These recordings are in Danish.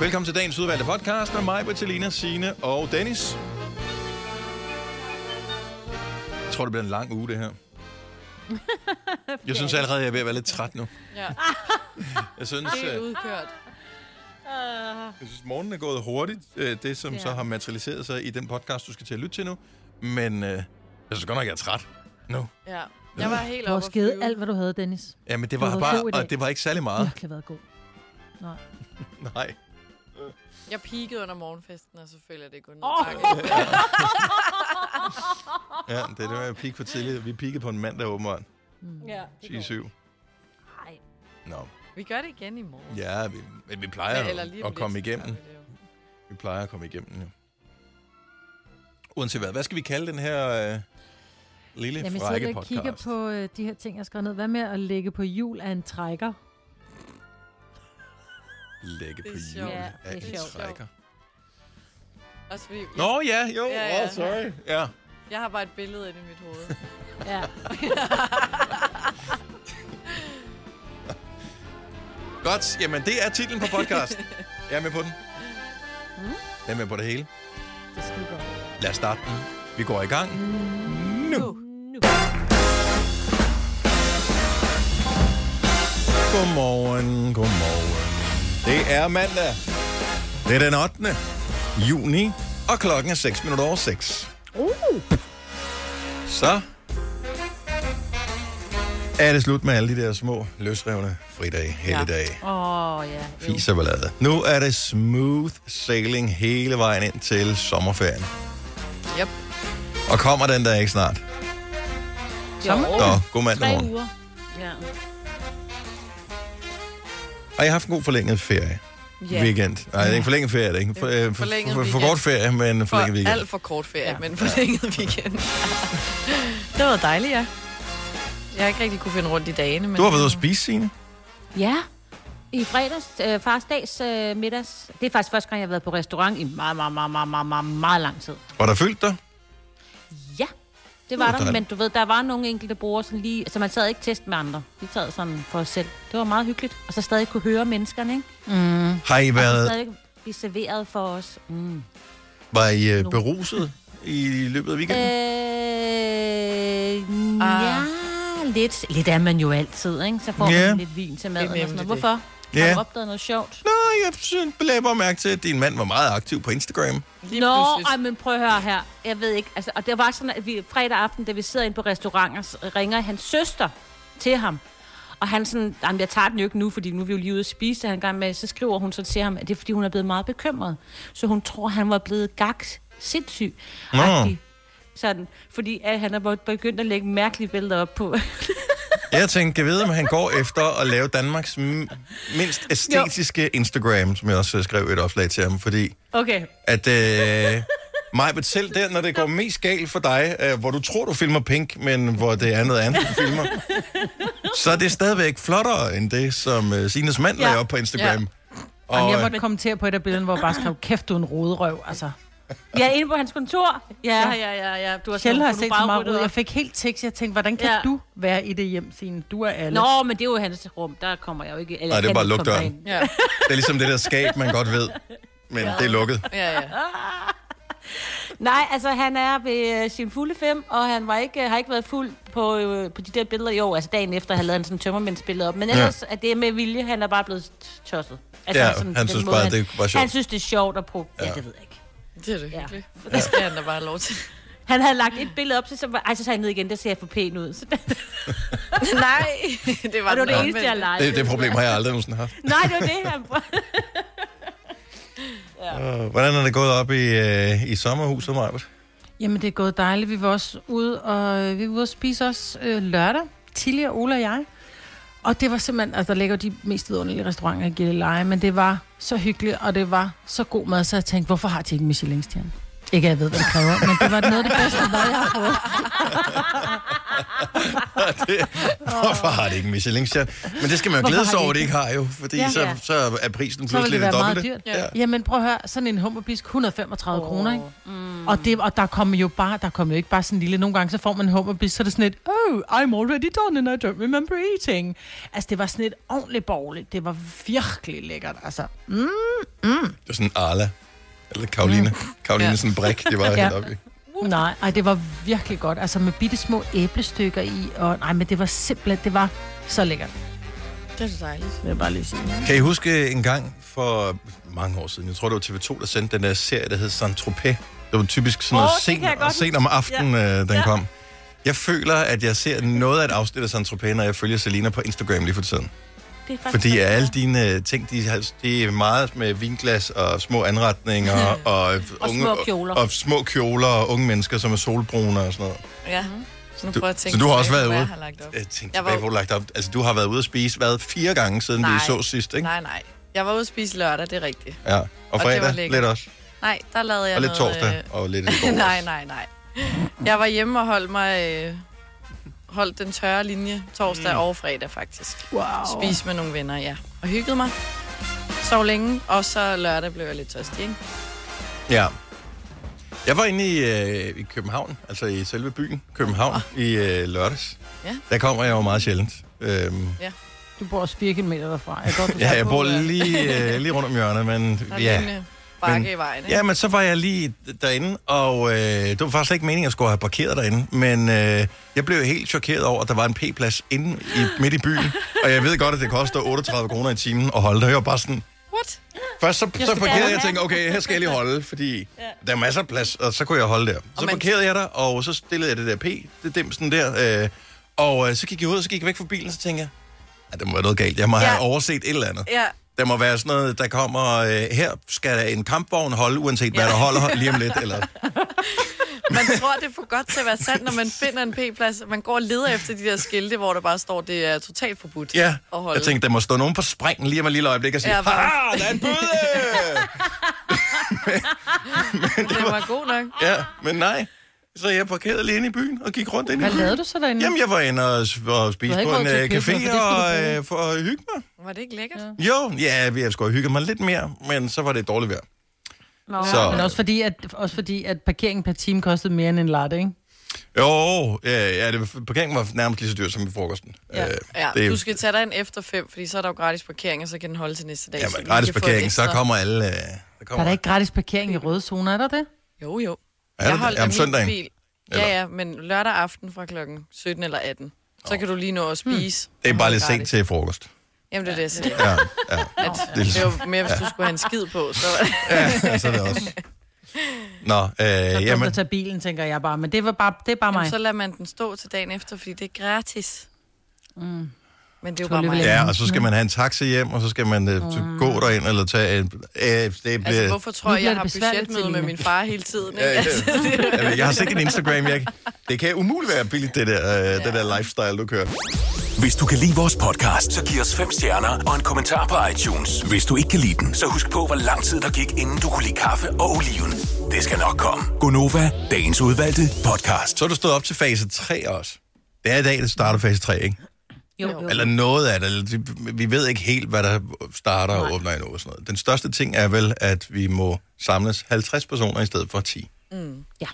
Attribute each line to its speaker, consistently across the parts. Speaker 1: Velkommen til dagens udvalgte podcast med mig, Bertilina, Sine og Dennis. Jeg tror, det bliver en lang uge, det her. Jeg synes allerede, jeg er ved at være lidt træt nu.
Speaker 2: Ja.
Speaker 1: Jeg synes,
Speaker 2: Helt
Speaker 1: øh,
Speaker 2: udkørt.
Speaker 1: jeg synes morgenen er gået hurtigt, øh, det som
Speaker 2: Ja.
Speaker 1: så har materialiseret sig i den podcast, du skal til at lytte til nu. Men øh, jeg synes godt nok, jeg er træt nu.
Speaker 2: Ja. Jeg var helt
Speaker 3: Du har
Speaker 2: oppe at flyve.
Speaker 3: skædet alt, hvad du havde, Dennis.
Speaker 1: Ja, men
Speaker 3: Du
Speaker 1: det var
Speaker 3: havde god i
Speaker 1: bare,
Speaker 3: dag.
Speaker 1: og det var ikke særlig
Speaker 3: Ja.
Speaker 1: meget.
Speaker 3: Virkelig været god.
Speaker 1: Nej.
Speaker 2: Jeg peakede under morgenfesten, og så føler jeg det kun
Speaker 3: Åh!
Speaker 2: oh.
Speaker 1: Ja, det er det, jeg peak for tidligt. Vi peakede på en mandag åbenbart.
Speaker 3: Mm.
Speaker 4: Ja,
Speaker 1: 10-7.
Speaker 3: Ej.
Speaker 1: Nå,
Speaker 2: Vi gør det igen i morgen.
Speaker 1: ja, vi, men vi plejer
Speaker 2: Ja, eller lige
Speaker 1: at,
Speaker 2: om
Speaker 1: at komme
Speaker 2: lidt, så gør
Speaker 1: igennem.
Speaker 2: vi det jo.
Speaker 1: Vi plejer at komme igennem, jo. Uanset hvad, hvad skal vi kalde den her øh, lille
Speaker 3: Jamen, jeg
Speaker 1: frække
Speaker 3: sidder og
Speaker 1: podcast?
Speaker 3: kigger på øh, de her ting, jeg har skrevet ned. Hvad med at lægge på jul af en trækker?
Speaker 1: Lægge
Speaker 2: Det
Speaker 1: på
Speaker 2: er
Speaker 1: jul
Speaker 2: sjovt.
Speaker 3: Ja,
Speaker 1: af
Speaker 3: det er
Speaker 1: en
Speaker 3: sjovt.
Speaker 1: trækker.
Speaker 2: Også fordi, jeg,
Speaker 1: Nå ja, jo,
Speaker 2: Ja, ja.
Speaker 1: Oh, sorry. Ja.
Speaker 2: jeg har bare et billede inde i mit hoved.
Speaker 3: Ja.
Speaker 1: Godt, jamen det er titlen på podcast. Jeg er med på den.
Speaker 2: Mm.
Speaker 1: Jeg er med på det hele.
Speaker 3: Det skal godt.
Speaker 1: Lad os starte den. Vi går i gang.
Speaker 3: Nu.
Speaker 1: Godmorgen, godmorgen. Det er mandag. Det er den 8. juni, og klokken er 6 minutter over 6. Uh. Så er det slut med alle de der små løsrevne fridage, helligdage, ja.
Speaker 3: Åh, ja. jo.
Speaker 1: fiser ballade. Nu er det smooth sailing hele vejen ind til sommerferien.
Speaker 2: Yep.
Speaker 1: Og kommer den der ikke snart?
Speaker 3: Sommer?
Speaker 1: Nå, god mandag
Speaker 3: Tre
Speaker 1: morgen.
Speaker 3: uger.
Speaker 4: Ja.
Speaker 1: Har I haft en god forlænget ferie?
Speaker 4: Ja.
Speaker 1: Weekend. Nej, det er ikke forlænget ferie, det er ikke. For, øh, for,
Speaker 2: Forlænget
Speaker 1: for, for
Speaker 2: weekend.
Speaker 1: kort ferie, men
Speaker 2: For
Speaker 1: forlænget weekend.
Speaker 2: alt for kort ferie, ja. men forlænget weekend.
Speaker 4: Det var dejligt, ja.
Speaker 2: Jeg har ikke rigtig kunne finde rundt i dagene. Men
Speaker 1: Du har været ude at spise, Signe.
Speaker 4: Ja. I fredags, øh, fars dags øh, middags. Det er faktisk første gang, jeg har været på restaurant i meget, meget, meget, meget, meget, meget, meget lang tid.
Speaker 1: Var der fyldt dig?
Speaker 4: Ja, det var
Speaker 1: Nå,
Speaker 4: der.
Speaker 1: dejligt.
Speaker 4: Men du ved, der var nogle enkelte brugere, sådan lige, så man sad ikke test med andre. Vi sad sådan for os selv. Det var meget hyggeligt. Og så stadig kunne høre menneskerne, ikke?
Speaker 3: Mm.
Speaker 1: Har
Speaker 3: Altså,
Speaker 1: I
Speaker 4: Og så
Speaker 1: været
Speaker 4: stadig blive serveret for os. Mm.
Speaker 1: var I, øh, beruset i løbet af
Speaker 4: Øh,
Speaker 1: weekenden? Ah.
Speaker 4: ja, lidt. Lidt er man jo altid, ikke? Så får
Speaker 1: Ja.
Speaker 4: man lidt vin til maden
Speaker 2: Det er
Speaker 4: og sådan noget.
Speaker 2: nemlig det.
Speaker 4: Hvorfor?
Speaker 1: Ja.
Speaker 4: Har du opdaget noget
Speaker 3: Øh.
Speaker 4: sjovt?
Speaker 1: Nå, jeg synes, lagde bare mærke til, at din mand var meget aktiv på Instagram.
Speaker 2: lige
Speaker 4: Nå,
Speaker 2: pludselig-
Speaker 4: ej, men prøv at høre her. Jeg ved ikke, altså, og det var sådan, at vi fredag aften, da vi sidder inde på restauranter, så ringer hans søster til ham. Og han sådan, jamen jeg tager den jo ikke nu, fordi nu er vi jo lige ude at spise, så han er i gang med, så skriver hun så til ham, at det er fordi, hun er blevet meget bekymret. Så hun tror, han var blevet gaks sindssyg.
Speaker 1: Nå.
Speaker 4: Sådan, fordi at han er begyndt at lægge mærkelige billeder op på.
Speaker 1: Jeg tænkte, jeg ved, om han går efter at lave Danmarks m- mindst æstetiske Instagram, som jeg også øh, skrev et opslag til ham, fordi
Speaker 4: Okay.
Speaker 1: at... Øh, Maj, men selv der, når det går mest galt for dig, øh, hvor du tror, du filmer pink, men hvor det er noget andet, du filmer, så er det stadigvæk flottere end det, som øh, Sines mand ja.
Speaker 4: Ja.
Speaker 1: lagde op på Instagram. Ja. Og,
Speaker 3: Jamen, jeg
Speaker 1: øh,
Speaker 3: måtte kommentere på et af billederne, hvor jeg bare skrev, kæft, du er en roderøv, altså.
Speaker 4: Jeg er inde på hans kontor. Ja, ja, ja, ja. Du har
Speaker 3: Sjældent har
Speaker 4: sådan-
Speaker 3: jeg set
Speaker 4: du
Speaker 3: så
Speaker 4: bare
Speaker 3: meget
Speaker 4: ryddet
Speaker 3: rod.
Speaker 4: op.
Speaker 3: Jeg fik helt tekst, jeg tænkte, hvordan kan
Speaker 4: Ja.
Speaker 3: du være i det hjem, Signe? Du er alle.
Speaker 4: Nå, men det er jo hans rum. Der kommer jeg jo ikke. Eller
Speaker 1: Nej, det er
Speaker 4: kan
Speaker 1: bare
Speaker 4: ikke
Speaker 1: luk
Speaker 4: komme
Speaker 1: døren.
Speaker 4: derind.
Speaker 2: Ja,
Speaker 1: Det er ligesom det der skab, man godt ved. Men ja. det er lukket.
Speaker 2: ja, ja.
Speaker 4: Nej, altså han er ved øh, sin fulde fem, og han var ikke, øh, har ikke været fuld på, øh, på de der billeder i år. Altså dagen efter, han lavede han sådan tømmermændsbillede op. Men ellers ja. er det med vilje, han er bare blevet tosset. Altså,
Speaker 1: Ja, han
Speaker 4: den
Speaker 1: synes bare,
Speaker 4: han,
Speaker 1: det var sjovt.
Speaker 4: Han synes, det er sjovt at prøve. Ja. ja, det ved jeg ikke.
Speaker 2: Det er det
Speaker 4: Ja.
Speaker 2: hyggeligt. Ja. Det skal han da bare have lov til.
Speaker 4: Han havde lagt et billede op, så, så, var, ej, så sagde han ned igen, der ser jeg for pæn ud. Så, det,
Speaker 2: Nej, det var
Speaker 4: og det var det
Speaker 2: den
Speaker 4: eneste, jeg
Speaker 2: omvendte.
Speaker 4: legede.
Speaker 1: Det, det problem har jeg aldrig nogensinde haft.
Speaker 4: Nej, det var det, han prøvede.
Speaker 1: Øh, Hvordan er det gået op i, øh, i sommerhuset, Majbert?
Speaker 3: Jamen, det er gået dejligt. Vi var også ude og, øh, vi var ude at spise os øh, lørdag. Tilly og Ola og jeg. Og det var simpelthen, altså der ligger jo de mest vidunderlige restauranter i Gilleleje, men det var så hyggeligt, og det var så god mad, så jeg tænkte, hvorfor har de ikke Michelin-stjerne? Ikke, at jeg ved, hvad det kræver, men det var noget af det bedste, hvad jeg har fået.
Speaker 1: det, hvorfor har det ikke en Michelin-stjerne? Men det skal man jo
Speaker 3: Hvorfor
Speaker 1: glæde
Speaker 3: har
Speaker 1: sig
Speaker 3: de
Speaker 1: over, det
Speaker 3: ikke
Speaker 1: ikke har jo, fordi
Speaker 3: Ja.
Speaker 1: ja, så,
Speaker 4: Ja.
Speaker 1: så er prisen
Speaker 3: Så ville
Speaker 1: pludselig
Speaker 3: det være
Speaker 1: det
Speaker 3: meget
Speaker 1: dobbelte.
Speaker 3: dyrt. Ja. Jamen prøv at høre, sådan en hummerbisk, 135 oh. kroner, ikke? Mm. Og, det, og der kommer jo bare, der kommer jo ikke bare sådan en lille, nogle gange så får man en hummerbisk, så er det sådan et, oh, I'm already done and I don't remember eating. Altså det var sådan et ordentligt borgerligt, det var virkelig lækkert, altså. Mm.
Speaker 1: Det var sådan Arla, eller Karoline. Karoline ja. sådan en brik, det var ja. helt oppe i.
Speaker 3: Nej, ej, det var virkelig godt, altså med bitte små æblestykker i, og nej, men det var simpelthen, det var så lækkert.
Speaker 2: Det er så dejligt.
Speaker 3: Det vil jeg bare lige sige.
Speaker 1: Kan I huske en gang for mange år siden, jeg tror det var TV2, der sendte den der serie, der hed Saint-Tropez. Det var typisk sådan noget
Speaker 4: Åh,
Speaker 1: oh,
Speaker 4: det
Speaker 1: sent,
Speaker 4: kan jeg
Speaker 1: og
Speaker 4: godt
Speaker 1: sent om aftenen, ja. øh, den ja. kom. Jeg føler, at jeg ser noget af et afsnit af Saint-Tropez, når jeg følger Selina på Instagram lige for tiden.
Speaker 4: Det er faktisk
Speaker 1: Fordi
Speaker 4: rigtig
Speaker 1: alle
Speaker 4: godt.
Speaker 1: dine øh, ting, de, har- de er meget med vinglas og små anretninger og, øh,
Speaker 4: Og små kjoler.
Speaker 1: Og, og små kjoler og unge mennesker, som er solbrune og sådan noget.
Speaker 2: Ja. Så nu
Speaker 1: Du-
Speaker 2: prøver jeg at
Speaker 1: så
Speaker 2: tænke
Speaker 1: du har også
Speaker 2: tilbage på,
Speaker 1: været ude?
Speaker 2: hvad Jeg har lagt op.
Speaker 1: Jeg tænkte
Speaker 2: Jeg
Speaker 1: tilbage,
Speaker 2: var-
Speaker 1: hvor du lagt op. Altså, du har været ude at spise, hvad, fire gange siden vi
Speaker 2: Nej.
Speaker 1: så sidst, ikke?
Speaker 2: Nej, nej. Jeg var ude at spise lørdag, det er rigtigt.
Speaker 1: Ja. Og
Speaker 2: det var
Speaker 1: fredag
Speaker 2: lækkert.
Speaker 1: lidt også.
Speaker 2: Nej, der lavede jeg
Speaker 1: Og lidt
Speaker 2: noget,
Speaker 1: torsdag,
Speaker 2: øh,
Speaker 1: og lidt i går.
Speaker 2: nej,
Speaker 1: også.
Speaker 2: nej, nej. Jeg var hjemme og holdt mig... Øh, holdt den tørre linje torsdag mm. og fredag, faktisk.
Speaker 3: Wow.
Speaker 2: Spise med nogle venner, ja. Og hyggede mig. Sov længe, og så lørdag blev jeg lidt tørstig, ikke?
Speaker 1: Ja. Jeg var inde i, øh, i København, altså i selve byen København,
Speaker 2: Ah.
Speaker 1: i øh, lørdags.
Speaker 2: Ja.
Speaker 1: Der kommer jeg jo meget sjældent. Øhm,
Speaker 3: Du bor også 4 km derfra. Jeg, godt,
Speaker 1: ja, jeg bor lige, øh, lige rundt om hjørnet, men
Speaker 2: Der er øh,
Speaker 1: ja.
Speaker 2: ja. bakke i vejen, ikke?
Speaker 1: Ja, men så var jeg lige derinde, og øh, det var faktisk ikke meningen, at jeg skulle have parkeret derinde, men øh, jeg blev helt chokeret over, at der var en p-plads inde i, midt i byen, og jeg ved godt, at det koster 38 kroner i timen at holde der. Jeg var bare sådan,
Speaker 2: What?
Speaker 1: først så, så parkerede jeg
Speaker 4: have.
Speaker 1: og tænkte, okay, her skal jeg lige holde, fordi der er masser af plads, og så kunne jeg holde der. Så
Speaker 2: man-
Speaker 1: parkerede jeg der, og så stillede jeg det der p, det dimsen der, øh, og øh, så gik jeg ud, og så gik jeg væk fra bilen, og så tænkte jeg, at der må være noget galt, jeg må have
Speaker 2: Ja.
Speaker 1: overset et eller andet.
Speaker 2: Ja,
Speaker 1: Der må være sådan noget, der kommer, øh, her skal en kampvogn holde, uanset hvad
Speaker 2: Ja.
Speaker 1: der holder lige om lidt. Eller,
Speaker 2: man tror, det er for godt til at være sandt, når man finder en p-plads. Man går og leder efter de der skilte, hvor der bare står, det er totalt forbudt
Speaker 1: ja,
Speaker 2: at holde.
Speaker 1: jeg tænkte, der må stå nogen på springen lige om et lille øjeblik og sige,
Speaker 2: Ja,
Speaker 1: ja,
Speaker 2: bare-
Speaker 1: ha, der er en bøde!
Speaker 2: det var god nok.
Speaker 1: "Ah!" ja, men nej. Så jeg parkerede lige inde i byen og gik rundt ind i
Speaker 3: Hvad
Speaker 1: byen.
Speaker 3: lavede du så derinde?
Speaker 1: Jamen, jeg var inde og, s- og spise
Speaker 3: Du havde
Speaker 1: på
Speaker 3: ikke råd til
Speaker 1: en øh,
Speaker 3: at købe noget, for det
Speaker 1: café
Speaker 3: skulle du
Speaker 1: og,
Speaker 3: bruge.
Speaker 1: øh, for at hygge mig.
Speaker 2: Var det ikke lækkert? Ja.
Speaker 1: Jo, ja, vi- jeg skulle have hygget mig lidt mere, men så var det dårligt vejr.
Speaker 4: Nå.
Speaker 1: så-
Speaker 3: Men også fordi, at, også fordi, at parkeringen per time kostede mere end en latte, ikke?
Speaker 1: Jo, ja, ja det, var- parkeringen var nærmest lige så dyr som i frokosten. Ja, øh,
Speaker 2: Ja,
Speaker 1: det,
Speaker 2: du skal tage dig en efter fem, fordi så er der jo gratis parkering, og så kan den holde til næste dag. så vi
Speaker 1: Jamen,
Speaker 2: kan
Speaker 1: gratis
Speaker 2: få et
Speaker 1: parkering,
Speaker 2: ekstra-
Speaker 1: så kommer alle... Øh, der
Speaker 3: Der
Speaker 1: kommer
Speaker 3: er da ikke gratis parkering i røde zoner, er der det?
Speaker 2: Jo, jo.
Speaker 1: Er det det?
Speaker 2: holdt
Speaker 1: Ja, om
Speaker 2: af min
Speaker 1: søndagen?
Speaker 2: Bil.
Speaker 1: Eller?
Speaker 2: Ja, ja, men lørdag aften fra klokken 17 eller 18. Så kan du lige nå at spise.
Speaker 1: Det er bare lidt sent
Speaker 2: Gratis.
Speaker 1: til frokost.
Speaker 2: Jamen, det er det, jeg siger.
Speaker 1: Ja, ja.
Speaker 2: At,
Speaker 1: Det er ligesom-
Speaker 2: det var mere, hvis du skulle have en skid på. Så var det.
Speaker 1: ja, så er det også. Nå,
Speaker 3: Så
Speaker 1: øh,
Speaker 3: dumt
Speaker 1: jamen,
Speaker 3: at tage bilen, tænker jeg bare. Men det, var bare, det er bare
Speaker 2: Jamen,
Speaker 3: mig.
Speaker 2: så lader man den stå til dagen efter, fordi det er gratis. Mm. Men det er jo
Speaker 3: Tror
Speaker 2: bare
Speaker 3: lige,
Speaker 2: mig.
Speaker 3: vi
Speaker 1: ja, og så skal man have en taxi hjem, og så skal man øh, gå derind eller tage en... Øh, det
Speaker 2: Altså,
Speaker 1: bliver,
Speaker 2: hvorfor tror
Speaker 3: Nu
Speaker 2: jeg,
Speaker 3: bliver
Speaker 2: jeg
Speaker 3: det
Speaker 2: har
Speaker 3: besværligt,
Speaker 2: budgetmøde med
Speaker 3: Selina.
Speaker 2: min far hele tiden? Ikke?
Speaker 1: Ja, ja.
Speaker 2: Altså, det er-
Speaker 1: jeg, jeg har set din Instagram, jeg, det kan umuligt være billigt, det der, øh, det der lifestyle, du kører.
Speaker 5: Hvis du kan lide vores podcast, så giv os fem stjerner og en kommentar på iTunes. Hvis du ikke kan lide den, så husk på, hvor lang tid der gik, inden du kunne lide kaffe og oliven. Det skal nok komme. Gonova, dagens udvalgte podcast.
Speaker 1: Så er du stået op til fase 3 også. Det er i dag, det starter fase 3, ikke?
Speaker 4: Jo, jo.
Speaker 1: Eller noget af det. Eller de- Vi ved ikke helt, hvad der starter og åbner endnu. Og sådan noget. Den største ting er vel, at vi må samles 50 personer i stedet for 10.
Speaker 4: Ja.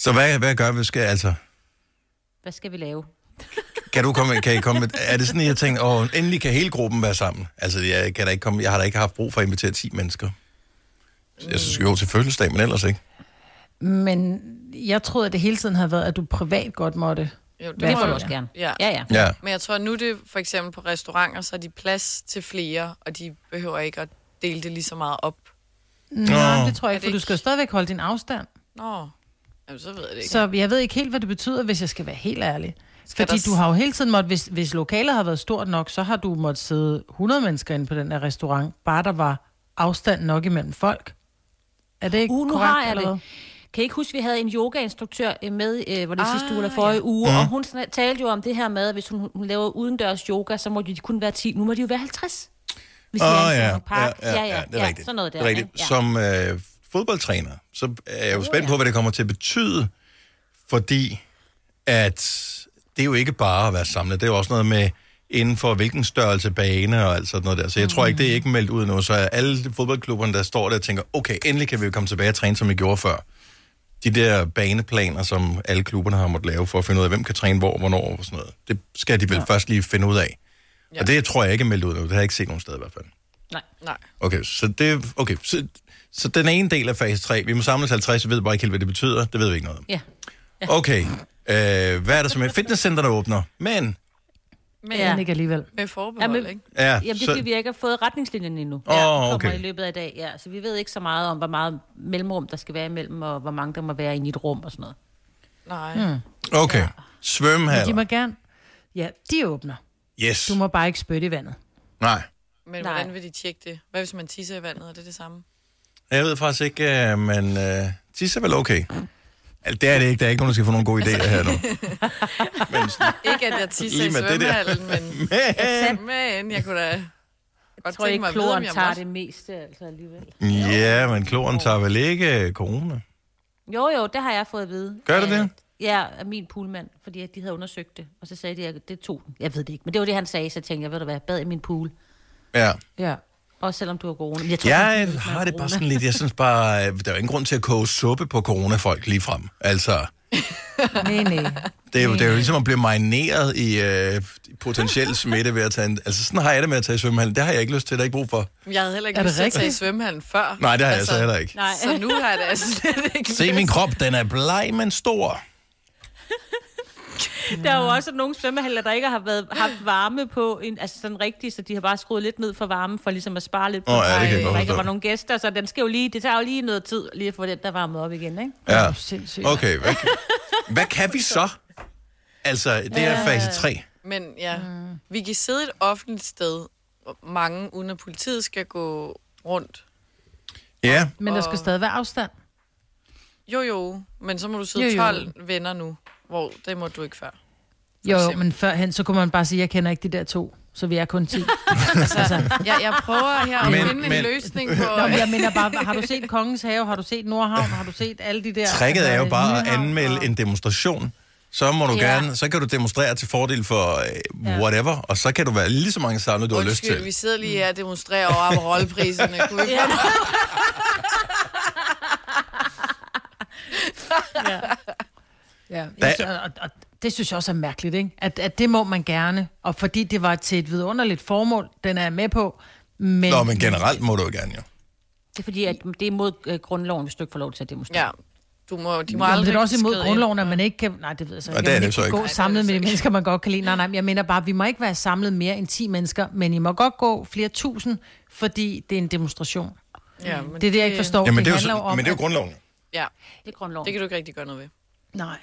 Speaker 1: Så hvad, hvad gør vi? Skal, altså,
Speaker 4: Hvad skal vi lave?
Speaker 1: kan du komme, kan I komme med, er det sådan, at jeg tænker, åh, endelig kan hele gruppen være sammen? Altså, jeg, kan da ikke komme, jeg har da ikke haft brug for at invitere 10 mennesker. Jeg synes jo til fødselsdag, men ellers ikke.
Speaker 3: Men jeg troede, at det hele tiden havde været, at du privat godt måtte.
Speaker 2: Jo, det
Speaker 3: Hvad
Speaker 4: Det får
Speaker 2: må
Speaker 4: du
Speaker 3: for
Speaker 2: jeg.
Speaker 4: også gerne.
Speaker 2: Ja.
Speaker 4: Ja, ja.
Speaker 1: Ja.
Speaker 2: Men jeg tror, nu er det for eksempel på restauranter, så er de plads til flere, og de behøver ikke at dele det lige så meget op.
Speaker 3: Nej, det tror jeg
Speaker 2: Er det
Speaker 3: ikke, for du
Speaker 2: ikke-
Speaker 3: skal jo stadigvæk holde din afstand.
Speaker 2: Nå, Jamen, så ved jeg det ikke.
Speaker 3: Så jeg ved ikke helt, hvad det betyder, hvis jeg skal være helt ærlig.
Speaker 2: Skal
Speaker 3: Fordi
Speaker 2: der s-
Speaker 3: du har jo hele tiden måttet, hvis, hvis lokalet har været stort nok, så har du måttet sidde 100 mennesker inde på den her restaurant, bare der var afstand nok imellem folk. Er det ikke
Speaker 4: Uh, nu
Speaker 3: korrekt,
Speaker 4: har jeg
Speaker 3: eller
Speaker 4: det.
Speaker 3: hvad?
Speaker 4: Kan I ikke huske, at vi havde en yogainstruktør øh, med, øh, hvor det ah, sidste uge eller
Speaker 2: Ah,
Speaker 4: forrige ja. uge, mm. og hun snak- talte jo om det her med, at hvis hun, hun laver udendørs yoga, så må de kun være 10. Nu må de jo være 50. Hvis de er i Skanderborg Park.
Speaker 1: Ah, ja, ja, ja, det er rigtigt.
Speaker 4: Sådan noget der.
Speaker 1: det er rigtigt.
Speaker 4: ikke? Ja. Uh,
Speaker 1: Som øh, fodboldtræner, så er jeg jo spændt på, hvad det kommer til at betyde, fordi at det er jo ikke bare at være samlet, det er jo også noget med inden for hvilken størrelse bane og alt sådan noget der. Så jeg tror ikke, det er ikke meldt ud nu. Så er alle fodboldklubberne, der står der og tænker, okay, endelig kan vi jo komme tilbage og træne, som vi gjorde før. De der baneplaner, som alle klubberne har måttet lave for at finde ud af, hvem kan træne hvor, hvornår og sådan noget. Det skal de vel ja. først lige finde ud af. Ja. Og det tror jeg ikke er meldt ud nu. Det har jeg ikke set nogen steder i hvert fald.
Speaker 4: Nej.
Speaker 2: Nej.
Speaker 1: Okay, så, det, okay, så, så den ene del af fase 3, vi må samles 50, vi ved bare ikke helt, hvad det betyder. Det ved vi ikke noget om.
Speaker 4: Ja.
Speaker 1: Okay, øh, hvad er der så med fitnesscenterne åbner? Men,
Speaker 2: Men
Speaker 4: Ja.
Speaker 2: ja.
Speaker 3: Men ikke alligevel.
Speaker 2: med forbehold,
Speaker 4: Ja, men-
Speaker 2: ikke?
Speaker 1: ja,
Speaker 4: Jamen, det er,
Speaker 1: så,
Speaker 4: fordi vi ikke har fået retningslinjen endnu.
Speaker 1: Åh,
Speaker 4: ja, den kommer
Speaker 1: okay.
Speaker 4: i løbet af i dag, ja. Så vi ved ikke så meget om, hvor meget mellemrum, der skal være imellem, og hvor mange, der må være inde i et rum og sådan noget. Hmm.
Speaker 2: Nej.
Speaker 3: Hmm.
Speaker 2: Mm.
Speaker 1: okay.
Speaker 3: De må
Speaker 1: Svømmehaller.
Speaker 3: gerne... Ja, de åbner.
Speaker 1: Yes.
Speaker 3: Du må bare ikke spytte i vandet.
Speaker 1: Nej.
Speaker 2: Men
Speaker 4: Nej.
Speaker 2: hvordan vil de tjekke det? Hvad hvis man tisser i vandet? Er det det samme?
Speaker 1: Jeg ved faktisk ikke, øh, men øh, tisse er vel okay. Altså, det er det ikke. Der er ikke nogen, der skal få nogle gode idéer her nu. Men,
Speaker 2: Ikke, at jeg tisser
Speaker 1: Lige
Speaker 2: i
Speaker 1: med det der.
Speaker 2: svømmehallen, men,
Speaker 1: men,
Speaker 2: men jeg kunne da
Speaker 4: Jeg
Speaker 2: godt
Speaker 4: tror
Speaker 2: tænke mig
Speaker 4: ikke,
Speaker 2: at vide, om
Speaker 4: kloren
Speaker 2: jeg
Speaker 4: tager
Speaker 2: måtte.
Speaker 4: det meste altså alligevel.
Speaker 1: ja, men kloren tager vel ikke øh, corona?
Speaker 4: Jo, jo, det har jeg fået at vide.
Speaker 1: Gør det
Speaker 4: Af-
Speaker 1: det?
Speaker 4: Ja, af min poolmand, fordi at de havde undersøgt det. Og så sagde de, at det tog den. Jeg ved det ikke, men det var det, han sagde. Så jeg tænkte jeg, ved du hvad, bad i min pool.
Speaker 1: Ja.
Speaker 3: Ja.
Speaker 4: Også selvom du har corona. Men Jeg, tror,
Speaker 1: Jeg
Speaker 4: ikke, hvis man
Speaker 1: har det bare
Speaker 4: corona.
Speaker 1: sådan lidt, jeg synes bare, øh, der er jo ingen grund til at koge suppe på corona-folk lige frem. Altså,
Speaker 3: Nej, nej.
Speaker 1: det er, jo, det er jo ligesom at blive marineret i øh, potentiel smitte ved at tage en... Altså, sådan har jeg det med at tage i svømmehallen. Det har jeg ikke lyst til, det har jeg ikke brug for.
Speaker 2: Jeg havde heller ikke
Speaker 3: Er det
Speaker 2: lyst til at tage i
Speaker 3: rigtigt?
Speaker 2: svømmehallen før.
Speaker 1: Nej, det har jeg altså heller ikke.
Speaker 4: Nej.
Speaker 2: Så nu har jeg det altså slet ikke
Speaker 1: Se min krop, den er bleg, men stor.
Speaker 4: Der er jo også nogle svømmehaller, der ikke har været, haft varme på, en, altså sådan rigtigt, så de har bare skruet lidt ned for varmen, for ligesom at spare lidt på,
Speaker 1: Åh, ja, det kan jeg
Speaker 4: varmen,
Speaker 1: godt
Speaker 4: der ikke
Speaker 1: forstå.
Speaker 4: var nogen gæster, så den skal jo lige, det tager jo lige noget tid, lige at få den der varmet op igen, ikke?
Speaker 1: Ja.
Speaker 3: Sindssygt.
Speaker 1: Okay, hvad, hvad kan vi så? Altså, det er fase 3.
Speaker 2: Men ja, mm. vi kan sidde et offentligt sted, hvor mange uden at politiet skal gå rundt.
Speaker 1: Ja,
Speaker 3: Men der skal stadig være afstand.
Speaker 2: Jo jo, men så må du sidde
Speaker 3: Jo, jo.
Speaker 2: 12 venner nu, hvor det må du ikke før.
Speaker 3: Jo, jo,
Speaker 2: eksempel.
Speaker 3: men førhen, så kunne man bare sige, jeg kender ikke de der to, så vi er kun 10. altså,
Speaker 2: Jeg, jeg prøver her at
Speaker 1: Men-
Speaker 2: finde
Speaker 1: men-
Speaker 2: en løsning på...
Speaker 3: Nå, men jeg mener bare, har du set Kongens Have, har du set Nordhavn, har du set alle de der...
Speaker 1: tricket er jo
Speaker 3: altså,
Speaker 1: bare at
Speaker 3: Nyhavn
Speaker 1: anmelde
Speaker 3: og-
Speaker 1: en demonstration. Så må du
Speaker 4: Ja.
Speaker 1: gerne, så kan du demonstrere til fordel for øh, whatever, og så kan du være lige så mange samlet, du har lyst
Speaker 2: Undskyld, vi
Speaker 1: til.
Speaker 2: sidder lige her og demonstrerer over Amarol-priserne. Kunne vi ja.
Speaker 3: Ja,
Speaker 1: Der-
Speaker 3: jeg synes, og, og det synes jeg også er mærkeligt, ikke? At, at det må man gerne, og fordi det var til et vidunderligt formål, den er jeg med på, men...
Speaker 1: Nå, men generelt må du jo gerne, jo.
Speaker 4: Det er fordi, at det er mod øh, grundloven, hvis du ikke får lov til at demonstrere.
Speaker 2: ja. Du må, de må
Speaker 3: Jo, men
Speaker 2: aldrig
Speaker 3: det er også imod
Speaker 2: skride
Speaker 3: grundloven, at man ikke kan... Nej, det ved jeg så
Speaker 1: Og
Speaker 3: ikke.
Speaker 1: det er
Speaker 3: at man
Speaker 1: det så
Speaker 3: kan Gå
Speaker 1: ikke. Nej,
Speaker 2: det er
Speaker 3: samlet
Speaker 2: det så
Speaker 3: med de
Speaker 2: ikke.
Speaker 3: mennesker, man godt kan lide. Nej, nej, men jeg mener bare, vi må ikke være samlet mere end 10 mennesker, men I må godt gå flere tusind, fordi det er en demonstration.
Speaker 2: ind. Ja, men
Speaker 3: Det er det, jeg ikke forstår.
Speaker 1: Jamen, det er jo,
Speaker 3: handler
Speaker 1: så- men det er jo grundloven.
Speaker 2: Ja,
Speaker 4: Det er grundloven.
Speaker 2: det kan du ikke rigtig gøre noget ved.
Speaker 3: at, nej,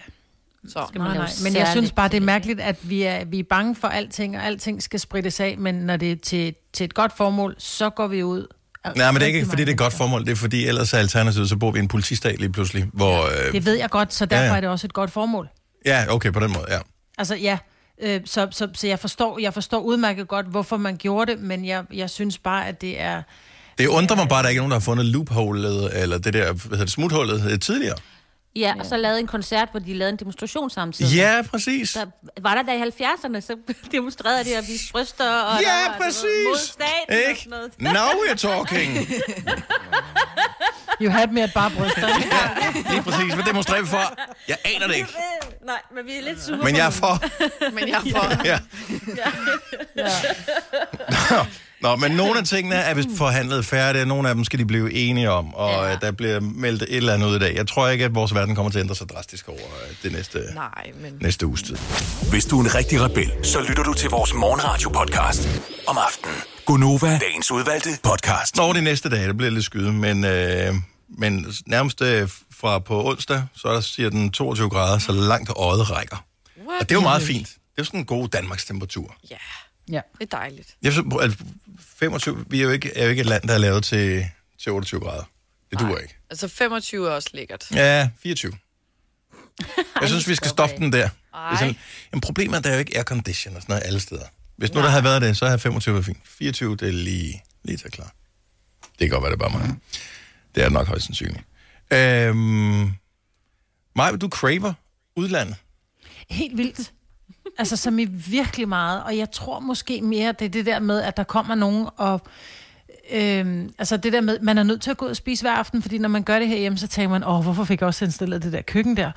Speaker 2: Så.
Speaker 4: man
Speaker 3: nej,
Speaker 4: lave
Speaker 3: nej. Men jeg synes
Speaker 4: særligt
Speaker 3: bare, det er
Speaker 4: til det,
Speaker 3: mærkeligt, at vi er, vi er bange for alting, og alting skal sprittes af, men når det er til, til et godt formål, så går vi ud.
Speaker 1: Nej, men det er ikke, fordi det er et godt formål. Det er fordi, ellers er alternativet, så bor vi i en politistat lige pludselig. Hvor, øh,
Speaker 3: Det ved jeg godt, så
Speaker 1: Ja,
Speaker 3: derfor
Speaker 1: ja.
Speaker 3: er det også et godt formål.
Speaker 1: ja, okay, på den måde, ja.
Speaker 3: Altså ja, øh, så, så, så jeg, forstår, jeg forstår udmærket godt, hvorfor man gjorde det, men jeg, jeg synes bare, at det er...
Speaker 1: Det undrer mig bare, at der ikke er nogen, der har fundet loopholet, eller det der hvad hedder det, smuthullet øh, tidligere.
Speaker 4: Ja, og så lavede en koncert, hvor de lavede en demonstration samtidig.
Speaker 1: Ja, præcis.
Speaker 4: Der var der da i 70'erne, så demonstrerede de at vise bryster. Og der var,
Speaker 1: Ja,
Speaker 4: du ved, Mod
Speaker 1: præcis.
Speaker 4: staten og
Speaker 1: Ikke?
Speaker 4: sådan noget.
Speaker 1: Now we're talking.
Speaker 3: You had me at bare bryster.
Speaker 1: Lige præcis. Hvad demonstrerer vi for? Jeg aner det ikke.
Speaker 4: Øh, Nej, men vi er lidt sure.
Speaker 1: Men
Speaker 4: på
Speaker 1: jeg er
Speaker 4: den.
Speaker 1: for.
Speaker 2: Men jeg får...
Speaker 1: Ja. Nå, Nå, men nogle af tingene er vist forhandlet færdigt, nogle af dem skal de blive enige om, og
Speaker 4: Ja.
Speaker 1: ja. der bliver meldt et eller andet ud i dag. Jeg tror ikke, at vores verden kommer til at ændre sig drastisk over øh, det næste,
Speaker 2: Nej, men...
Speaker 1: næste uges tid.
Speaker 5: Hvis du er en rigtig rebel, så lytter du til vores morgenradio-podcast om aftenen. Gunova, dagens udvalgte podcast.
Speaker 1: Over de næste dage, der bliver lidt skyde, men, øh, men nærmest øh, fra på onsdag, så er der siger den 22 grader, så langt øjet rækker.
Speaker 2: What?
Speaker 1: Og det er jo meget fint. Det er jo sådan en god Danmarks temperatur.
Speaker 2: Ja,
Speaker 3: ja.
Speaker 2: det er dejligt.
Speaker 1: Jeg synes, altså, 25, vi er jo, ikke, er jo ikke et land, der er lavet til, til 28 grader. Det duer ikke.
Speaker 2: Altså 25 er også lækkert.
Speaker 1: Ja, 24. Jeg synes, vi skal stoppe den der. Det er sådan, jamen, problemet er, at der er jo ikke aircondition og sådan noget alle steder. Hvis nu der havde været det, så havde 25 været fint. 24, det er lige, lige til klar. Det kan godt være, det er bare mig. Det er det nok højst sandsynligt. Øhm, Maja, du craver udlandet.
Speaker 3: Helt vildt. Altså, som i virkelig meget. Og jeg tror måske mere, det er det der med, at der kommer nogen og... Øhm, altså det der med, man er nødt til at gå ud og spise hver aften, fordi når man gør det herhjemme, så tænker man, åh, hvorfor fik jeg også installeret det der køkken der?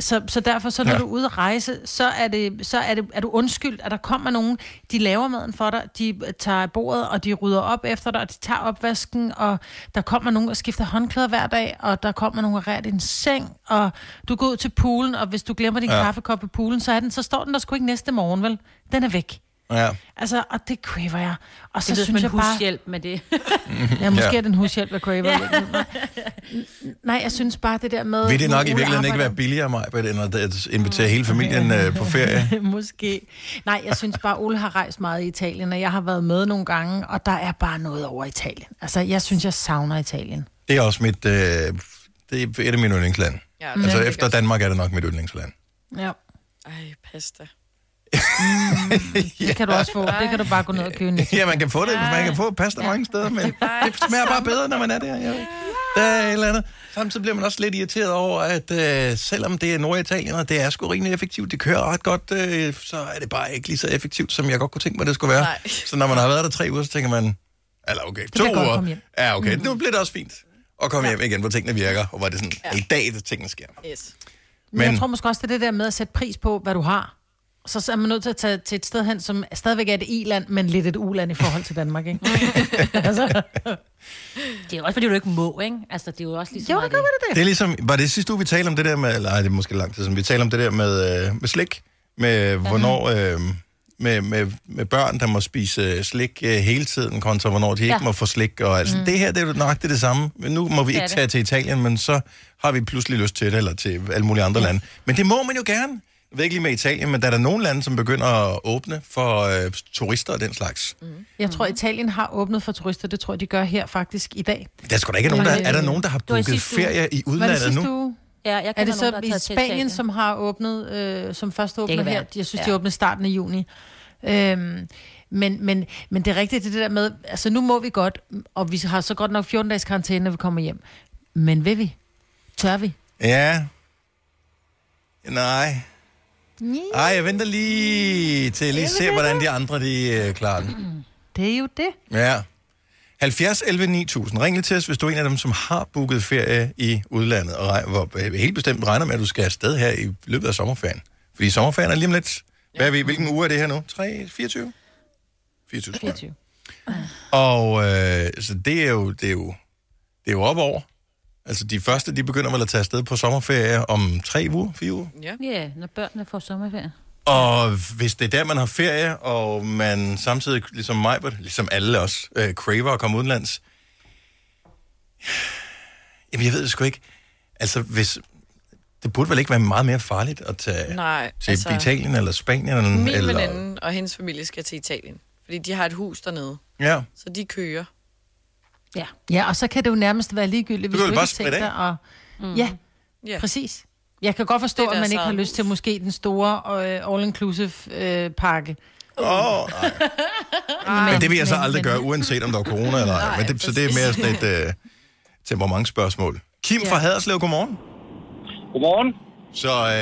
Speaker 3: Så, så derfor, så når
Speaker 1: Ja.
Speaker 3: ja. du er ude at rejse, så er, det, så er, det, er du undskyldt, at der kommer nogen, de laver maden for dig, de øh, tager bordet, og de rydder op efter dig, og de tager opvasken, og der kommer nogen og skifter håndklæder hver dag, og der kommer nogen og rærer din seng, og du går ud til poolen, og hvis du glemmer din
Speaker 1: Ja.
Speaker 3: ja. kaffekop i poolen, så, er den, så står den der sgu ikke næste morgen, vel? Den er væk.
Speaker 1: Ja.
Speaker 3: Altså, og det craver jeg. Og så
Speaker 4: Det lyder som en
Speaker 3: synes jeg bare...
Speaker 4: hushjælp med det.
Speaker 3: Ja, måske
Speaker 1: Ja.
Speaker 3: ja. er den hushjælp, der craver. Ja. Nej, jeg synes bare det der med...
Speaker 1: Vil det
Speaker 3: nu
Speaker 1: nok i
Speaker 3: Ole
Speaker 1: virkeligheden ikke
Speaker 3: arbejder-
Speaker 1: være billigere, Maja, end at invitere hele familien øh, på ferie?
Speaker 3: Måske. Nej, jeg synes bare, Ole har rejst meget i Italien, og jeg har været med nogle gange, og der er bare noget over Italien. Altså, jeg synes, jeg savner Italien.
Speaker 1: Det er også mit... Øh, det er et af mine yndlingslande.
Speaker 2: Ja, det
Speaker 1: altså
Speaker 2: er
Speaker 1: efter
Speaker 2: lækkert.
Speaker 1: Danmark er det nok mit yndlingsland.
Speaker 3: Ja.
Speaker 2: Ej, pasta.
Speaker 3: Mm. Det kan du også få. Det kan du bare gå ned og købe en
Speaker 1: Ja, man kan få det. Man kan få pasta mange steder, men det smager bare bedre, når man er der. Ja. Der er et eller andet. Samtidig bliver man også lidt irriteret over, at øh, selvom det er Norditalien, og det er sgu rimelig effektivt, det kører ret godt, øh, så er det bare ikke lige så effektivt, som jeg godt kunne tænke mig, det skulle være.
Speaker 2: Nej.
Speaker 1: Så når man har været der tre uger, så tænker man, eller okay,
Speaker 3: bliver
Speaker 1: to
Speaker 3: godt at
Speaker 1: uger.
Speaker 3: komme hjem.
Speaker 1: Ja, okay, nu bliver det også fint at komme hjem igen, hvor tingene virker, og hvor det er sådan, i dag, det tingene sker.
Speaker 2: Yes.
Speaker 3: Men jeg tror måske også, det er det der med at sætte pris på, hvad du har. Så, så er man nødt til at tage til et sted hen, som stadigvæk er et i-land, men lidt et u-land i forhold til Danmark, ikke? altså,
Speaker 4: Det er jo også, fordi du ikke må, ikke? Altså, det er jo også ligesom...
Speaker 3: jo, det kan være det
Speaker 1: Det er ligesom, var det sidste uge, vi talte om det der med, eller ej, det er måske lang tid siden, vi talte om det der med, øh, med slik, med hvornår,
Speaker 4: Mhm.
Speaker 1: øh, med, med, med børn, der må spise øh, slik øh, hele tiden, kontra hvornår de ikke
Speaker 4: Ja.
Speaker 1: må få slik, og altså, mm. det her, det er jo nok det, det samme. Men nu må vi ikke
Speaker 4: er det.
Speaker 1: tage til Italien, men så har vi pludselig lyst til det, eller til alle mulige andre lande. Men det må man jo gerne. Jeg ved ikke lige med Italien, men der er der nogle lande, som begynder at åbne for øh, turister og den slags.
Speaker 4: Mhm.
Speaker 1: Mm.
Speaker 3: Jeg tror, Italien har åbnet for turister. Det tror jeg, de gør her faktisk i dag.
Speaker 1: Der er sgu da ikke nogen, der,
Speaker 3: Øh,
Speaker 1: er der nogen, der har
Speaker 4: var i
Speaker 1: booket
Speaker 4: sidste uge.
Speaker 1: ferie i
Speaker 3: Var det
Speaker 1: udlandet
Speaker 3: sidste
Speaker 1: nu?
Speaker 3: uge?
Speaker 4: Ja, jeg
Speaker 3: Er
Speaker 4: kender
Speaker 3: det
Speaker 4: nogen, der
Speaker 3: så
Speaker 4: har
Speaker 3: i
Speaker 4: taget til Italien.
Speaker 3: Spanien, som har åbnet, øh, som først åbner
Speaker 4: kan
Speaker 3: her?
Speaker 4: være.
Speaker 3: Jeg synes,
Speaker 4: Ja.
Speaker 3: ja. de åbnede starten af juni. Øhm, men, men, men det er rigtigt, det der med, altså nu må vi godt, og vi har så godt nok 14 dages karantæne, når vi kommer hjem. Men vil vi? Tør vi?
Speaker 1: Ja. Nej. Ej, jeg venter lige til at lige se, hvordan de andre de øh, klarer den.
Speaker 3: Det er jo det.
Speaker 1: Ja. 70 11 9000. Ring lige til os, hvis du er en af dem, som har booket ferie i udlandet, og reg- hvor øh, helt bestemt regner med, at du skal afsted her i løbet af sommerferien. Fordi sommerferien er lige om lidt. Hvad er vi, hvilken uge er det her nu? 3, 24? 24, tror jeg.
Speaker 4: 24.
Speaker 1: Og øh, så det er jo, det er jo, det er jo op over. Altså de første, de begynder vel at tage afsted på sommerferie om tre uger, fire uger.
Speaker 4: Ja, når børnene får sommerferie.
Speaker 1: Og hvis det er der, man har ferie, og man samtidig, ligesom mig, ligesom alle os, øh, craver at komme udenlands. Jamen, jeg ved det sgu ikke. Altså, hvis... Det burde vel ikke være meget mere farligt at tage
Speaker 2: Nej,
Speaker 1: til
Speaker 2: altså-
Speaker 1: Italien eller Spanien? Eller,
Speaker 2: Min
Speaker 1: eller,
Speaker 2: veninde og hendes familie skal til Italien, fordi de har et hus dernede,
Speaker 1: Ja.
Speaker 2: så de kører.
Speaker 4: Ja.
Speaker 3: Ja, og så kan det jo nærmest være ligegyldigt,
Speaker 1: Du
Speaker 3: hvis
Speaker 1: kan
Speaker 3: du
Speaker 1: vel
Speaker 3: ikke
Speaker 1: bare
Speaker 3: tænker
Speaker 1: spritte
Speaker 3: dig at... Mm. Ja,
Speaker 2: Ja.
Speaker 3: præcis. Jeg kan godt forstå,
Speaker 2: Det er
Speaker 3: at man
Speaker 2: deres
Speaker 3: ikke har
Speaker 2: eget
Speaker 3: lyst til måske den store øh, all-inclusive-pakke.
Speaker 1: Åh, nej. Men det vil jeg så aldrig gøre, uanset om der er corona eller ej. Men det, så det er mere sådan et øh, temperamentsspørgsmål. Kim fra Haderslev, godmorgen.
Speaker 6: Godmorgen.
Speaker 1: Så øh,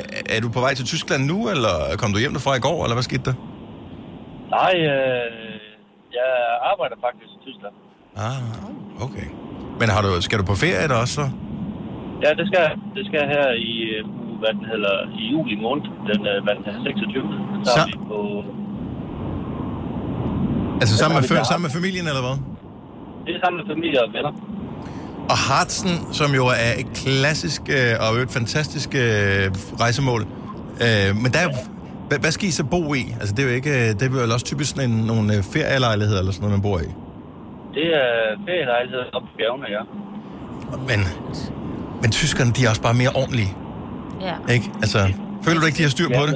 Speaker 1: er- er du på vej til Tyskland nu, eller kom du hjem derfra i går, eller hvad skete der?
Speaker 6: Nej, øh, jeg arbejder faktisk i Tyskland.
Speaker 1: Ah, okay. Men har du, skal du på ferie der også? så?
Speaker 6: Ja, det skal jeg- det skal jeg her i, øh, uge, hvad den hedder, i juli måned, den, øh, hvad den hedder, 26. Så
Speaker 1: Så-
Speaker 6: er vi på,
Speaker 1: Altså sammen med,
Speaker 6: har vi
Speaker 1: fø-
Speaker 6: der.
Speaker 1: sammen med familien, eller hvad?
Speaker 6: det er sammen med familie og venner.
Speaker 1: Og Harzen, som jo er et klassisk øh, og et fantastisk øh, rejsemål. Øh, men der er, hvad, hvad skal I så bo i? Altså det er jo ikke, øh, det er vel også typisk sådan en, nogle øh, ferielejligheder eller sådan noget, man bor i.
Speaker 6: Det er ferielejlighed op i bjergene, ja.
Speaker 1: Men, men tyskerne, de er også bare mere ordentlige,
Speaker 4: Ja.
Speaker 1: ikke? Altså, føler du ikke, de har styr på det?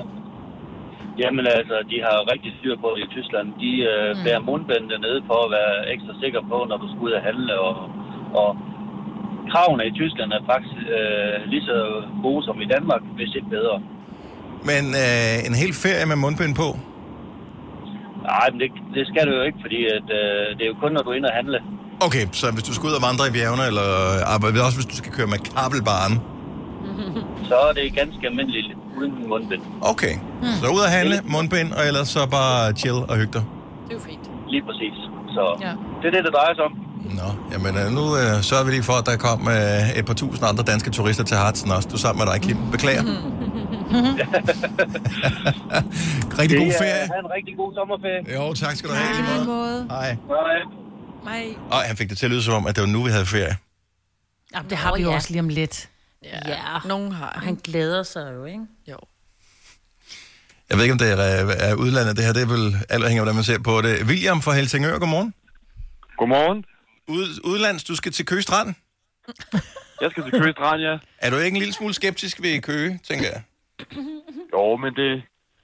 Speaker 6: Jamen altså, de har rigtig styr på det i Tyskland. De øh, bærer mundbind dernede for at være ekstra sikker på, når du skal ud og handle. Og, og kravene i Tyskland er faktisk øh, lige så gode som i Danmark, hvis ikke bedre.
Speaker 1: Men øh, en hel ferie med mundbind på?
Speaker 6: Nej, men det, det skal du jo ikke, fordi at, øh, det er jo kun, når du er inde og handle.
Speaker 1: Okay, så hvis du skal ud og vandre i bjergene, eller arbejde, også hvis du skal køre med kabelbaren.
Speaker 6: Så er det ganske almindeligt uden mundbind.
Speaker 1: Okay, så ud og handle, mundbind, og ellers så bare chill og hygge dig.
Speaker 2: Det er jo fint.
Speaker 6: Lige præcis. Så
Speaker 3: Ja.
Speaker 6: ja. det er det, det drejer sig om.
Speaker 1: Nå, jamen øh, nu øh, sørger vi lige for, at der kom øh, et par tusind andre danske turister til Hartsen også. Du er sammen med dig, Kim. Beklager. Rigtig god
Speaker 6: Det er-
Speaker 1: ferie.
Speaker 6: Ha' en rigtig god sommerferie.
Speaker 1: Jo, tak skal du have. i lige
Speaker 3: På en
Speaker 1: måde.
Speaker 3: måde.
Speaker 1: Hej.
Speaker 6: Hej.
Speaker 2: Nej.
Speaker 1: Og han fik det til at lyde som om, at det var nu, vi havde ferie.
Speaker 3: Jamen, det har vi jo også lige om lidt.
Speaker 2: Ja.
Speaker 4: Ja.
Speaker 2: Nogen har.
Speaker 4: Og han glæder sig jo, ikke?
Speaker 2: Jo.
Speaker 1: Jeg ved ikke, om det er, øh, er udlandet, det her. Det er vel alt afhængig af, hvordan man ser på det. William fra Helsingør, godmorgen.
Speaker 7: Godmorgen.
Speaker 1: Ud, udlands, du skal til Køge Strand.
Speaker 7: Jeg skal til Køge Strand, ja.
Speaker 1: Er du ikke en lille smule skeptisk ved Køge, tænker jeg?
Speaker 7: Jo, men det,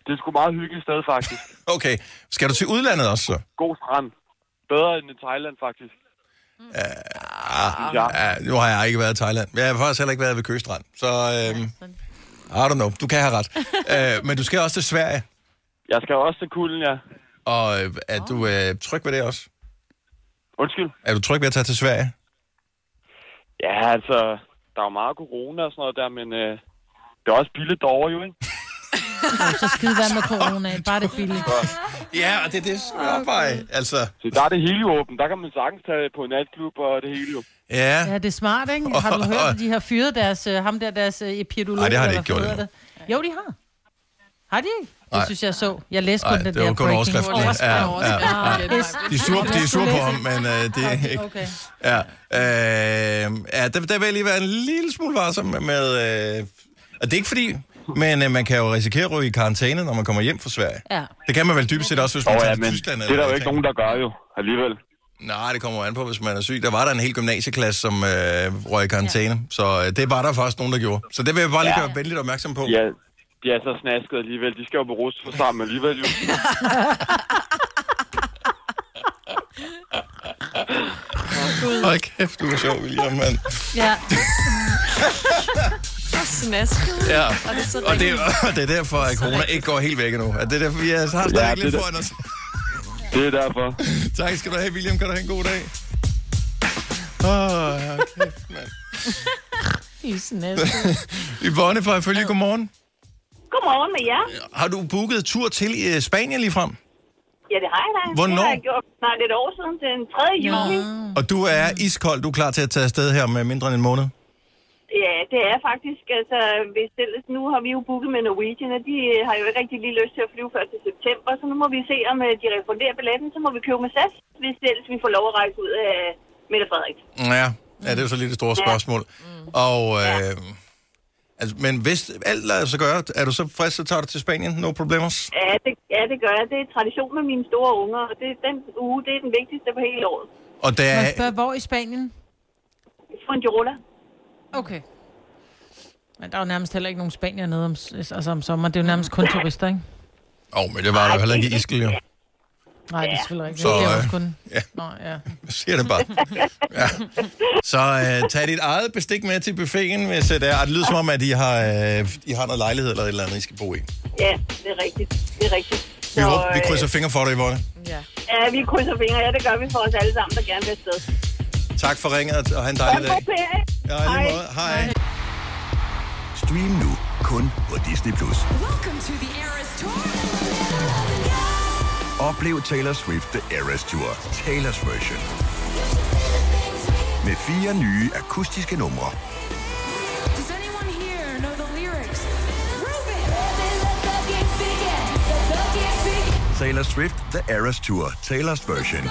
Speaker 7: det er sgu meget hyggeligt sted, faktisk.
Speaker 1: Okay. Skal du til udlandet også, så?
Speaker 7: God strand. Bedre end i Thailand, faktisk. Ja.
Speaker 1: Ja, nu har jeg ikke været i Thailand. Jeg har faktisk heller ikke været ved Køge Strand. Så, øhm, I don't know. Du kan have ret. øh, men du skal også til Sverige.
Speaker 7: Jeg skal også til kulden, ja.
Speaker 1: Og øh, er du øh, tryg ved det også?
Speaker 7: Undskyld.
Speaker 1: Er du tryg ved at tage til Sverige?
Speaker 7: Ja, altså, der er jo meget corona og sådan noget der, men øh, det er også billigt derovre, jo, ikke?
Speaker 3: Og så skide være med corona. Bare det billigt.
Speaker 1: Ja, og det er det, som jeg opvejer. Altså,
Speaker 7: Så der er det hele jo åbent. Der kan man sagtens tage på en natklub og det hele jo.
Speaker 1: ja.
Speaker 3: Ja, det er smart, ikke? Har du hørt, at de har fyret deres, øh, ham der, deres øh, epidolog?
Speaker 1: Nej, det har de
Speaker 3: eller
Speaker 1: ikke gjort
Speaker 3: hvad hedder det? Jo, de har. Har de ikke? Det
Speaker 1: Nej.
Speaker 3: synes jeg så. Jeg læste kun
Speaker 1: Nej,
Speaker 3: den
Speaker 1: det
Speaker 3: der
Speaker 1: var kun
Speaker 3: breaking.
Speaker 1: overskriften.
Speaker 2: Overskriften.
Speaker 1: Ja,
Speaker 2: Overskriften.
Speaker 1: ja,
Speaker 2: Ja, ja.
Speaker 1: De er sure, de er sure på ham, men øh, det er ikke...
Speaker 3: Okay.
Speaker 1: Ja, øh, ja der, der vil jeg lige være en lille smule varsom med... Øh, og det er ikke fordi... Men øh, man kan jo risikere at ryge i karantæne, når man kommer hjem fra Sverige.
Speaker 4: Ja.
Speaker 1: Det kan man vel dybest set også, hvis
Speaker 7: Nå
Speaker 1: man
Speaker 7: ja,
Speaker 1: tager til
Speaker 7: men
Speaker 1: Tyskland.
Speaker 7: det er der jo
Speaker 1: eller
Speaker 7: ikke nogen, der gør jo alligevel.
Speaker 1: Nej, det kommer jo an på, hvis man er syg. Der var der en hel gymnasieklasse, som øh, røg i karantæne. Ja. Så øh, det var der faktisk nogen, der gjorde. Så det vil jeg bare lige
Speaker 7: Ja.
Speaker 1: gøre venligt opmærksom på.
Speaker 7: De er, de er så snasket alligevel. De skal jo på rust sammen alligevel jo.
Speaker 1: Hold kæft, du er sjov, William, mand.
Speaker 4: Ja.
Speaker 2: Så snasket.
Speaker 1: Ja.
Speaker 2: Og det er så
Speaker 1: Og det, er- og det er derfor, at corona ikke går helt væk endnu. At det er derfor, vi er, har stadig
Speaker 7: Ja,
Speaker 1: ja, lidt
Speaker 7: det er
Speaker 1: foran os.
Speaker 7: Det er derfor.
Speaker 1: Tak skal du have, William. Kan du have en god dag? Åh, oh, kæft, mand. Yvonne fra Følge, godmorgen.
Speaker 8: Godmorgen med jer.
Speaker 1: Har du booket tur til øh, Spanien lige frem?
Speaker 8: Ja, det har jeg da.
Speaker 1: Hvornår?
Speaker 8: Det har jeg gjort for snart et år siden, den 3. juni.
Speaker 1: Og du er iskold. Du er klar til at tage afsted her med mindre end en måned?
Speaker 8: Ja, det er faktisk, altså, hvis ellers nu har vi jo booket med Norwegian, og de øh, har jo ikke rigtig lige lyst til at flyve før til september, så nu må vi se, om øh, de refunderer billetten, så må vi købe med SAS, hvis ellers vi får lov at rejse ud af Mette Frederiksen.
Speaker 1: Ja, ja det er jo så lidt et stort spørgsmål. Og, øh, altså, men hvis alt lader sig gøre, er du så frisk, så tager du til Spanien. No problemers.
Speaker 8: Ja det, ja, det gør jeg. Det er tradition med mine store unger, og det, den uge, det er den vigtigste på hele året.
Speaker 1: Og der
Speaker 3: Må
Speaker 1: er,
Speaker 3: jeg spørge, hvor i Spanien?
Speaker 8: Fuengirola.
Speaker 3: Okay. Men der er jo nærmest heller ikke nogen spanier nede om, altså om sommeren. Det er jo nærmest kun turister, ikke?
Speaker 1: Åh, oh, men det var der jo heller ikke i Iskil, jo.
Speaker 3: Nej, det er selvfølgelig rigtigt.
Speaker 1: Så,
Speaker 3: det er
Speaker 1: øh,
Speaker 3: også kun...
Speaker 1: ja.
Speaker 3: Nå, ja.
Speaker 1: Jeg siger det bare. Ja. Så øh, tag dit eget bestik med til buffeten, hvis øh, det er. Og det lyder som om, at I har, øh, I har noget lejlighed eller et eller andet, I skal bo i.
Speaker 8: Ja, det er rigtigt. Det er rigtigt.
Speaker 1: Vi,
Speaker 8: Så,
Speaker 1: håber, vi
Speaker 8: øh,
Speaker 1: krydser fingre for dig, Yvonne.
Speaker 2: Ja.
Speaker 8: Ja, vi krydser fingre. Ja, det gør vi for os alle sammen, der gerne vil afsted.
Speaker 1: Tak for ringet, og- og have en dejlig dag.
Speaker 8: God ferie.
Speaker 1: Ja, i lige måde. Hej.
Speaker 9: Stream nu kun på Disney+. Plus. Oplev Taylor Swift The Eras Tour, Taylor's version. Med fire nye akustiske numre. Taylor Swift The Eras Tour, Taylor's version.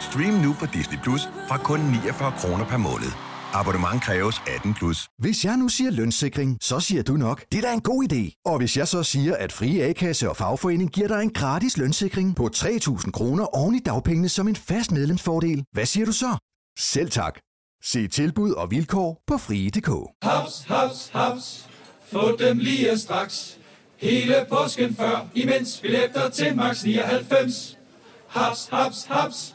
Speaker 9: Stream nu på Disney Plus fra kun 49 kroner per måned. Abonnement kræves 18 plus.
Speaker 10: Hvis jeg nu siger lønssikring, så siger du nok, det er da en god idé. Og hvis jeg så siger, at Frie A-kasse og fagforening giver dig en gratis lønssikring på 3.000 kroner oven i dagpengene som en fast medlemsfordel, hvad siger du så? Selv tak. Se tilbud og vilkår på frie.dk.
Speaker 11: Haps, haps, haps. Få dem lige straks. Hele påsken før, imens billetter til max 99. Haps, haps, haps.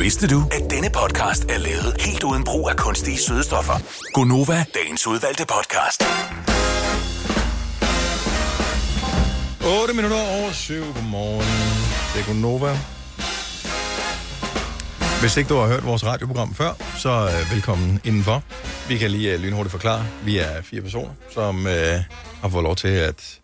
Speaker 5: Vidste du, at denne podcast er lavet helt uden brug af kunstige sødestoffer?
Speaker 1: Gonova.
Speaker 5: Dagens udvalgte podcast.
Speaker 1: 8 minutter over 7. Godmorgen. Det er Gunova. Hvis ikke du har hørt vores radioprogram før, så øh, velkommen indenfor. Vi kan lige øh, lynhurtigt forklare. Vi er fire personer, som øh, har fået lov til at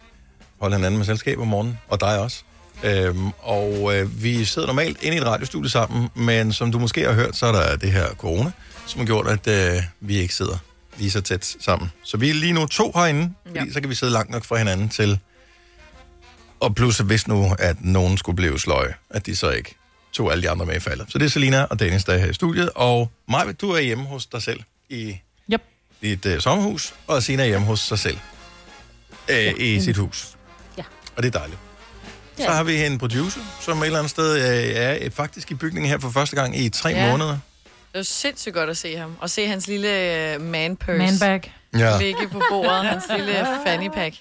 Speaker 1: holde hinanden med selskab om morgenen, og dig også. Øhm, og øh, vi sidder normalt inde i et radiostudie sammen, men som du måske har hørt, så er der det her corona, som har gjort, at øh, vi ikke sidder lige så tæt sammen. Så vi er lige nu to herinde, ja. fordi så kan vi sidde langt nok fra hinanden til og plus, at hvis nu, at nogen skulle blive sløje, at de så ikke tog alle de andre med i faldet. Så det er Selina og Dennis, der er her i studiet. Og Maja, du er hjemme hos dig selv i
Speaker 3: yep.
Speaker 1: dit uh, sommerhus, og Sina er hjemme hos sig selv uh, ja. i sit hus.
Speaker 4: Ja.
Speaker 1: Og det er dejligt. Så har vi en producer, som et eller andet sted øh, er øh, faktisk i bygningen her for første gang i tre
Speaker 2: Ja.
Speaker 1: måneder.
Speaker 2: Det var sindssygt godt at se ham. Og se hans lille øh, man purse.
Speaker 3: Manbag.
Speaker 1: Ja.
Speaker 2: Ligge på bordet. Hans lille fanny pack.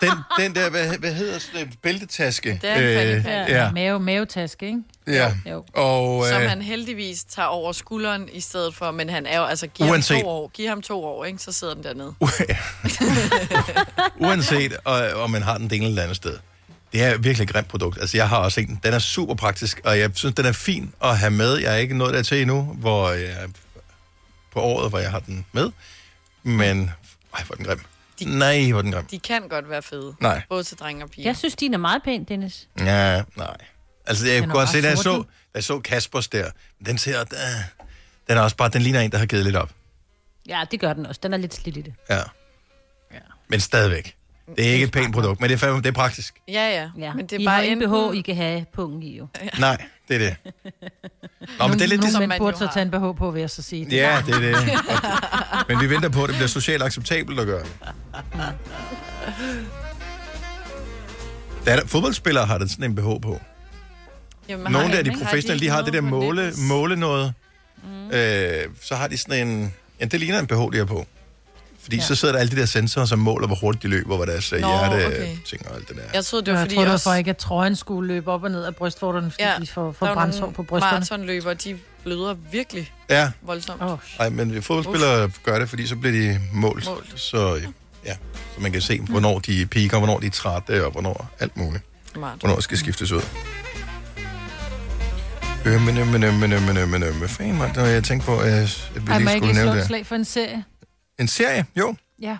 Speaker 1: Den, den der, hvad, hvad hedder sådan en bæltetaske? øh,
Speaker 2: Det er en fanny pack.
Speaker 1: ja.
Speaker 3: Mave, mavetaske, ikke?
Speaker 1: ja.
Speaker 3: Jo.
Speaker 1: Og,
Speaker 2: Som
Speaker 1: øh,
Speaker 2: han heldigvis tager over skulderen i stedet for, men han er jo, altså, giv
Speaker 1: Uanset- Uh.
Speaker 2: ham to år, giv ham to år, ikke? så sidder den dernede.
Speaker 1: uanset øh, om man har den det ene eller det andet sted. Det er et virkelig et grimt produkt. Altså, jeg har også en. Den er super praktisk, og jeg synes, den er fin at have med. Jeg er ikke nået dertil endnu, hvor jeg, på året, hvor jeg har den med. Men, ej, hvor er den grim. De, nej, hvor er den grim.
Speaker 2: De kan godt være fede.
Speaker 1: Nej.
Speaker 2: Både til drenge og piger.
Speaker 4: Jeg synes, din er meget pæn, Dennis.
Speaker 1: Ja, nej. Altså, jeg
Speaker 4: Den
Speaker 1: kunne
Speaker 4: er
Speaker 1: godt
Speaker 4: bare
Speaker 1: se, da jeg,
Speaker 4: sort,
Speaker 1: så,
Speaker 4: ikke?
Speaker 1: da jeg så Kaspers der, den ser, øh, den er også bare, den ligner en, der har givet lidt op.
Speaker 4: Ja, det gør den også. Den er lidt slidt i det.
Speaker 1: Ja. Men stadigvæk. Det er ikke et pænt produkt, men det er, fandme- det er praktisk.
Speaker 2: Ja, ja.
Speaker 4: ja.
Speaker 2: Men det er
Speaker 4: I
Speaker 2: bare
Speaker 4: har enten... BH,
Speaker 2: enten-
Speaker 4: I kan have pungen i jo. Ja.
Speaker 1: Nej, det er det. Nå, men det er lidt
Speaker 3: Nogle
Speaker 1: ligesom...
Speaker 3: mænd burde så tage en BH på, vil jeg så sige.
Speaker 1: Ja, det er det. Og det- Men vi venter på, at det bliver socialt acceptabelt at gøre det. Der er der, fodboldspillere har da sådan en BH på.
Speaker 2: Jamen,
Speaker 1: Nogle
Speaker 2: har
Speaker 1: der, de
Speaker 2: ikke-
Speaker 1: professionelle, de har det der måle, måle noget. Øh, så har de sådan en... Ja, det ligner en BH, de har på. Fordi
Speaker 2: Ja.
Speaker 1: ja. så sidder der alle de der sensorer, som måler, hvor hurtigt de løber, hvor deres øh,
Speaker 2: Nå,
Speaker 1: hjerte
Speaker 2: okay.
Speaker 1: ting og alt det der.
Speaker 2: Jeg troede, det var
Speaker 3: jeg
Speaker 2: fordi
Speaker 3: tror, det var
Speaker 2: også-
Speaker 3: for ikke, at trøjen skulle løbe op og ned af brystvorterne, fordi ja. de får,
Speaker 2: Der er
Speaker 3: får
Speaker 2: jo
Speaker 3: brændsår
Speaker 2: nogle
Speaker 3: på brysterne.
Speaker 2: Maratonløbere, de bløder virkelig
Speaker 1: Ja.
Speaker 2: voldsomt. Oh.
Speaker 1: Nej, men fodboldspillere gør det, fordi så bliver de målt.
Speaker 2: Målt.
Speaker 1: målt. Så, ja. så man kan se, hvornår de piker, hvornår de er trætte, og hvornår alt muligt.
Speaker 2: Smart.
Speaker 1: Hvornår skal skiftes ud. Ømme, ømme, ømme, ømme, ømme, ømme. Fanden, mand, det var jeg tænkte på, øh, at vi
Speaker 3: Ej, må
Speaker 1: lige
Speaker 3: jeg ikke
Speaker 1: skulle
Speaker 3: lige slå
Speaker 1: nævne
Speaker 3: et
Speaker 1: det.
Speaker 3: slag for en serie?
Speaker 1: En serie, jo.
Speaker 3: Ja.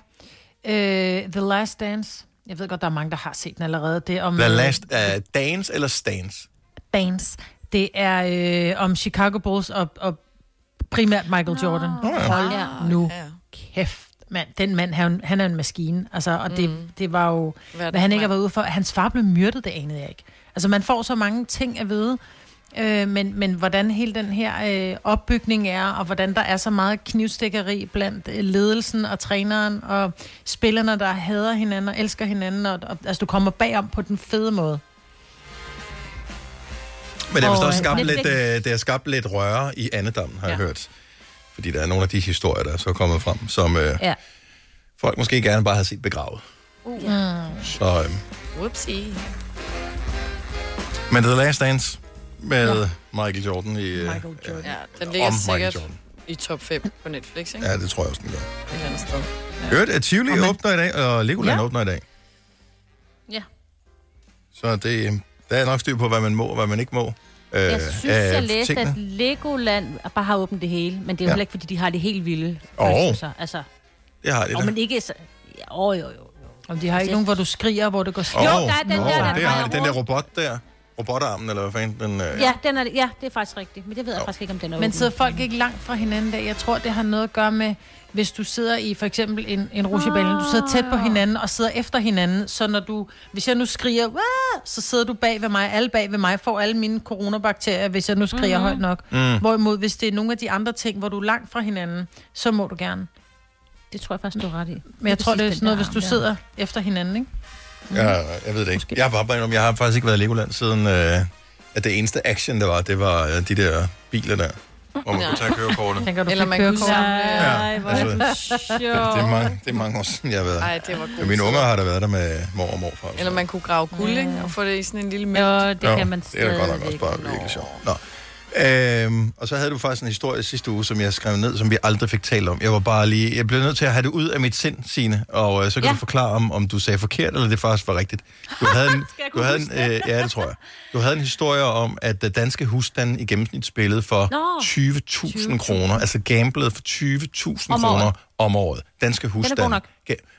Speaker 3: Øh, The Last Dance. Jeg ved godt, der er mange, der har set den allerede. Det er om...
Speaker 1: The
Speaker 3: øh,
Speaker 1: Last uh, Dance eller Stance?
Speaker 3: Dance. Det er øh, om Chicago Bulls og, og primært Michael Jordan.
Speaker 1: ja.
Speaker 3: Hold
Speaker 2: Ah, Ja.
Speaker 3: nu kæft, mand. Den mand, han, han er en maskine. Altså, og det,
Speaker 2: Mm.
Speaker 3: mm. det var jo,
Speaker 2: Hvad er
Speaker 3: hvad,
Speaker 2: det
Speaker 3: han
Speaker 2: for
Speaker 3: ikke har
Speaker 2: mand?
Speaker 3: været ude for. Hans far blev myrdet, det anede jeg ikke. Altså, man får så mange ting at vide. Øh, men, men hvordan hele den her øh, opbygning er, og hvordan der er så meget knivstikkeri blandt øh, ledelsen og træneren, og spillerne, der hader hinanden og elsker hinanden. Og, og, altså, du kommer bagom på den fede måde.
Speaker 1: Men det har vist
Speaker 3: Og,
Speaker 1: også
Speaker 3: øh,
Speaker 1: skabt lidt,
Speaker 3: Netflix.
Speaker 1: øh, det har skabt lidt røre i andedammen, har ja. jeg hørt. Fordi der er nogle af de historier, der er så kommet frem, som øh,
Speaker 3: Ja.
Speaker 1: folk måske gerne bare har set begravet.
Speaker 2: Uh. Ja.
Speaker 1: Så, øh,
Speaker 2: Whoopsie.
Speaker 1: men The Last Dance med ja. Michael Jordan i... Øh, Michael
Speaker 2: Jordan. Ja, den
Speaker 1: Om
Speaker 2: ligger
Speaker 1: Michael
Speaker 2: sikkert
Speaker 1: Jordan.
Speaker 2: i top 5 på Netflix, ikke?
Speaker 1: Ja, det tror jeg også, den gør.
Speaker 2: Et eller andet sted.
Speaker 1: Hørt, at Tivoli åbner i dag, og Legoland
Speaker 2: Ja.
Speaker 1: ja. åbner i dag.
Speaker 4: Ja.
Speaker 1: Så det, øh, der er nok styr på, hvad man må og hvad man ikke må. Øh,
Speaker 4: Jeg synes,
Speaker 1: af
Speaker 4: jeg læste,
Speaker 1: tingene.
Speaker 4: at Legoland bare har åbnet det hele, men det er jo
Speaker 1: Ja.
Speaker 4: heller ikke, fordi de har det helt vilde.
Speaker 1: Åh.
Speaker 4: pølser, Altså,
Speaker 1: Det har de
Speaker 4: og
Speaker 1: da.
Speaker 4: men ikke... Så... Ja, åh, jo, jo.
Speaker 3: Om de har ikke nogen, hvor du skriger, hvor det går
Speaker 1: Åh,
Speaker 3: skidt.
Speaker 4: Jo, der er den der,
Speaker 1: nå,
Speaker 4: der
Speaker 1: det har
Speaker 4: drejer
Speaker 1: de. Den der robot der. Robotarmen, eller hvad fanden den... Øh,
Speaker 4: Ja, den er, ja, det er faktisk rigtigt, men det ved jeg faktisk ikke, om den er
Speaker 3: Men
Speaker 4: åben.
Speaker 3: sidder folk ikke langt fra hinanden der? Jeg tror, det har noget at gøre med, hvis du sidder i for eksempel en, en rutsjebane, du sidder tæt
Speaker 4: Ah.
Speaker 3: på hinanden og sidder efter hinanden, så når du, hvis jeg nu skriger, "Wah!", så sidder du bag ved mig, alle bag ved mig får alle mine coronabakterier, hvis jeg nu skriger
Speaker 4: Mhm.
Speaker 3: mm-hmm. højt nok.
Speaker 4: Mm.
Speaker 3: Mm. Hvorimod, hvis det er nogle af de andre ting, hvor du er langt fra hinanden, så må du gerne.
Speaker 4: Det tror jeg faktisk, du har ret i.
Speaker 3: Men jeg tror, det er sådan noget, hvis du
Speaker 4: der.
Speaker 3: sidder efter hinanden, ikke?
Speaker 1: Jeg, jeg ved det ikke. Måske. Jeg har bare om, jeg har faktisk ikke været i Legoland siden, øh, at det eneste action, der var, det var øh, de der biler der. hvor man kunne tage kørekortet.
Speaker 3: Tænker du
Speaker 2: Eller
Speaker 3: fik
Speaker 2: man kunne
Speaker 3: kørekort?
Speaker 2: samle-
Speaker 1: Ja, altså, det, er mange, det er mange år siden, jeg har været
Speaker 2: Ej, det var
Speaker 1: Ja,
Speaker 2: godt.
Speaker 1: mine unger har da været der med mor og morfar.
Speaker 2: Eller man kunne grave guld, ikke? Og få det i sådan en lille mælk.
Speaker 4: Jo, det
Speaker 1: Jo, Det er da godt nok også bare virkelig sjovt. Nå. Øhm, og så havde du faktisk en historie sidste uge, som jeg skrev ned, som vi aldrig fik talt om. Jeg var bare lige, jeg blev nødt til at have det ud af mit sind, Signe, og øh, så kan
Speaker 12: Ja.
Speaker 1: ja. du forklare, om, om du sagde forkert, eller det faktisk var rigtigt. Du havde en,
Speaker 12: jeg
Speaker 1: du
Speaker 12: kunne
Speaker 1: havde en,
Speaker 12: huske
Speaker 1: øh, ja, det tror jeg. Du havde en historie om, at øh, danske husstande i gennemsnit spillede for
Speaker 12: Nå.
Speaker 1: 20.000 kroner, altså gamblede for 20.000
Speaker 4: Om året.
Speaker 1: kroner om året. Danske husstande.
Speaker 4: nok.
Speaker 1: Ga-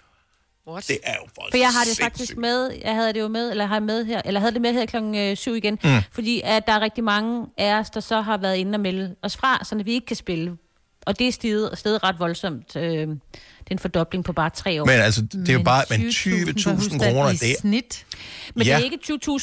Speaker 2: What?
Speaker 1: Det er jo for
Speaker 4: For jeg har det faktisk med, jeg havde det jo med, eller har med her, eller havde det med her klokken øh, syv igen, mm.
Speaker 1: Mm.
Speaker 4: fordi at der er rigtig mange af os, der så har været inde og melde os fra, så vi ikke kan spille. Og det er steget, steget ret voldsomt. Øh, det er en fordobling på bare tre år.
Speaker 1: Men altså, det er jo Men bare- men 20.000 per 20.000 husstand kroner, i det er-
Speaker 3: snit.
Speaker 4: Men ja.
Speaker 1: Ja.
Speaker 4: det er ikke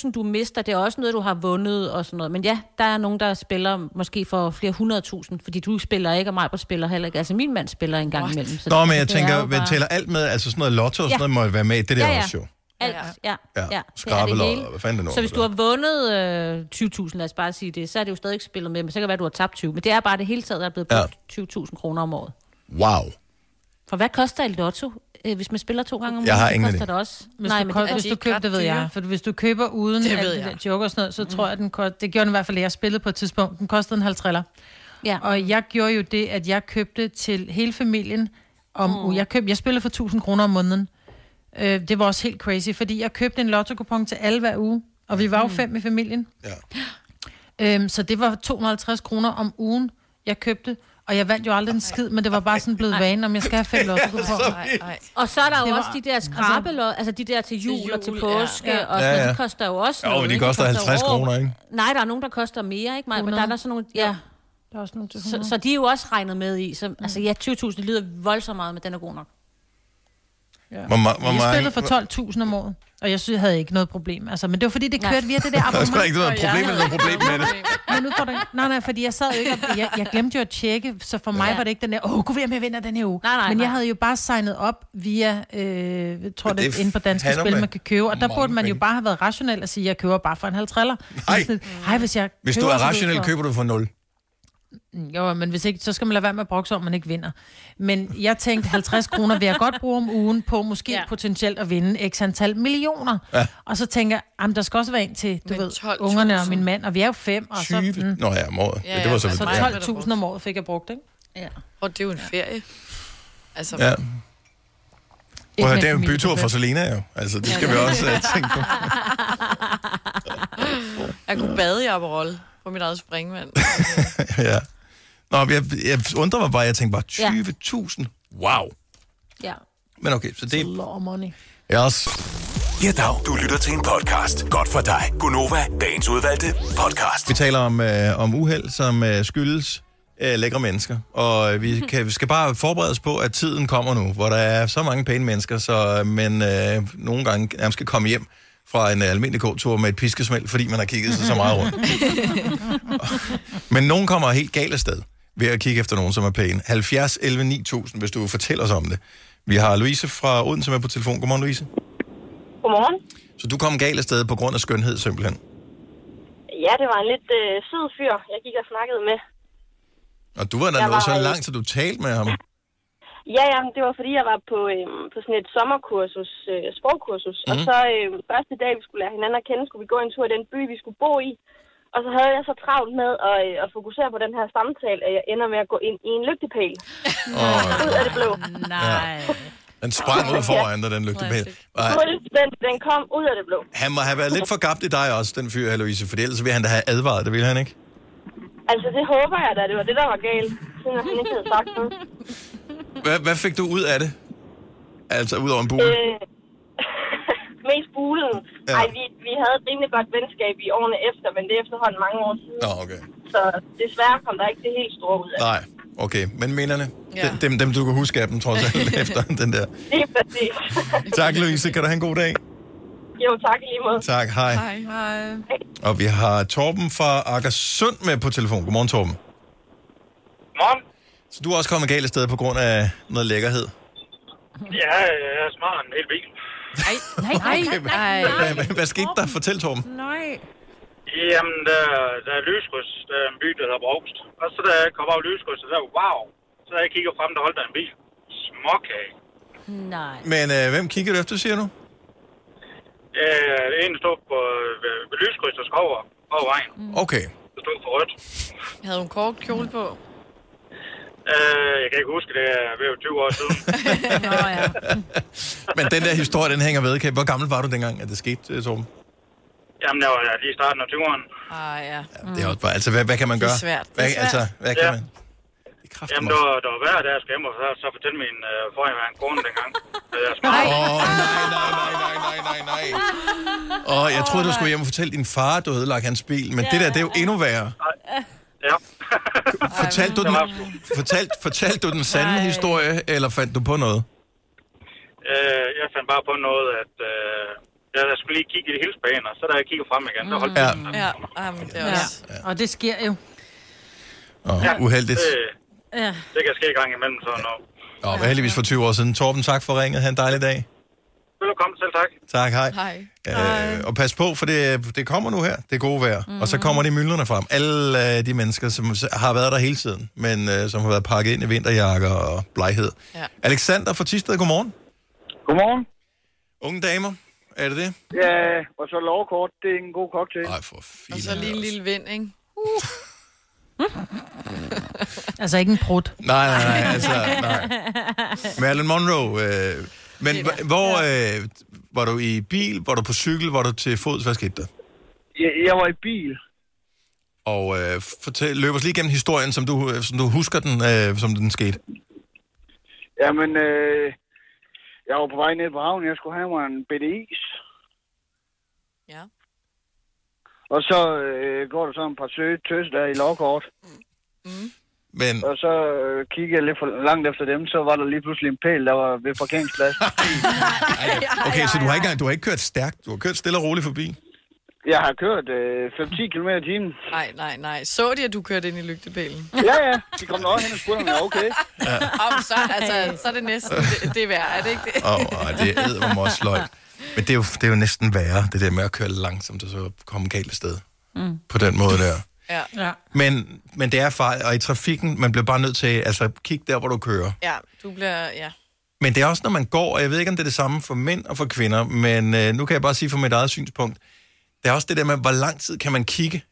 Speaker 4: 20.000, du mister. Det er også noget, du har vundet og sådan noget. Men ja, der er nogen, der spiller måske for flere hundredtusind, fordi du spiller ikke, og mig spiller heller ikke. Altså, min mand spiller en gang imellem. Så
Speaker 1: Nå, men jeg
Speaker 4: det er jo
Speaker 1: tænker, man
Speaker 4: bare-
Speaker 1: tæller alt med, altså sådan noget lotto og
Speaker 4: Ja.
Speaker 1: sådan noget må være med i det der
Speaker 4: ja, ja.
Speaker 1: også jo.
Speaker 4: Alt, ja. ja.
Speaker 1: Ja,
Speaker 4: ja.
Speaker 1: skrabelodder,
Speaker 4: hele.
Speaker 1: hvad fanden det nu er,
Speaker 4: Så hvis
Speaker 1: det
Speaker 4: du har vundet øh, 20.000, lad os bare sige det, så er det jo stadig ikke spillet med, men så kan det være, at du har tabt 20. Men det er bare det hele taget, der er blevet brugt ja. 20.000 kroner om året.
Speaker 1: Wow.
Speaker 4: For hvad koster et lotto, øh, hvis man spiller to gange om
Speaker 1: Jeg
Speaker 4: ugen?
Speaker 1: har
Speaker 4: det
Speaker 1: ingen
Speaker 4: koster
Speaker 1: idé.
Speaker 4: det også.
Speaker 3: Hvis Nej, du,
Speaker 4: det
Speaker 3: køb,
Speaker 4: er
Speaker 3: hvis
Speaker 4: de
Speaker 3: du
Speaker 4: ikke
Speaker 3: køber,
Speaker 4: ret
Speaker 3: det ved
Speaker 4: dyre.
Speaker 3: jeg. For hvis du køber uden
Speaker 4: Det
Speaker 3: det
Speaker 4: ved
Speaker 3: alle de der
Speaker 4: jeg.
Speaker 3: joker og sådan noget, så mm. tror jeg, den kost, det gjorde den i hvert fald, at jeg spillede på et tidspunkt. Den kostede en halv triller.
Speaker 4: Ja.
Speaker 3: Og jeg gjorde jo det, at jeg købte til hele familien om
Speaker 4: Mm.
Speaker 3: mm. jeg, købte, jeg spillede for 1000 kroner om måneden. Øh, det var også helt crazy, fordi jeg købte en lotto til alle hver uge. Og vi var jo mm. fem i familien. Ja. Øhm, så det var 250 kroner om ugen, jeg købte. Og jeg vandt jo aldrig en skid, men det var bare sådan blevet vane, om jeg skal have fem lotto
Speaker 4: Og så er der jo
Speaker 3: Det var-
Speaker 4: også de der skrabelod, altså, altså de der til jul, og til påske, ja. og sådan,
Speaker 1: Ja,
Speaker 4: ja, ja. de
Speaker 1: ja.
Speaker 4: koster jo også
Speaker 1: Jo,
Speaker 4: noget.
Speaker 1: men de
Speaker 4: ikke?
Speaker 1: koster 50
Speaker 4: over-
Speaker 1: kroner, ikke?
Speaker 4: Nej, der er nogen, der koster mere, ikke mig? Men der er der sådan nogle, ja.
Speaker 3: Der er også nogle til
Speaker 4: Så, så de er jo også regnet med i. Så, altså ja, 20.000 lyder voldsomt meget, men den er god nok.
Speaker 1: Hvor, ma- hvor
Speaker 3: jeg spillede
Speaker 1: mange...
Speaker 3: for 12.000 om året, og jeg synes, jeg havde ikke noget problem. Altså, men det var fordi, det
Speaker 4: Nej.
Speaker 3: kørte via det der
Speaker 1: Der er
Speaker 3: abonnement.
Speaker 1: sgu da ikke noget problem eller noget problem med det.
Speaker 3: Men udfordring. Nej, nej, fordi jeg sad jo ikke og, jeg, jeg glemte jo at tjekke, så for mig
Speaker 4: Ja.
Speaker 3: var det ikke den der, åh, oh, gud ved, om jeg vinder den her uge.
Speaker 4: Nej, nej,
Speaker 3: Men jeg
Speaker 4: nej.
Speaker 3: havde jo bare signet op via, øh, jeg tror
Speaker 4: Men
Speaker 3: det,
Speaker 4: det
Speaker 3: det inde på Danske
Speaker 1: handler
Speaker 3: Spil,
Speaker 1: med
Speaker 3: man kan købe, og der
Speaker 1: mange
Speaker 3: burde man jo
Speaker 1: penge.
Speaker 3: bare have været rationel og sige, jeg køber bare for en halv triller.
Speaker 1: Nej.
Speaker 3: Hej, hvis jeg
Speaker 1: Hvis du
Speaker 3: køber,
Speaker 1: er
Speaker 3: så ved
Speaker 1: rationel,
Speaker 3: for-
Speaker 1: køber du for 0.
Speaker 3: Jo, men hvis ikke, så skal man lade være med at brokse, om man ikke vinder. Men jeg tænkte, 50 kroner vil jeg godt bruge om ugen på måske ja. potentielt at vinde x antal millioner. Ja. Og så tænker jeg, "Jamen, der skal også være en til, du ved, ungerne og min mand, og vi er jo fem. Og så,
Speaker 1: 20.
Speaker 3: mm.
Speaker 1: Nå ja, om året. Ja, det var så
Speaker 3: så
Speaker 1: lidt. Ja.
Speaker 3: 12.000 om året fik jeg brugt, ikke?
Speaker 4: Ja.
Speaker 2: Og det er jo en ferie. Altså,
Speaker 1: Ja. Prøv at høre,
Speaker 2: med
Speaker 1: det er jo en
Speaker 2: familie på
Speaker 1: bytur for
Speaker 2: fem.
Speaker 1: Selena jo. Altså, det
Speaker 2: Ja,
Speaker 1: skal
Speaker 2: det
Speaker 1: vi
Speaker 2: er
Speaker 1: også
Speaker 2: det.
Speaker 1: uh, tænke på.
Speaker 2: jeg kunne bade i Aperol på mit eget springvand.
Speaker 1: ja. Nå, men jeg, jeg undrer mig bare, jeg tænkte
Speaker 2: Ja.
Speaker 1: bare, 20.000? Wow.
Speaker 4: Ja.
Speaker 1: Men okay, så det...
Speaker 3: money.
Speaker 1: Yes.
Speaker 5: Ja, dag. Du lytter til en podcast. Godt for dig. Gunova, dagens udvalgte podcast.
Speaker 1: Vi taler om, øh, om uheld, som øh, skyldes øh, lækre mennesker. Og øh, vi, kan, vi skal bare forberede os på, at tiden kommer nu, hvor der er så mange pæne mennesker, så øh, man øh, nogle gange nærmest skal komme hjem fra en øh, almindelig god tur med et piskesmæld, fordi man har kigget sig så meget rundt. Men nogen kommer helt galt afsted ved at kigge efter nogen, som er pæne. 70 11 9000, hvis du vil fortælle os om det. Vi har Louise fra Odense med på telefon. Godmorgen, Louise.
Speaker 13: Godmorgen.
Speaker 1: Så du kom galt afsted på grund af skønhed, simpelthen.
Speaker 13: Ja, det var en lidt øh, sød fyr, jeg gik og snakkede med.
Speaker 1: Og du var
Speaker 13: Jeg
Speaker 1: da
Speaker 13: var
Speaker 1: nået så
Speaker 13: i-
Speaker 1: langt, så du talte med ham.
Speaker 13: Ja, jamen, det var fordi, jeg var på, øh, på sådan et sommerkursus, øh, sprogkursus. Mm. Og
Speaker 1: Mhm.
Speaker 13: så øh, første dag, vi skulle lære hinanden at kende, skulle vi gå en tur i den by, vi skulle bo i. Og så havde jeg så travlt med at, øh, at fokusere på den her samtale, at jeg ender med at gå ind i en lygtepæl.
Speaker 1: Åh,
Speaker 13: Ud af det blå.
Speaker 4: Nej.
Speaker 1: Den sprang ud foran dig, den lygtepæl. Og
Speaker 13: Fuldstændig, den kom ud af det blå.
Speaker 1: Han må have været lidt for gabt i dig også, den fyr her, Louise, for ellers ville han da have advaret, det ville han ikke?
Speaker 13: Altså, det håber jeg da, det var det, der var galt. Siden at han ikke havde sagt noget.
Speaker 1: Hvad, hvad fik du ud af det? Altså, ud over en bule?
Speaker 13: Øh, mest bulen. Ja.
Speaker 1: Ja.
Speaker 13: Ej, vi, vi havde et rimelig godt venskab i årene efter, men det er efterhånden mange år siden.
Speaker 1: Nå, okay.
Speaker 13: Så desværre kom der ikke det helt store ud af det.
Speaker 1: Nej, okay. Men minderne?
Speaker 13: Ja.
Speaker 1: Ja. Dem, dem, du kan huske af dem, trods alt, efter den der.
Speaker 13: Det er præcis.
Speaker 1: Tak, Louise. Kan du have en god dag?
Speaker 13: jo, tak i lige måde.
Speaker 1: Tak, hej. Hej.
Speaker 13: Hej.
Speaker 1: Og vi har Torben fra Akersund med på telefon. Godmorgen, Torben.
Speaker 7: Godmorgen.
Speaker 1: Så du er også kommet galt af sted på grund af noget lækkerhed?
Speaker 7: Ja, jeg er smart en hel bil.
Speaker 4: Nej, nej, nej, nej.
Speaker 1: Hvad, hvad skete der? Fortæl, Torben.
Speaker 4: Nej.
Speaker 7: Jamen, der, der er lyskryds. Der er en by, der hedder Brogst. Og så da jeg kom over lyskrydset, der var wow. Så da jeg kigger frem, der holdt der en bil. Småkage.
Speaker 4: Nej.
Speaker 1: Men øh, hvem kigger du efter, siger du?
Speaker 7: Øh, en stod på øh, ved, ved lyskryds og skover over vejen.
Speaker 4: Mm.
Speaker 1: Okay.
Speaker 7: Der stod for rødt.
Speaker 2: Havde hun kort kjole på?
Speaker 7: Øh, jeg kan ikke huske, det er ved 20 år siden.
Speaker 2: Nå ja.
Speaker 1: Men den der historie, den hænger ved. Kan- Hvor gammel var du dengang, at det skete, øh, Torben?
Speaker 7: Jamen, det var ja, lige i starten af 20'erne.
Speaker 2: Ah, ja.
Speaker 1: Det er også bare, altså, hvad, hvad kan man
Speaker 7: Det er
Speaker 1: gøre?
Speaker 7: svært. Det er
Speaker 1: Hvad,
Speaker 7: svært.
Speaker 1: altså, hvad kan
Speaker 7: Ja.
Speaker 1: man?
Speaker 7: Jamen, det var, det var hver dag, jeg skal hjem og så, så fortælle min øh, forhenværende kone dengang. at jeg skulle-
Speaker 1: Og jeg troede, du skulle hjem og fortælle din far, du havde lagt hans bil, men det der, det er jo endnu værre.
Speaker 7: Ja.
Speaker 1: Fortalte du den, fortalte, fortalte du den sande historie, eller fandt du på noget?
Speaker 7: Øh, jeg fandt bare på noget, at øh, jeg, jeg skulle lige kigge i hilsbaner, så da jeg kigger frem igen, der holdt
Speaker 1: Ja.
Speaker 7: bilen.
Speaker 2: Ja, ah, men det er også...
Speaker 3: Ja. Og det sker jo.
Speaker 1: Åh, uheldigt.
Speaker 7: Det,
Speaker 3: Ja.
Speaker 7: det kan ske en gang imellem, sådan noget.
Speaker 1: Nå, men heldigvis for 20 år siden. Torben, tak for ringet. Ha' en dejlig dag.
Speaker 7: Velkommen, selv tak.
Speaker 1: Tak, hej.
Speaker 2: Hej.
Speaker 1: Øh, og pas på, for det, det kommer nu her, det gode vejr. Mm-hmm. Og så kommer de myldrene frem. Alle øh, de mennesker, som s- har været der hele tiden, men øh, som har været pakket ind i vinterjakker og bleghed. Ja. Alexander fra Tisted, godmorgen.
Speaker 12: Godmorgen.
Speaker 1: Unge damer, er det det?
Speaker 12: Ja, og så lovkort, det er en god cocktail.
Speaker 1: Nej, for fanden.
Speaker 2: Og så lige en lille vind, ikke?
Speaker 1: Uh.
Speaker 3: Altså ikke en prut.
Speaker 1: Nej, nej, nej, altså, nej. Marilyn Monroe. Øh, men hv- hvor øh, var du i bil, var du på cykel, var du til fods, hvad skete der?
Speaker 12: Jeg, jeg var i bil.
Speaker 1: Og øh, fortæl, løb os lige gennem historien, som du, som du husker den, øh, som den skete.
Speaker 12: Jamen, øh, jeg var på vej ned på havnen, jeg skulle have mig en bitte is.
Speaker 2: Ja.
Speaker 12: Og så øh, går der så en par søde tøs der i lovkort.
Speaker 2: Mm.
Speaker 1: Men...
Speaker 12: Og så øh, kigger jeg lidt for langt efter dem, så var der lige pludselig en pæl, der var ved parkeringspladsen.
Speaker 1: Okay, så du har ikke, engang- du har ikke kørt stærkt, du har kørt stille og roligt forbi.
Speaker 12: jeg har kørt øh, 5-10 km i timen.
Speaker 2: Nej, nej, nej. Så de, at du kørte ind i lygtepælen?
Speaker 12: Ja, ja, de kom nok hen og spurgte, om jeg var okay.
Speaker 1: Ja.
Speaker 2: Om så, altså, så er det næsten det, det er værd, er det ikke det?
Speaker 1: Åh, oh, det er mig sløjt. Men det er, jo, det er jo næsten værre, det der med at køre langsomt og så komme galt af sted.
Speaker 2: Mm.
Speaker 1: På den måde der.
Speaker 2: Ja.
Speaker 3: ja.
Speaker 1: Men, men det er fejl, og i trafikken, man bliver bare nødt til, altså kig der, hvor du kører.
Speaker 2: Ja, du bliver... Ja.
Speaker 1: Men det er også, når man går, og jeg ved ikke, om det er det samme for mænd og for kvinder, men øh, nu kan jeg bare sige fra mit eget synspunkt, det er også det der med, hvor lang tid kan man kigge?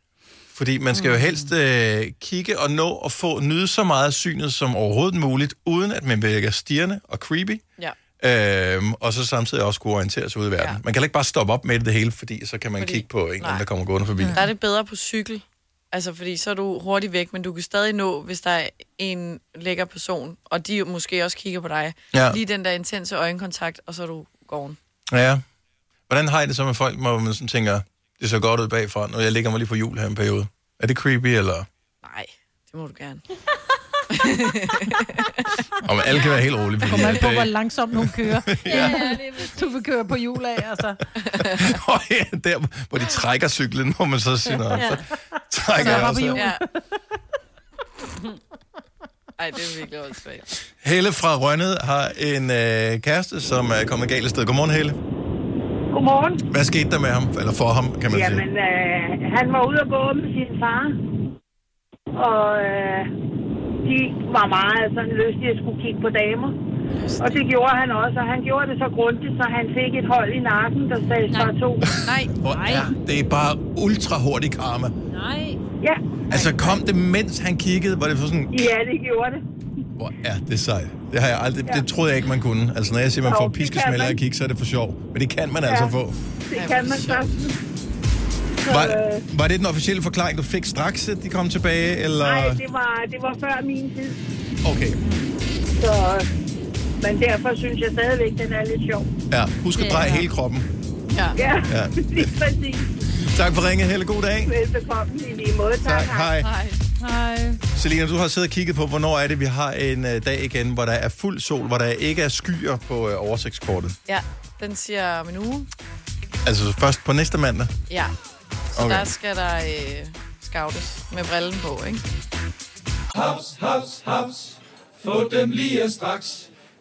Speaker 1: Fordi man skal jo
Speaker 2: Mm.
Speaker 1: helst øh, kigge og nå at få nyde så meget af synet som overhovedet muligt, uden at man virker stirrende og creepy,
Speaker 2: ja.
Speaker 1: øhm, og så samtidig også kunne orientere sig ud i verden. Ja. Man kan heller ikke bare stoppe op med det hele, fordi så kan man fordi,
Speaker 2: Fordi-
Speaker 1: kigge på en, eller anden,
Speaker 2: nej.
Speaker 1: der kommer gående forbi.
Speaker 2: Der er det bedre på cykel. Altså, fordi så er du hurtigt væk, men du kan stadig nå, hvis der er en lækker person, og de måske også kigger på dig.
Speaker 1: Ja.
Speaker 2: Lige den der intense øjenkontakt, og så er du gården.
Speaker 1: Ja. Hvordan har I det så med folk, hvor man sådan tænker, det ser godt ud bagfra, når jeg ligger mig lige på jul her en periode? Er det creepy, eller?
Speaker 2: Nej, det må du gerne.
Speaker 1: Og man, alle kan være helt rolige. fordi
Speaker 3: Kommer an
Speaker 1: at,
Speaker 3: på,
Speaker 1: øh,
Speaker 3: hvor langsomt hun kører.
Speaker 1: Ja.
Speaker 3: Du vil køre på hjul af, altså.
Speaker 1: Og ja, der, hvor de trækker cyklen, må man så sige noget.
Speaker 3: Ja.
Speaker 1: Så trækker
Speaker 3: Så er
Speaker 1: jeg altså.
Speaker 3: bare
Speaker 1: også.
Speaker 3: på hjul.
Speaker 1: af.
Speaker 2: Ja. Ej, det er virkelig åndssvagt.
Speaker 1: Helle fra Rønnet har en øh, kæreste, som er kommet galt af sted. Godmorgen, Helle.
Speaker 14: Godmorgen.
Speaker 1: Hvad skete der med ham? Eller for ham, kan man sige.
Speaker 14: Jamen, øh, han var ude at gå med sin far, og øh, de var meget sådan lystige at skulle kigge på damer. Og det gjorde han også, og han gjorde det så grundigt, så han fik et hold i nakken, der sagde bare to.
Speaker 2: Nej.
Speaker 1: Hvor er det er bare ultra hurtig karma.
Speaker 4: Nej.
Speaker 14: Ja,
Speaker 1: Altså, kom det, mens han kiggede, var det for sådan,
Speaker 14: ja, det gjorde det.
Speaker 1: hvor er det sejt. Det, har jeg aldrig, det troede jeg ikke, man kunne. Altså, når jeg siger, man
Speaker 14: Jo,
Speaker 1: får
Speaker 14: det kan
Speaker 1: piskesmæld af
Speaker 14: man.
Speaker 1: at kigge, så er det for sjov. Men det kan man altså
Speaker 14: Ja.
Speaker 1: få.
Speaker 14: Det kan man sagtens. Så,
Speaker 1: Var,
Speaker 14: øh,
Speaker 1: var det den officielle forklaring, du fik straks, at de kom tilbage? Eller?
Speaker 14: Nej, det var, det var før min tid.
Speaker 1: Okay.
Speaker 14: Så, øh, men derfor synes jeg stadigvæk, den er lidt sjov.
Speaker 1: Ja, husk at dreje hele kroppen.
Speaker 2: Ja.
Speaker 14: Ja,
Speaker 1: Ja.
Speaker 14: lige præcis.
Speaker 1: Tak for ringet, Helle. God dag.
Speaker 14: Velbekomme i lige måde. Tak,
Speaker 1: Tak, hej.
Speaker 2: Hej.
Speaker 3: Hej.
Speaker 1: Selina, du har siddet og kigget på, hvornår er det, vi har en øh, dag igen, hvor der er fuld sol, hvor der ikke er skyer på øh, oversigtskortet.
Speaker 2: Ja, den siger om en uge.
Speaker 1: Altså først på næste mandag.
Speaker 2: Ja. Så
Speaker 1: Okay.
Speaker 2: okay. der skal der øh, scoutes med brillen på, ikke?
Speaker 11: Haps, haps, haps. Få dem lige straks.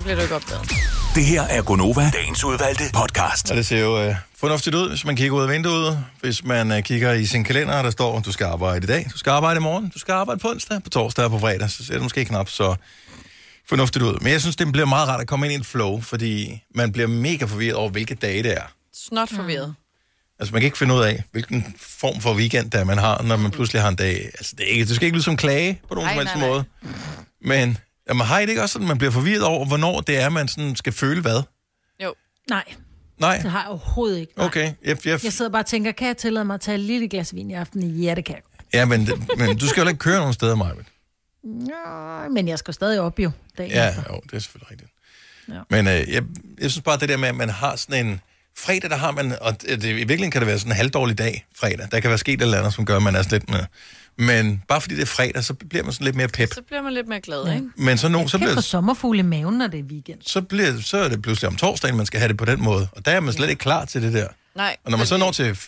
Speaker 2: bliver du ikke opdaget.
Speaker 5: Det her er Gonova, dagens udvalgte podcast.
Speaker 1: Og det ser jo øh, fornuftigt ud, hvis man kigger ud af vinduet. Hvis man øh, kigger i sin kalender, og der står, du skal arbejde i dag, du skal arbejde i morgen, du skal arbejde på onsdag, på torsdag og på fredag, så ser det måske knap så fornuftigt ud. Men jeg synes, det bliver meget rart at komme ind i et flow, fordi man bliver mega forvirret over, hvilke dage det er.
Speaker 2: Snot forvirret.
Speaker 1: Altså, man kan ikke finde ud af, hvilken form for weekend, der man har, når man pludselig har en dag. Altså, det, er ikke, det skal ikke lyde som klage på nogen
Speaker 2: Nej,
Speaker 1: som helst
Speaker 2: nej, nej.
Speaker 1: måde. Men jamen, har I det ikke også sådan, man bliver forvirret over, hvornår det er, man sådan skal føle hvad?
Speaker 2: Jo.
Speaker 3: Nej.
Speaker 1: Nej.
Speaker 3: Det har jeg overhovedet ikke.
Speaker 1: Okay, jeg, jeg,
Speaker 3: Jeg sidder bare og tænker, kan jeg tillade mig at tage et lille glas vin i aften? Ja, det kan jeg.
Speaker 1: Ja, men, det- men du skal jo ikke køre nogen steder, Maja.
Speaker 3: Nå, men jeg skal stadig op jo. Dagen
Speaker 1: Ja,
Speaker 3: efter.
Speaker 1: jo, det er selvfølgelig rigtigt.
Speaker 3: Ja.
Speaker 1: Ja. Men øh, jeg, jeg synes bare, det der med, at man har sådan en... Fredag, der har man... Og det, i virkeligheden kan det være sådan en halvdårlig dag, fredag. Der kan være sket et eller andet, som gør, at man er sådan lidt med... Men bare fordi det er fredag, så bliver man sådan lidt mere pep.
Speaker 2: Så bliver man lidt mere glad, ikke?
Speaker 1: Men så, no, så,
Speaker 3: Kan få
Speaker 1: bliver,
Speaker 3: sommerfugle i maven, når det er weekend.
Speaker 1: så, bliver, så er det pludselig om torsdagen, man skal have det på den måde. Og der er man slet ikke klar til det der.
Speaker 2: Nej.
Speaker 1: Og når man så når til,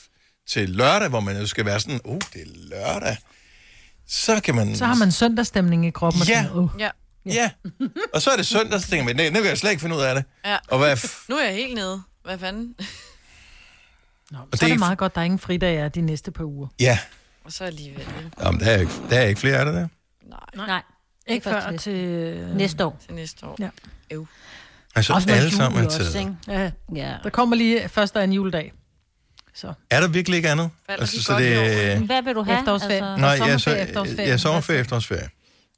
Speaker 1: til lørdag, hvor man jo skal være sådan, oh, det er lørdag, så kan man...
Speaker 3: Så har man søndagsstemning i kroppen.
Speaker 1: Ja.
Speaker 3: Og tænker, uh.
Speaker 2: Ja.
Speaker 1: Ja. Og så er det søndag, så tænker man, nej, nu kan jeg slet ikke finde ud af det.
Speaker 2: Ja.
Speaker 1: Og hvad f-
Speaker 2: Nu er jeg helt nede. Hvad fanden?
Speaker 3: Så det er det meget godt, der er ingen fridag er de næste par uger.
Speaker 1: Ja,
Speaker 2: Og så alligevel. ikke?
Speaker 1: Jamen, der er, ikke, der er ikke flere af det der.
Speaker 4: Nej.
Speaker 3: Ikke før til...
Speaker 4: Næste år.
Speaker 2: Til næste år.
Speaker 3: Øh, Ja.
Speaker 2: Øv.
Speaker 1: Altså,
Speaker 3: Også når
Speaker 1: alle
Speaker 3: jul
Speaker 1: sammen er
Speaker 3: også,
Speaker 1: taget.
Speaker 3: ikke? Ja. ja. Der kommer lige først der er en juledag. Så.
Speaker 1: Er der virkelig ikke andet?
Speaker 3: Falder
Speaker 1: altså,
Speaker 3: de
Speaker 1: så
Speaker 3: godt
Speaker 1: det...
Speaker 3: i år? Hvad vil du have?
Speaker 4: Efterårsferie.
Speaker 3: Altså,
Speaker 1: Nej,
Speaker 3: og
Speaker 1: ja, så,
Speaker 3: sommerferie, efterårsferie.
Speaker 1: ja, sommerferie, efterårsferie.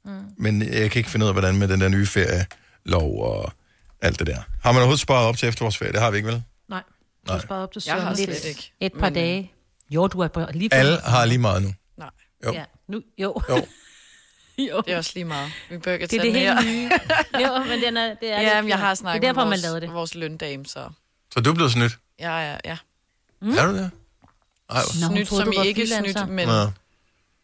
Speaker 1: Mm. Men jeg kan ikke finde ud af, hvordan med den der nye ferielov og alt det der. Har man overhovedet sparet op til efterårsferie? Det har vi ikke, vel?
Speaker 3: Nej.
Speaker 1: Nej.
Speaker 3: Du sparer op til
Speaker 4: Jeg har
Speaker 3: søndag.
Speaker 4: slet ikke. øh, Et par dage. Jo, du er på lige for-
Speaker 1: Alle har lige meget nu.
Speaker 2: Nej.
Speaker 1: Jo.
Speaker 4: Ja. Nu, jo.
Speaker 1: Jo.
Speaker 4: jo.
Speaker 2: Det er også lige meget. Vi bør ikke
Speaker 4: Det er
Speaker 2: tage
Speaker 4: det
Speaker 2: den
Speaker 4: helt
Speaker 2: her.
Speaker 4: nye. Jo, men den er, det er
Speaker 2: Ja,
Speaker 4: lidt-
Speaker 2: men jeg har
Speaker 4: Det
Speaker 2: snakket
Speaker 4: er derfor,
Speaker 2: med
Speaker 4: man
Speaker 2: vores,
Speaker 4: lavede det.
Speaker 2: vores løndame, så...
Speaker 1: Så du er blevet snydt.
Speaker 2: Ja, ja, ja.
Speaker 1: Mm. Er du det? Ej, hvor-
Speaker 2: Nå, hun Snydt, troede, som du I var ikke freelancer. snydt, men-
Speaker 1: Nå.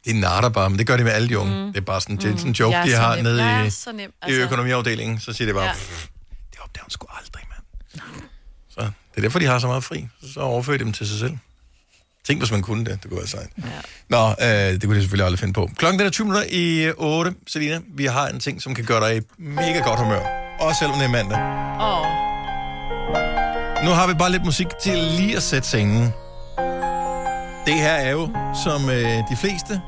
Speaker 1: De narter bare, men det gør de med alle de unge. Mm. Det er bare sådan, det er sådan en joke,
Speaker 2: Jeg er
Speaker 1: de
Speaker 2: så
Speaker 1: har
Speaker 2: nem.
Speaker 1: nede
Speaker 2: Jeg
Speaker 1: i,
Speaker 2: er så nem,
Speaker 1: i
Speaker 2: altså.
Speaker 1: økonomiafdelingen. Så siger de bare,
Speaker 2: Ja.
Speaker 1: ja. Så det er derfor, de har så meget fri. Så overfører de dem til sig selv. Tænk, hvis man kunne det. Det kunne være sejt. Ja. Nå, øh, det kunne de selvfølgelig aldrig finde på. Klokken den er 20 minutter i 8. Selina, vi har en ting, som kan gøre dig i mega godt humør. Også selvom det er mandag.
Speaker 2: Åh.
Speaker 1: Nu har vi bare lidt musik til lige at sætte scenen. Det her er jo, som øh, de fleste,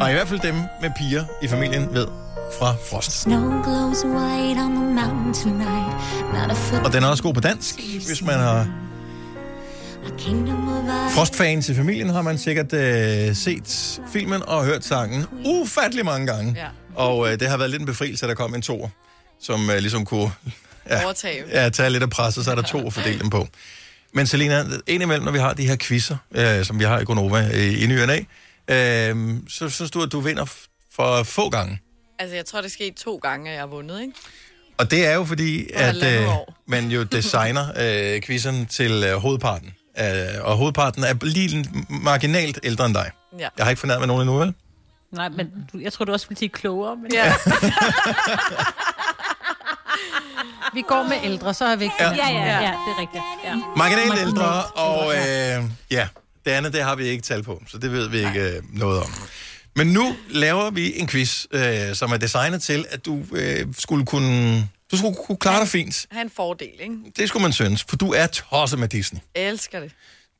Speaker 1: og i hvert fald dem med piger i familien, ved fra Frost.
Speaker 15: Snow glows white on the mountain tonight. Not a foot.
Speaker 1: Og den er også god på dansk, hvis man har
Speaker 15: A kingdom of ice.
Speaker 1: Frostfans i familien har man sikkert øh, set filmen og hørt sangen ufattelig mange gange.
Speaker 2: Ja.
Speaker 1: Og øh, det har været lidt en befrielse, at der kom en toer, som øh, ligesom kunne ja,
Speaker 2: Overtage.
Speaker 1: ja, tage lidt af presset, så er der to at fordele dem på. Men Selina, indimellem, når vi har de her quizzer, øh, som vi har i Gonova øh, i ny og næ, øh, så synes du, at du vinder f- for få gange.
Speaker 2: Altså, jeg tror, det skete to gange, at jeg har vundet, ikke?
Speaker 1: Og det er jo fordi, at
Speaker 2: halvandet
Speaker 1: øh,
Speaker 2: år.
Speaker 1: man jo designer øh, quizzerne til øh, hovedparten. Øh, og hovedparten er lige marginalt ældre end dig.
Speaker 4: Ja.
Speaker 1: Jeg har ikke fornærmet nogen endnu, vel?
Speaker 4: Nej, men du, jeg tror, du også ville sige klogere. Men...
Speaker 2: Ja.
Speaker 3: Vi går med ældre, så er vi ikke...
Speaker 4: ja, ja, ja, ja, det er rigtigt. Ja.
Speaker 1: Marginalt ældre, og øh, ja, det andet, det har vi ikke tal på, så det ved vi ikke øh, noget om. Men nu laver vi en quiz, øh, som er designet til, at du øh, skulle kunne... Du skulle kunne klare dig fint.
Speaker 2: Ha' en fordel, ikke?
Speaker 1: Det skulle man synes, for du er tosset med Disney.
Speaker 2: Jeg elsker det.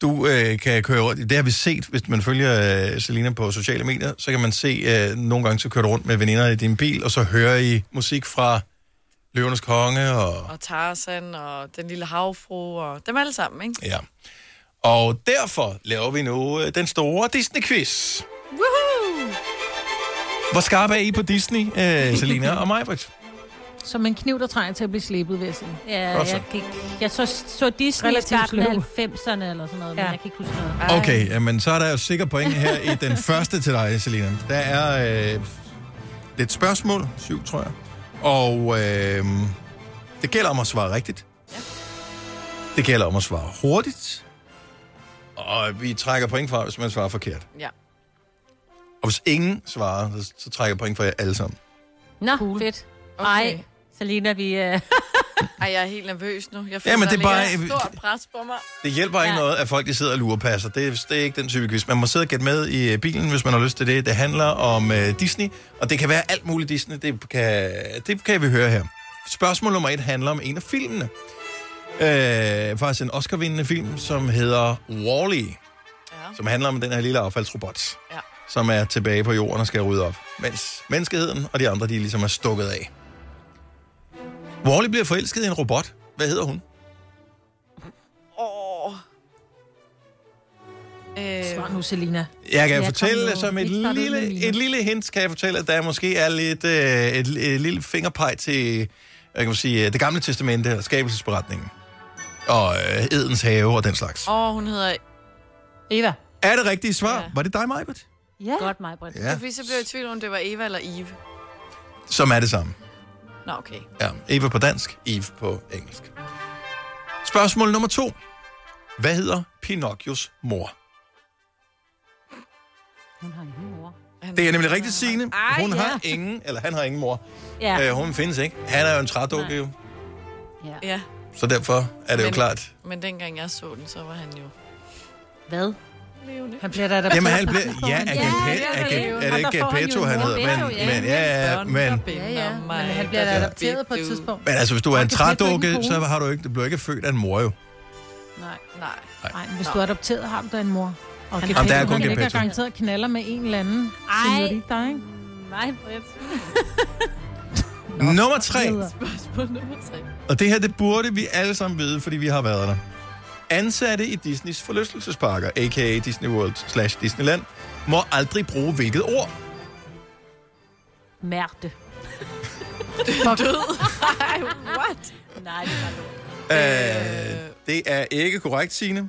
Speaker 1: Du øh, kan køre rundt, det har vi set, hvis man følger øh, Selina på sociale medier, så kan man se, øh, nogle gange så kører du rundt med veninder i din bil, og så hører I musik fra Løvenes Konge, og,
Speaker 2: Og Tarzan, og den lille havfru, og dem alle sammen, ikke?
Speaker 1: ja. og derfor laver vi nu øh, den store Disney-quiz.
Speaker 2: Woohoo!
Speaker 1: Hvor skarpe er I på Disney, øh, Selina og Majbrit?
Speaker 3: Som en kniv, der trænger til at blive slebet, vil jeg sige.
Speaker 4: Ja,
Speaker 1: Godt så.
Speaker 4: jeg, gik, jeg så, så Disney i
Speaker 3: Relativt
Speaker 4: starten af
Speaker 3: sløv.
Speaker 4: 90'erne eller sådan noget, ja. men jeg kan ikke huske noget.
Speaker 1: Okay, jamen, så er der jo sikker point her i den første til dig, Selina. Der er øh, lidt spørgsmål, syv tror jeg, og øh, det gælder om at svare rigtigt. Det gælder om at svare hurtigt, Og vi trækker point fra, hvis man svarer forkert.
Speaker 2: Ja.
Speaker 1: Og hvis ingen svarer, så, så trækker jeg point fra jer alle sammen.
Speaker 4: Nå, cool. fedt. Nej, okay. så ligner vi... Øh...
Speaker 2: Ej, jeg er helt nervøs nu. Jeg
Speaker 1: Ja,
Speaker 2: føler,
Speaker 1: men
Speaker 2: der
Speaker 1: det er bare-
Speaker 2: ligger et stort pres på mig.
Speaker 1: Det hjælper ikke noget, at folk de sidder og lurepasser. Det, er- det er ikke den type quiz. Man må sidde og gætte med i øh, bilen, hvis man har lyst til det. Det handler om øh, Disney, og det kan være alt muligt Disney. Det kan, det kan vi høre her. Spørgsmål nummer et handler om en af filmene. Øh, faktisk en Oscar-vindende film, som hedder Wall-E. Ja. Som handler om den her lille affaldsrobot, ja. som er tilbage på jorden og skal rydde op. Mens menneskeheden og de andre, de ligesom er stukket af. Wall-E bliver forelsket i en robot. Hvad hedder hun?
Speaker 2: Åh. Øh,
Speaker 3: Svar nu, Selina.
Speaker 1: Jeg
Speaker 3: Ja,
Speaker 1: kan ja,
Speaker 3: kom
Speaker 1: fortælle,
Speaker 3: nu.
Speaker 1: som et
Speaker 3: Ikke starte ud med
Speaker 1: lille,
Speaker 3: mine.
Speaker 1: et lille hint, kan jeg fortælle, at der måske er lidt øh, et, et lille fingerpeg til jeg kan man sige, øh, det gamle testamente og skabelsesberetningen. Og øh, Edens have og den slags.
Speaker 2: Åh, hun hedder...
Speaker 3: Eva.
Speaker 1: Er det rigtige svar? Ja. Var det dig, Majbert?
Speaker 3: Ja.
Speaker 4: Godt, mig, Britt.
Speaker 1: Ja.
Speaker 2: Ja. Det er fordi, så blev jeg i tvivl om, det var Eva eller Eve.
Speaker 1: Som er det samme.
Speaker 2: Nå, okay.
Speaker 1: Ja, Eva på dansk, Eve på engelsk. Spørgsmål nummer to. Hvad hedder Pinocchios mor?
Speaker 4: Hun har ingen mor.
Speaker 1: Det er nemlig rigtigt, Signe.
Speaker 4: Ej,
Speaker 1: Hun
Speaker 4: ja.
Speaker 1: har ingen, eller han har ingen mor.
Speaker 4: Ja.
Speaker 1: Øh, hun findes ikke. Han er jo en trædukke, jo.
Speaker 4: Ja.
Speaker 2: ja.
Speaker 1: så derfor er det jo
Speaker 2: Men-
Speaker 1: klart,
Speaker 2: Men dengang jeg så den, så var han jo...
Speaker 4: Hvad?
Speaker 2: Levende.
Speaker 3: Han bliver da adopteret.
Speaker 1: Jamen, han blev... Ja, Agent
Speaker 3: Ja,
Speaker 1: Pet,
Speaker 3: det er
Speaker 1: Agent,
Speaker 3: det.
Speaker 1: er det
Speaker 3: Og der
Speaker 1: ikke
Speaker 3: får han
Speaker 1: Gepetto,
Speaker 3: jo
Speaker 1: han
Speaker 3: en
Speaker 1: hedder?
Speaker 3: mor.
Speaker 1: Men,
Speaker 3: Gepetto,
Speaker 1: men, ja, ja, men...
Speaker 3: Ja, ja. Men han bliver da adopteret på et tidspunkt.
Speaker 1: Men altså, hvis du er en
Speaker 3: Og Gepetto er
Speaker 1: trædukke,
Speaker 3: en
Speaker 1: så
Speaker 3: kone.
Speaker 1: har du ikke, du bliver ikke født af en mor, jo.
Speaker 2: Nej, nej.
Speaker 3: Nej, men hvis du er adopteret, har du da en mor. Og
Speaker 1: Jamen,
Speaker 3: Gepetto,
Speaker 1: der er kun
Speaker 3: han ligger
Speaker 1: Gepetto.
Speaker 3: garanteret knaller med en eller anden. Ej. Senorita, ikke?
Speaker 4: Nej, Britt.
Speaker 1: Nummer tre.
Speaker 2: Spørgsmål nummer tre.
Speaker 1: Og det her, det burde vi alle sammen vide, fordi vi har været der. Ansatte i Disneys forlystelsesparker, a.k.a. Disney World slash Disneyland, må aldrig bruge hvilket ord.
Speaker 4: Mærte.
Speaker 2: Død. Ej, what?
Speaker 4: Nej, det var lort.
Speaker 1: Øh, det er ikke korrekt, Signe.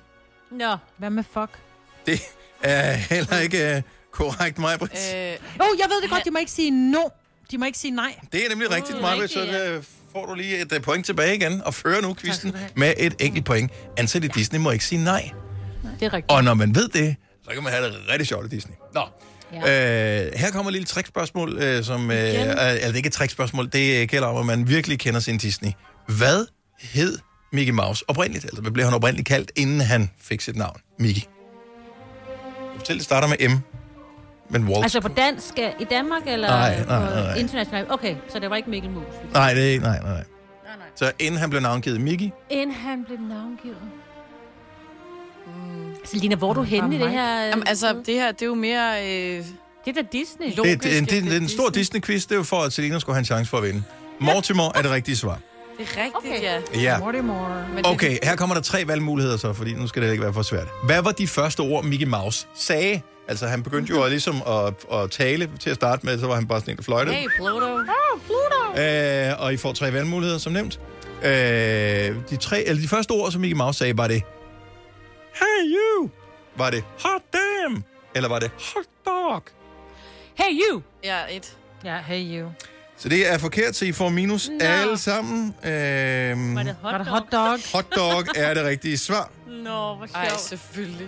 Speaker 4: Nå.
Speaker 3: Hvad med fuck?
Speaker 1: Det er heller ikke øh, korrekt, Majbrit.
Speaker 2: Øh,
Speaker 3: Åh, oh, jeg ved det godt, de må ikke sige no. De må ikke sige nej.
Speaker 1: Det er nemlig rigtigt,
Speaker 3: Uh,
Speaker 1: Marvitt, så
Speaker 3: rigtigt,
Speaker 1: øh, får du lige et øh, point tilbage igen, og fører nu quizzen med et enkelt point. Ansat i Disney må ikke sige nej.
Speaker 4: Det er rigtigt.
Speaker 1: Og når man ved det, så kan man have det rigtig sjovt i Disney. Nå, ja. øh, her kommer et lille trickspørgsmål, øh, som... Øh, er, eller det er ikke et trickspørgsmål, det øh, gælder om, at man virkelig kender sin Disney. Hvad hed Mickey Mouse oprindeligt? Altså, hvad blev han oprindeligt kaldt, inden han fik sit navn? Mickey. Jeg fortæller, det starter med M, men Walt...
Speaker 4: Altså på dansk øh, i Danmark, eller
Speaker 1: Nej,
Speaker 4: øh,
Speaker 1: nej,
Speaker 4: på
Speaker 1: nej, nej.
Speaker 4: internationalt? Okay, så det var ikke Mikkel Mus.
Speaker 1: Nej, det er ikke... Nej, nej, nej. Så inden han blev navngivet Mickey,
Speaker 4: Inden han blev navngivet. Mm. Selina, hvor er du henne i det her? øh,
Speaker 2: Jamen, altså, det her, det er jo mere... Øh,
Speaker 4: det er da Disney.
Speaker 1: Logisk, det, er- det, det, det er en stor Disney-quiz. Det er jo for, at Selina skulle have en chance for at vinde. Mortimer er det rigtige svar.
Speaker 2: Det er rigtigt, okay. ja.
Speaker 1: Ja.
Speaker 3: Mortimer.
Speaker 1: Okay, her kommer der tre valgmuligheder så, fordi nu skal det ikke være for svært. Hvad var de første ord, Mickey Mouse sagde? Altså, han begyndte jo at, ligesom at, at tale til at starte med, så var han bare sådan en, der fløjtede.
Speaker 2: Hey, Pluto. Oh, Pluto.
Speaker 1: Øh, og I får tre valgmuligheder, som nævnt. Øh, de, tre, eller de første ord, som Mickey Mouse sagde, var det... Hey you! Var det hot damn? Eller var det hot dog?
Speaker 4: Hey, you!
Speaker 2: Ja, et.
Speaker 3: Ja, hey, you.
Speaker 1: Så det er forkert, så I får minus
Speaker 3: Nå.
Speaker 1: no. alle sammen. Øhm, var det
Speaker 3: Var det hot dog?
Speaker 1: Hotdog er det rigtige svar.
Speaker 4: Nå, hvor sjovt.
Speaker 2: Ej, selvfølgelig.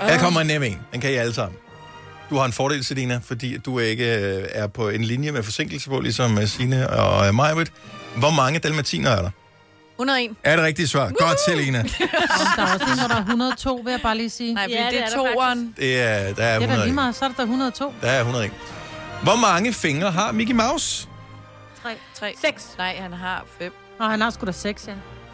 Speaker 1: Her Ah. kommer en nem en. Den kan I alle sammen. Du har en fordel, Selina, fordi du ikke øh, er på en linje med forsinkelse på, ligesom øh, Signe og øh, Majbrit. Hvor mange dalmatiner er der?
Speaker 2: 101.
Speaker 1: Er det rigtige svar? Godt, Selina.
Speaker 3: Om der er også en, hvor der er 102, vil jeg bare lige sige.
Speaker 2: Nej, fordi Ja, det det er er der toeren.
Speaker 1: Det er, der er
Speaker 3: Det er da lige
Speaker 1: 101.
Speaker 3: meget, så er der da 102.
Speaker 1: Der er 101. Hvor mange fingre har Mickey Mouse?
Speaker 2: 3. 3. 6. Nej, han har 5.
Speaker 3: Nå, han har sgu da 6, ja.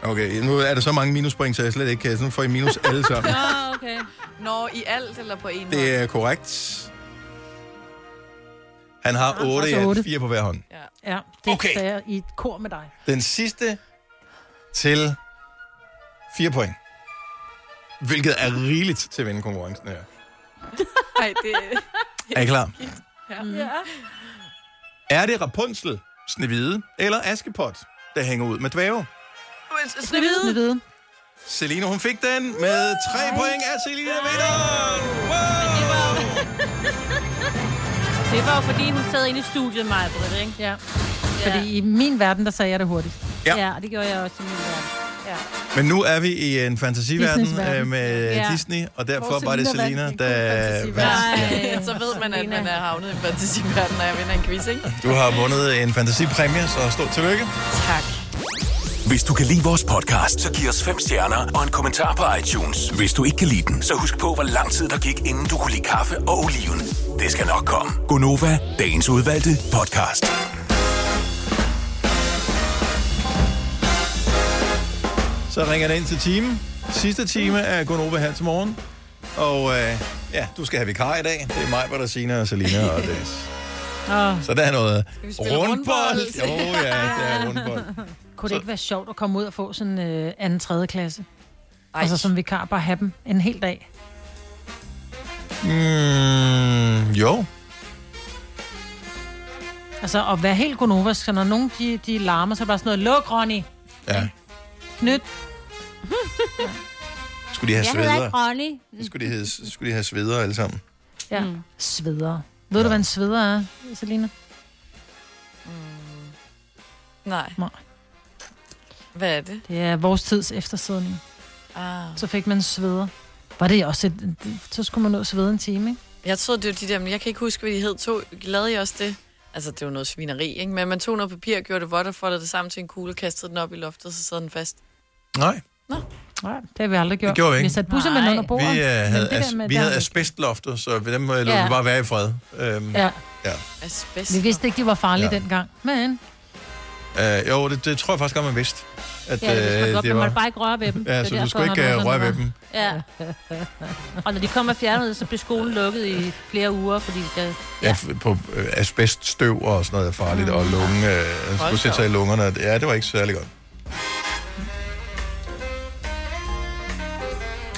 Speaker 1: Okay, nu er der så mange minuspoint, så jeg slet ikke kan. Sådan får I minus alle sammen.
Speaker 2: Nå, Ah, okay. Nå, i alt eller på en
Speaker 1: Det er korrekt. Han har
Speaker 3: har
Speaker 1: 8 i
Speaker 3: også otte.
Speaker 1: alt, 4 på hver hånd.
Speaker 3: Ja, det okay. sagde jeg i et kor med dig.
Speaker 1: Den sidste til 4 point. Hvilket er rigeligt til at vinde konkurrencen her.
Speaker 2: Nej, det
Speaker 1: Er I klar?
Speaker 2: Ja.
Speaker 3: Mm.
Speaker 2: ja.
Speaker 1: Er det Rapunzel, Snevide eller Askepot, der hænger ud med dvæve?
Speaker 2: Snevide.
Speaker 3: Snevide.
Speaker 1: Selina, hun fik den med 3 point af Selina vinderen. Wow!
Speaker 4: Det var jo fordi, hun sad inde i studiet, mig, Britt, ikke?
Speaker 3: Ja. Fordi i min verden, der sagde jeg det hurtigt.
Speaker 1: Ja.
Speaker 4: ja, og det gjorde jeg også i min verden.
Speaker 2: Ja.
Speaker 1: Men nu er vi i en fantasiverden
Speaker 2: Disneys verden.
Speaker 1: øh, med
Speaker 2: Ja.
Speaker 1: ja. Disney, og derfor
Speaker 2: Hvor
Speaker 1: var det
Speaker 2: Selina
Speaker 1: Selina,
Speaker 2: vandt
Speaker 1: der vandt.
Speaker 2: Nej, så ved man, at man er havnet i en fantasiverdenen, når jeg vinder en quiz, ikke?
Speaker 1: Du har vundet en fantasipræmie, så stort tillykke.
Speaker 2: Tak.
Speaker 5: Hvis du kan lide vores podcast, så giv os fem stjerner og en kommentar på iTunes. Hvis du ikke kan lide den, så husk på, hvor lang tid der gik, inden du kunne lide kaffe og oliven. Det skal nok komme.
Speaker 1: Gonova,
Speaker 5: Dagens udvalgte podcast.
Speaker 1: Så ringer det ind til timen. Sidste time er Gonova her til morgen. Og øh, ja, du skal have vikar i dag. Det er mig, hvor der Sina og Selina og det.
Speaker 3: Åh.
Speaker 1: Så der er noget
Speaker 3: Skal vi spille
Speaker 1: rundbold. Jo,
Speaker 3: rundbold?
Speaker 1: ja, det er rundbold.
Speaker 3: Kunne det ikke være sjovt at komme ud og få sådan en øh, anden tredje klasse?
Speaker 2: Ej.
Speaker 3: Altså som vikar, bare have dem en hel dag.
Speaker 1: Mm, jo.
Speaker 3: Altså at være helt gonovask, så når nogen de, de larmer, så er det bare sådan noget, luk Ronny,
Speaker 1: Ja,
Speaker 3: knyt.
Speaker 1: skulle de have sveder.
Speaker 3: Ronny.
Speaker 1: Så skulle de have, så skulle de have sveder alle sammen.
Speaker 3: Ja, mm. sveder. Ved du, hvad en sveder er, Selina?
Speaker 2: Mm. Nej.
Speaker 3: Nej.
Speaker 2: Hvad er det?
Speaker 3: Det er vores tids eftersidning.
Speaker 2: Ah.
Speaker 3: Så fik man en sveder. Var det også et, så skulle man nå at svede en time, ikke?
Speaker 2: Jeg troede, det var de der, men jeg kan ikke huske, hvad de hed. To, lavede I også det? Altså, det var noget svineri, ikke? Men man tog noget papir, gjorde det vådt og foldede det sammen til en kugle, kastede den op i loftet, så sad den fast.
Speaker 1: Nej.
Speaker 3: Nej, det har vi aldrig gjort.
Speaker 1: Det gjorde vi ikke.
Speaker 3: Vi satte busserne under bordet.
Speaker 1: Vi, øh,
Speaker 3: Men
Speaker 1: havde,
Speaker 3: det der
Speaker 1: as,
Speaker 3: med-
Speaker 1: vi
Speaker 3: der-
Speaker 1: havde asbestlofter, så ved dem øh, lå
Speaker 3: Ja.
Speaker 1: vi bare være i fred. Øhm,
Speaker 3: Ja.
Speaker 1: ja.
Speaker 2: Asbest.
Speaker 3: Vi vidste ikke, de var farlige
Speaker 1: Ja.
Speaker 3: ja. dengang. Men
Speaker 1: Øh, jo, det, det tror jeg faktisk godt, man vidste. At,
Speaker 4: Ja, det vidste man
Speaker 1: øh,
Speaker 4: godt, man måtte bare ikke røre ved dem. Det
Speaker 1: Ja,
Speaker 4: var
Speaker 1: så du
Speaker 4: derfor,
Speaker 1: skulle ikke
Speaker 4: han
Speaker 1: øh,
Speaker 4: var
Speaker 1: røre ved
Speaker 4: sådan,
Speaker 1: dem.
Speaker 4: Ja. Og når de kom og fjernede det, så blev skolen lukket i flere uger, fordi der...
Speaker 1: Ja, f- på øh, asbeststøv og sådan noget er farligt, og lunge, øh, han skulle
Speaker 4: Hold
Speaker 1: sætte sig i lungerne. og det- Ja, det var ikke særlig godt.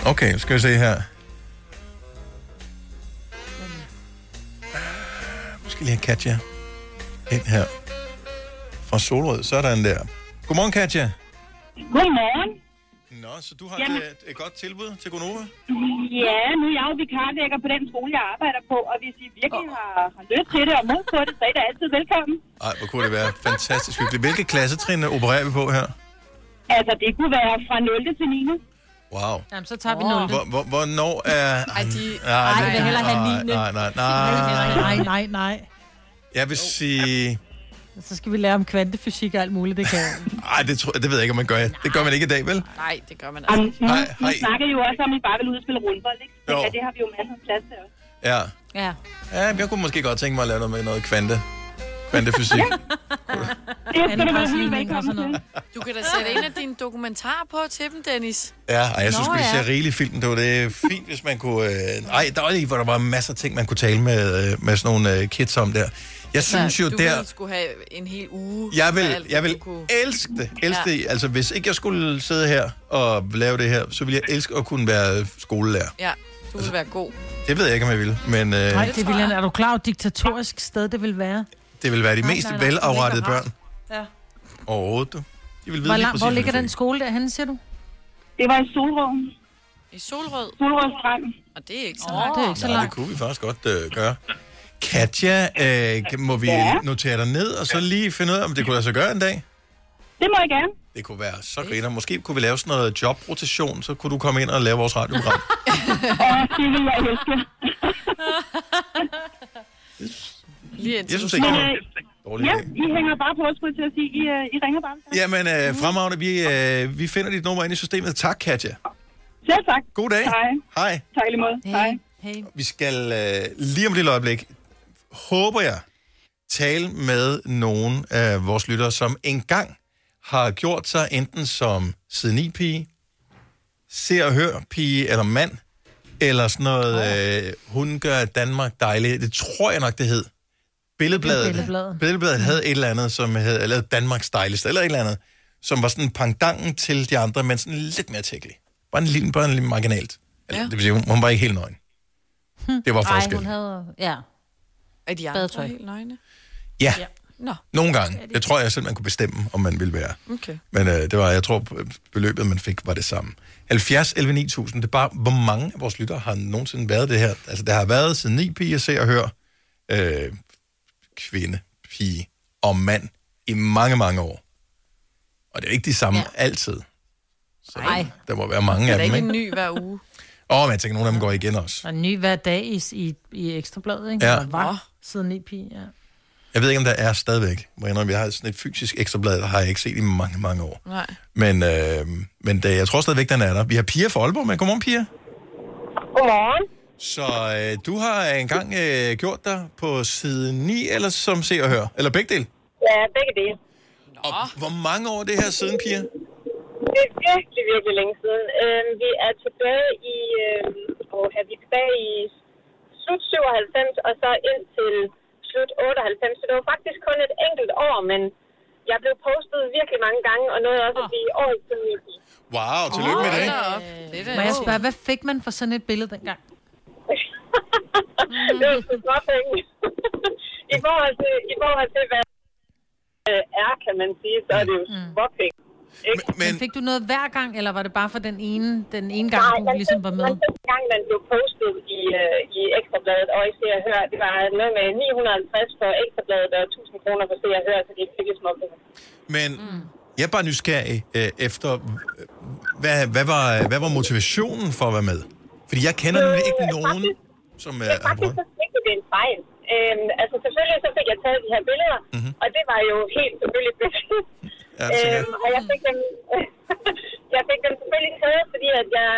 Speaker 1: Okay, nu skal vi se her. Måske lige have Katja ind her fra Solrød. Sådan der. Godmorgen, Katja.
Speaker 16: Godmorgen.
Speaker 1: Nå, så du har
Speaker 16: Jamen.
Speaker 1: et, et godt tilbud til Gonova?
Speaker 16: Ja, nu er jeg jo vikarlægger på den skole, jeg arbejder på, og hvis I virkelig har, har lyst til det og mod på det, så er I da altid velkommen.
Speaker 1: Ej, hvor kunne det være fantastisk hyggeligt. Hvilke klassetrin øh, opererer vi på her?
Speaker 16: Altså, det kunne være fra 0. til 9.
Speaker 1: Wow.
Speaker 3: Jamen, så tager vi
Speaker 1: Åh.
Speaker 3: 0.
Speaker 1: Hvor, hvor, hvornår er... Ej,
Speaker 3: de-
Speaker 1: nej,
Speaker 3: Ej, jeg vil hellere have
Speaker 1: nej,
Speaker 3: niende.
Speaker 1: nej, nej,
Speaker 3: nej,
Speaker 1: nej.
Speaker 3: nej, nej.
Speaker 1: Jeg vil sige...
Speaker 3: Så skal vi lære om kvantefysik og alt muligt, det kan jeg.
Speaker 1: Ej, det, tror, det ved jeg ikke, om man gør. Det gør man ikke i dag, vel?
Speaker 2: Nej, det gør man
Speaker 16: altså. Nu,
Speaker 1: Hej,
Speaker 16: nu
Speaker 1: hej.
Speaker 16: snakker I jo også om, at I bare vil ud og spille rundbold, ikke?
Speaker 1: Jo.
Speaker 16: Ja, det har vi jo masser af plads til også.
Speaker 1: Ja.
Speaker 4: Ja.
Speaker 1: ja men jeg kunne måske godt tænke mig at lave noget med noget kvante. Kvantefysik.
Speaker 16: Det skal du være helt
Speaker 2: Andengradsligning og
Speaker 16: velkommen til.
Speaker 2: Du kan da sætte en af dine dokumentarer på til dem, Dennis.
Speaker 1: Ja, og jeg synes,
Speaker 2: Nå,
Speaker 1: vi
Speaker 2: ja.
Speaker 1: ser rigeligt film. Det var det fint, hvis man kunne... Øh... Ej, der var lige, hvor der var masser af ting, man kunne tale med, øh, med sådan nogle øh, kids om der. Jeg synes jo,
Speaker 2: Altså, du
Speaker 1: der...
Speaker 2: ville skulle have en hel uge.
Speaker 1: Jeg
Speaker 2: med
Speaker 1: vil,
Speaker 2: alt,
Speaker 1: jeg
Speaker 2: du
Speaker 1: vil
Speaker 2: kunne-
Speaker 1: elske det. Elske det. Altså, hvis ikke jeg skulle sidde her og lave det her, så ville jeg elske at kunne være skolelærer.
Speaker 2: Ja, du vil være god.
Speaker 1: Det ved jeg ikke, om jeg ville, men øh,
Speaker 3: Nej, det ville, er du klar over, diktatorisk sted det vil være?
Speaker 1: det ville være de
Speaker 3: Nej,
Speaker 1: mest
Speaker 3: nej, nej, det ligger
Speaker 1: velafrettede
Speaker 3: rart.
Speaker 1: børn
Speaker 3: Ja.
Speaker 1: overhovedet. du. De vil vide
Speaker 3: Hvor,
Speaker 1: lige
Speaker 3: lang,
Speaker 1: præcis,
Speaker 3: hvor
Speaker 1: hvad
Speaker 3: ligger
Speaker 1: de
Speaker 3: den
Speaker 1: fik.
Speaker 3: skole derhen, siger du?
Speaker 16: Det var i Solrøden.
Speaker 2: I Solrød?
Speaker 16: Solrød Strand.
Speaker 2: Og det er ikke så
Speaker 3: langt. Det er ikke så
Speaker 1: Nå, det
Speaker 3: langt.
Speaker 1: kunne vi faktisk godt øh, gøre. Katja, øh, kan- må vi
Speaker 16: Ja.
Speaker 1: notere dig ned, og så lige finde ud af, om det kunne lade sig gøre en dag?
Speaker 16: Det må jeg gerne.
Speaker 1: Det kunne være så griner. Måske kunne vi lave sådan noget jobrotation, så kunne du komme ind og lave vores radioprogram.
Speaker 16: Og det vil jeg elske.
Speaker 2: Lige indtil
Speaker 1: Jeg synes
Speaker 2: du
Speaker 1: ikke,
Speaker 2: står-
Speaker 1: det var en dårlig
Speaker 16: Ja,
Speaker 1: idé.
Speaker 16: I hænger bare på, skulle jeg til at sige. I, øh, I ringer bare.
Speaker 1: Jamen, øh, fremragende, vi, øh, vi finder dit nummer ind i systemet. Tak, Katja.
Speaker 16: Selv tak.
Speaker 1: God dag.
Speaker 16: Hej.
Speaker 1: Hej.
Speaker 16: Tak i lige måde. Hej.
Speaker 3: Hej.
Speaker 1: Vi skal øh, lige om det lille øjeblik, håber jeg, tale med nogen af vores lyttere, som engang har gjort sig enten som siden i pige se og hør pige eller mand, eller sådan noget, øh, hun gør Danmark dejlig. Det tror jeg nok, det hed. Billedbladet,
Speaker 3: Det er Billedbladet. Mm.
Speaker 1: Billedbladet havde et eller andet, som havde lavet Danmarks dejligste, eller et eller andet, som var sådan pangdangen til de andre, men sådan lidt mere tækkelig. Bare en lille, bare en lille marginalt.
Speaker 4: Ja.
Speaker 1: Eller, ja. Hm. Det vil sige, hun, hun var ikke helt nøgen. Det var
Speaker 4: Hm. Ej,
Speaker 1: forskel.
Speaker 4: hun havde... Ja.
Speaker 2: Er de andre
Speaker 4: Badetøj.
Speaker 2: helt nøgne?
Speaker 1: Ja,
Speaker 2: Nå,
Speaker 1: nogle gange. Det tror jeg selv, man kunne bestemme, om man ville være.
Speaker 2: okay.
Speaker 1: Men øh, det var, jeg tror, beløbet, man fik, var det samme. 70, 11, 9000, det er bare, hvor mange af vores lyttere har nogensinde været det her? Altså, der har været siden ni piger, se og hør, øh, kvinde, pige og mand i mange, mange år. Og det er jo ikke de samme ja. altid. Så Ej. Der må være mange af dem, ikke?
Speaker 3: ny hver uge?
Speaker 1: Åh, men jeg tænker, nogle af dem går igen også.
Speaker 3: Og en ny hver dag i, i, i Ekstrabladet, ikke?
Speaker 1: Ja.
Speaker 3: Der var siden 9 pi, ja.
Speaker 1: Jeg ved ikke, om der er stadigvæk. Må jeg indrømme, jeg har sådan et fysisk ekstrablad, der har jeg ikke set i mange, mange år.
Speaker 2: Nej.
Speaker 1: Men, øh, men det, jeg tror stadigvæk, den er der. Vi har Pia fra Aalborg med. Godmorgen, Pia.
Speaker 8: Godmorgen.
Speaker 1: Så øh, du har engang øh, gjort dig på side 9, eller som se og hør? Eller begge del?
Speaker 8: Ja, begge dele.
Speaker 1: Og hvor mange år er det her siden, Pia?
Speaker 8: Det er virkelig, virkelig længe siden. Øhm, vi er tilbage i, øhm, åh, vi er tilbage i slut 97 og så ind til slut 98. Så det var faktisk kun et enkelt år, men jeg blev postet virkelig mange gange, og nåede også at
Speaker 3: Ah.
Speaker 8: blive årets community.
Speaker 1: Wow, tillykke med det.
Speaker 3: Øh, Må jeg spørge, hvad fik man for sådan et billede dengang?
Speaker 8: det var sgu små penge. I forhold til, i forhold til hvad øh, er, kan man sige, så er det jo små penge. Ikke?
Speaker 3: Mm. Men, fik du noget hver gang, eller var det bare for den ene, den ene gang, du ligesom var med?
Speaker 8: Den første gang, man blev postet i, øh, i Ekstrabladet, og i Se og Hør, det var noget med 950 for Ekstrabladet og 1000 kroner for Se og Hør, så det er virkelig små penge.
Speaker 1: Men
Speaker 8: Mm.
Speaker 1: jeg er bare nysgerrig øh, efter, øh, hvad, hvad, var, hvad var motivationen for at være med? Fordi jeg kender nemlig ikke nogen, som øh,
Speaker 8: Det er
Speaker 1: har
Speaker 8: Øh, faktisk så vigtigt, det er en fejl. Øhm, altså selvfølgelig så fik jeg taget de her billeder, mm-hmm. og det var jo helt selvfølgelig bevidst.
Speaker 1: Ja,
Speaker 8: Ja, øhm, og jeg fik, dem, jeg fik dem selvfølgelig taget, fordi at jeg,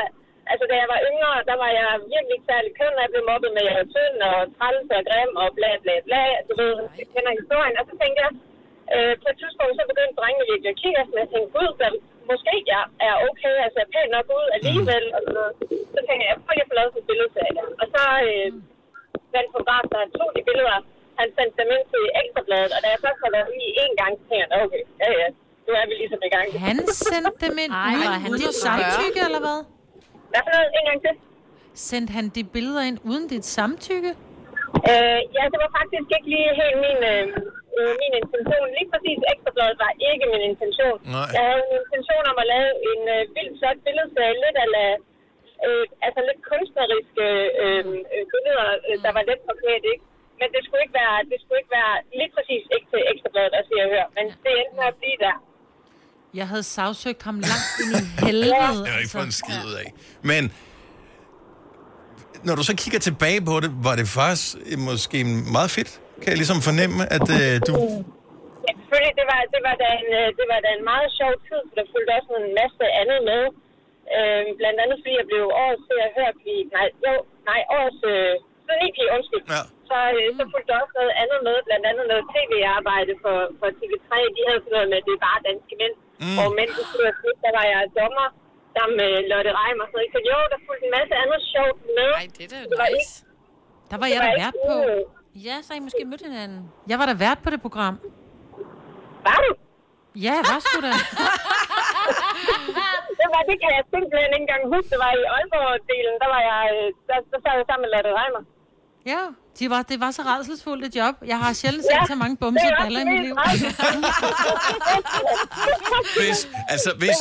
Speaker 8: altså da jeg var yngre, der var jeg virkelig ikke særlig køn, og jeg blev mobbet med, at jeg var tynd og træls og grim og bla bla bla. Du ved, jeg kender historien. Og så tænkte jeg, øh, på et tidspunkt, så begyndte drengene virkelig at kigge efter mig, og jeg tænkte, gud, der, måske jeg er okay, altså jeg er pænt nok ud alligevel. Og så, så tænkte jeg, jeg prøver lige at få lavet sådan et billede til jer. Og så, øh, vandt på bar, så han tog de billeder. Han sendte dem ind til Ekstrabladet, og da jeg først havde været i en gang, så tænkte jeg, "Nå, okay, ja ja, nu er vi ligesom i gang.
Speaker 3: Han sendte dem ind Ej,
Speaker 8: var
Speaker 3: uden
Speaker 8: han
Speaker 3: han dit
Speaker 8: så
Speaker 3: samtykke,
Speaker 8: rørt.
Speaker 3: eller hvad?
Speaker 8: Hvad for noget? En gang til.
Speaker 3: Sendte han de billeder ind uden dit samtykke?
Speaker 8: Øh, ja, det var faktisk ikke lige helt min, øh, øh, min intention. Lige præcis Ekstrabladet var ikke min intention.
Speaker 1: Nej.
Speaker 8: Jeg havde en intention om at lave en øh, vildt flot billedserie, lidt ala, øh, altså lidt kunstneriske øh, øh, billeder, øh, der var lidt forklædt, ikke? Men det skulle ikke være, det skulle ikke være lige præcis ikke til Ekstrabladet, altså jeg hører. Men det endte med at blive der.
Speaker 3: Jeg havde sagsøgt ham langt ind i helvede.
Speaker 1: Jeg har ikke fået en skid ud af. Men når du så kigger tilbage på det, var det faktisk øh, måske meget fedt. Kan jeg ligesom fornemme, at øh, du...
Speaker 8: Ja, selvfølgelig, det var, det, var da en, øh, det var da en meget sjov tid, for der fulgte også en masse andet med. Øhm, blandt andet fordi jeg blev årets til at høre blive, nej, jo, nej, årets, øh, siden IP, undskyld.
Speaker 1: Ja.
Speaker 8: Så, øh, så fulgte der også noget andet med, blandt andet noget tv-arbejde for, for TV3. De havde sådan noget med, det er bare danske mænd.
Speaker 1: Mm.
Speaker 8: Og mænd, de skulle have smidt, der var jeg dommer sammen med Lotte Reim og sådan noget. Så jo, der fulgte en masse andet sjovt med. Nej,
Speaker 2: det er
Speaker 8: jo det var nice. Ikke,
Speaker 3: Der var jeg
Speaker 8: det
Speaker 3: der
Speaker 8: ikke
Speaker 3: vært på.
Speaker 8: ude.
Speaker 4: Ja, så har I måske mødt hinanden.
Speaker 3: Jeg var der vært på det program.
Speaker 8: Var du?
Speaker 3: Ja, jeg var sgu da.
Speaker 8: det, var, det kan jeg simpelthen ikke engang huske. Det var i Aalborg-delen, der var jeg, øh, der, der sad jeg sammen med Lotte Reimer.
Speaker 3: Ja, de var, det var så redselsfuldt et job. Jeg har sjældent set så mange
Speaker 8: det
Speaker 3: bumser
Speaker 8: er
Speaker 3: og
Speaker 8: også
Speaker 3: baller i mit
Speaker 8: helt
Speaker 3: liv.
Speaker 1: Hvis, altså, hvis,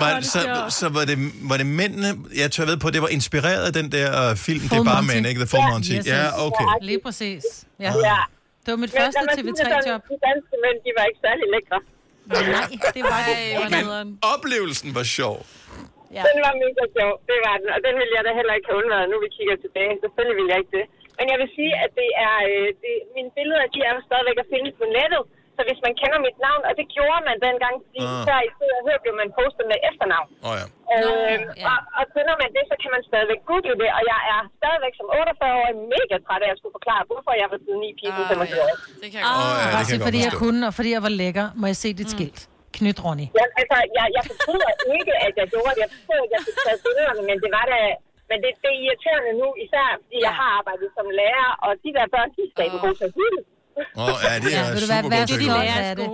Speaker 1: var, så, så var, det, var det mændene, jeg tør ved på, det var inspireret af den der øh, film, det er bare mænd, ikke? The Full Monty. Ja, okay. Ah.
Speaker 3: Lige præcis. Ja.
Speaker 8: ja.
Speaker 3: Det var mit
Speaker 8: Men
Speaker 3: første
Speaker 8: lad mig sige det sådan,
Speaker 3: TV3-job.
Speaker 8: De danske mænd, de var ikke særlig lækre.
Speaker 3: Nej, det var øh, det.
Speaker 8: var nederen.
Speaker 1: Men oplevelsen var sjov.
Speaker 8: Ja. Den var mega sjov, det var den. Og den ville jeg da heller ikke have undværet, nu vi kigger tilbage. Selvfølgelig ville jeg ikke det. Men jeg vil sige, at det er, øh, det, mine billeder, de er jo stadigvæk at finde på nettet. Så hvis man kender mit navn, og det gjorde man dengang, fordi
Speaker 1: Ah.
Speaker 8: ah. før i stedet her blev man postet med efternavn.
Speaker 1: Åh oh, ja.
Speaker 8: Øh, og, og kender man det, så kan man stadigvæk google det, og jeg er stadigvæk som 48-årig mega træt af, at jeg skulle forklare, hvorfor jeg var siden 9 pige, som jeg var.
Speaker 2: Det
Speaker 3: Ah,
Speaker 1: Åh,
Speaker 3: bare
Speaker 1: ja, det kan jeg
Speaker 3: se,
Speaker 1: godt
Speaker 3: fordi jeg
Speaker 1: forstå.
Speaker 3: kunne, og fordi jeg var lækker, må jeg se dit skilt. Knyt, Ronny.
Speaker 8: Ja, altså, jeg, jeg fortryder ikke, at jeg gjorde det. Jeg fortryder ikke, at jeg fik taget billederne, men det var da... Men det, det er irriterende nu, især fordi jeg har arbejdet som lærer, og de der børn, de skal ikke bruge sig til det.
Speaker 1: Åh, oh, ja, det
Speaker 3: ved
Speaker 1: er ja,
Speaker 3: du
Speaker 1: super
Speaker 3: hvad,
Speaker 1: godt
Speaker 3: vær
Speaker 1: til
Speaker 3: stolt af det.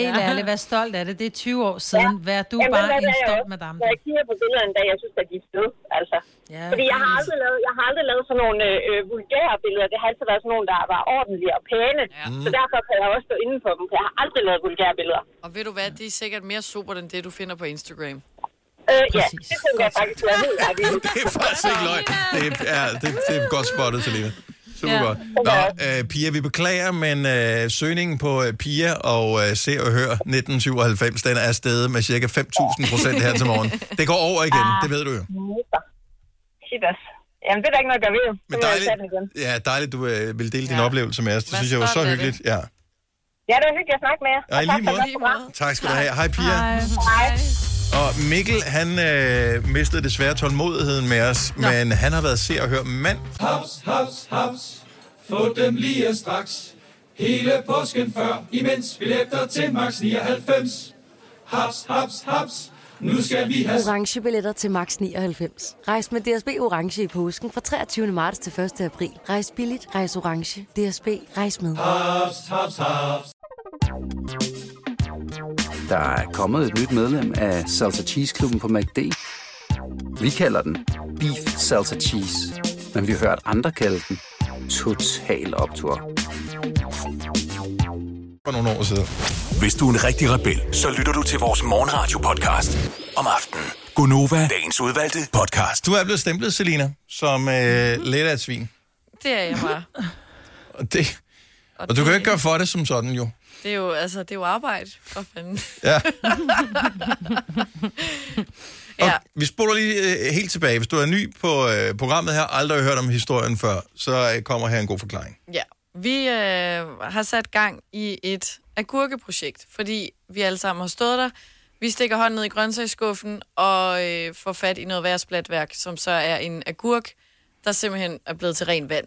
Speaker 3: Helt
Speaker 8: Ja.
Speaker 3: ærligt, vær stolt af det. Det er 20 år siden. Vær du
Speaker 8: Jamen,
Speaker 3: bare
Speaker 8: ved du hvad,
Speaker 3: en
Speaker 8: jeg
Speaker 3: stolt
Speaker 8: også-
Speaker 3: madame.
Speaker 8: Når jeg kigger på billederne en dag, jeg synes, at de er fede, altså.
Speaker 3: Ja,
Speaker 8: Fordi jeg har, aldrig lavet, jeg har aldrig lavet sådan nogle øh, øh, vulgære billeder. Det har altid været sådan nogle, der var ordentlige og pæne. Ja. Så
Speaker 3: Mm.
Speaker 8: derfor kan jeg også stå inden for dem, for jeg har aldrig lavet vulgære billeder.
Speaker 2: Og ved du hvad, det er sikkert mere super, end det, du finder på Instagram.
Speaker 8: Øh, ja, det tænker jeg faktisk, jeg er helt ret i.
Speaker 1: Det er faktisk ikke løgn. Det er, det, det er godt spottet, Selina. Super godt. Nå, øh, Pia, vi beklager, men øh, søgningen på øh, Pia og øh, Se og Hør 1997, den er steget med cirka 5.000 procent her til morgen. Det går over igen, det ved du jo.
Speaker 8: Shit også. Ah, Jamen, det er der ikke noget at gøre ved. Så
Speaker 1: Men
Speaker 8: må jeg
Speaker 1: dejligt.
Speaker 8: tage den igen.
Speaker 1: Ja, dejligt, du øh, ville dele din oplevelse med os. Det
Speaker 8: Vær
Speaker 1: synes jeg var
Speaker 8: stolt
Speaker 1: så
Speaker 8: af det.
Speaker 1: hyggeligt. Ja.
Speaker 8: Ja, det var hyggeligt at snakke med jer.
Speaker 1: Ja, i
Speaker 8: Og tak
Speaker 1: lige
Speaker 8: for et
Speaker 1: måde.
Speaker 8: godt program.
Speaker 1: Tak skal du have. Hej, Pia. Og Mikkel, han øh, mistede desværre tålmodigheden med os, men han har været Se og Hør mand
Speaker 11: Haps, haps, haps. Få dem lige straks. Hele påsken før, imens billetter til max 99. Haps, haps, haps. Nu skal vi have
Speaker 17: Orange billetter til max 99. Rejs med DSB Orange i påsken fra 23. marts til 1. april. Rejs billigt, rejs orange. DSB, rejs med.
Speaker 11: haps, haps, haps.
Speaker 18: Der er kommet et nyt medlem af Salsa Cheese Klubben på MACD. Vi kalder den Beef Salsa Cheese, men vi har hørt andre kalde den Total Optor.
Speaker 1: for nogle år siden.
Speaker 5: Hvis du er en rigtig rebel, så lytter du til vores morgenradio-podcast om aftenen. Gunova, dagens udvalgte podcast.
Speaker 1: Altså, Du er blevet stemplet, Selina, som øh, lidt af et svin.
Speaker 2: Det er jeg bare.
Speaker 1: Og, det, og, du kan jo ikke gøre for det som sådan, jo.
Speaker 2: Det er jo, altså, det er jo arbejde. For fanden.
Speaker 1: Ja. Og vi spoler lige øh, helt tilbage. Hvis du er ny på øh, programmet her, aldrig har hørt om historien før, så øh, kommer her en god forklaring.
Speaker 2: Ja, vi øh, har sat gang i et agurkeprojekt, fordi vi alle sammen har stået der. Vi stikker hånden ned i grøntsagsskuffen og øh, får fat i noget værtsblatværk, som så er en agurk, der simpelthen er blevet til ren vand.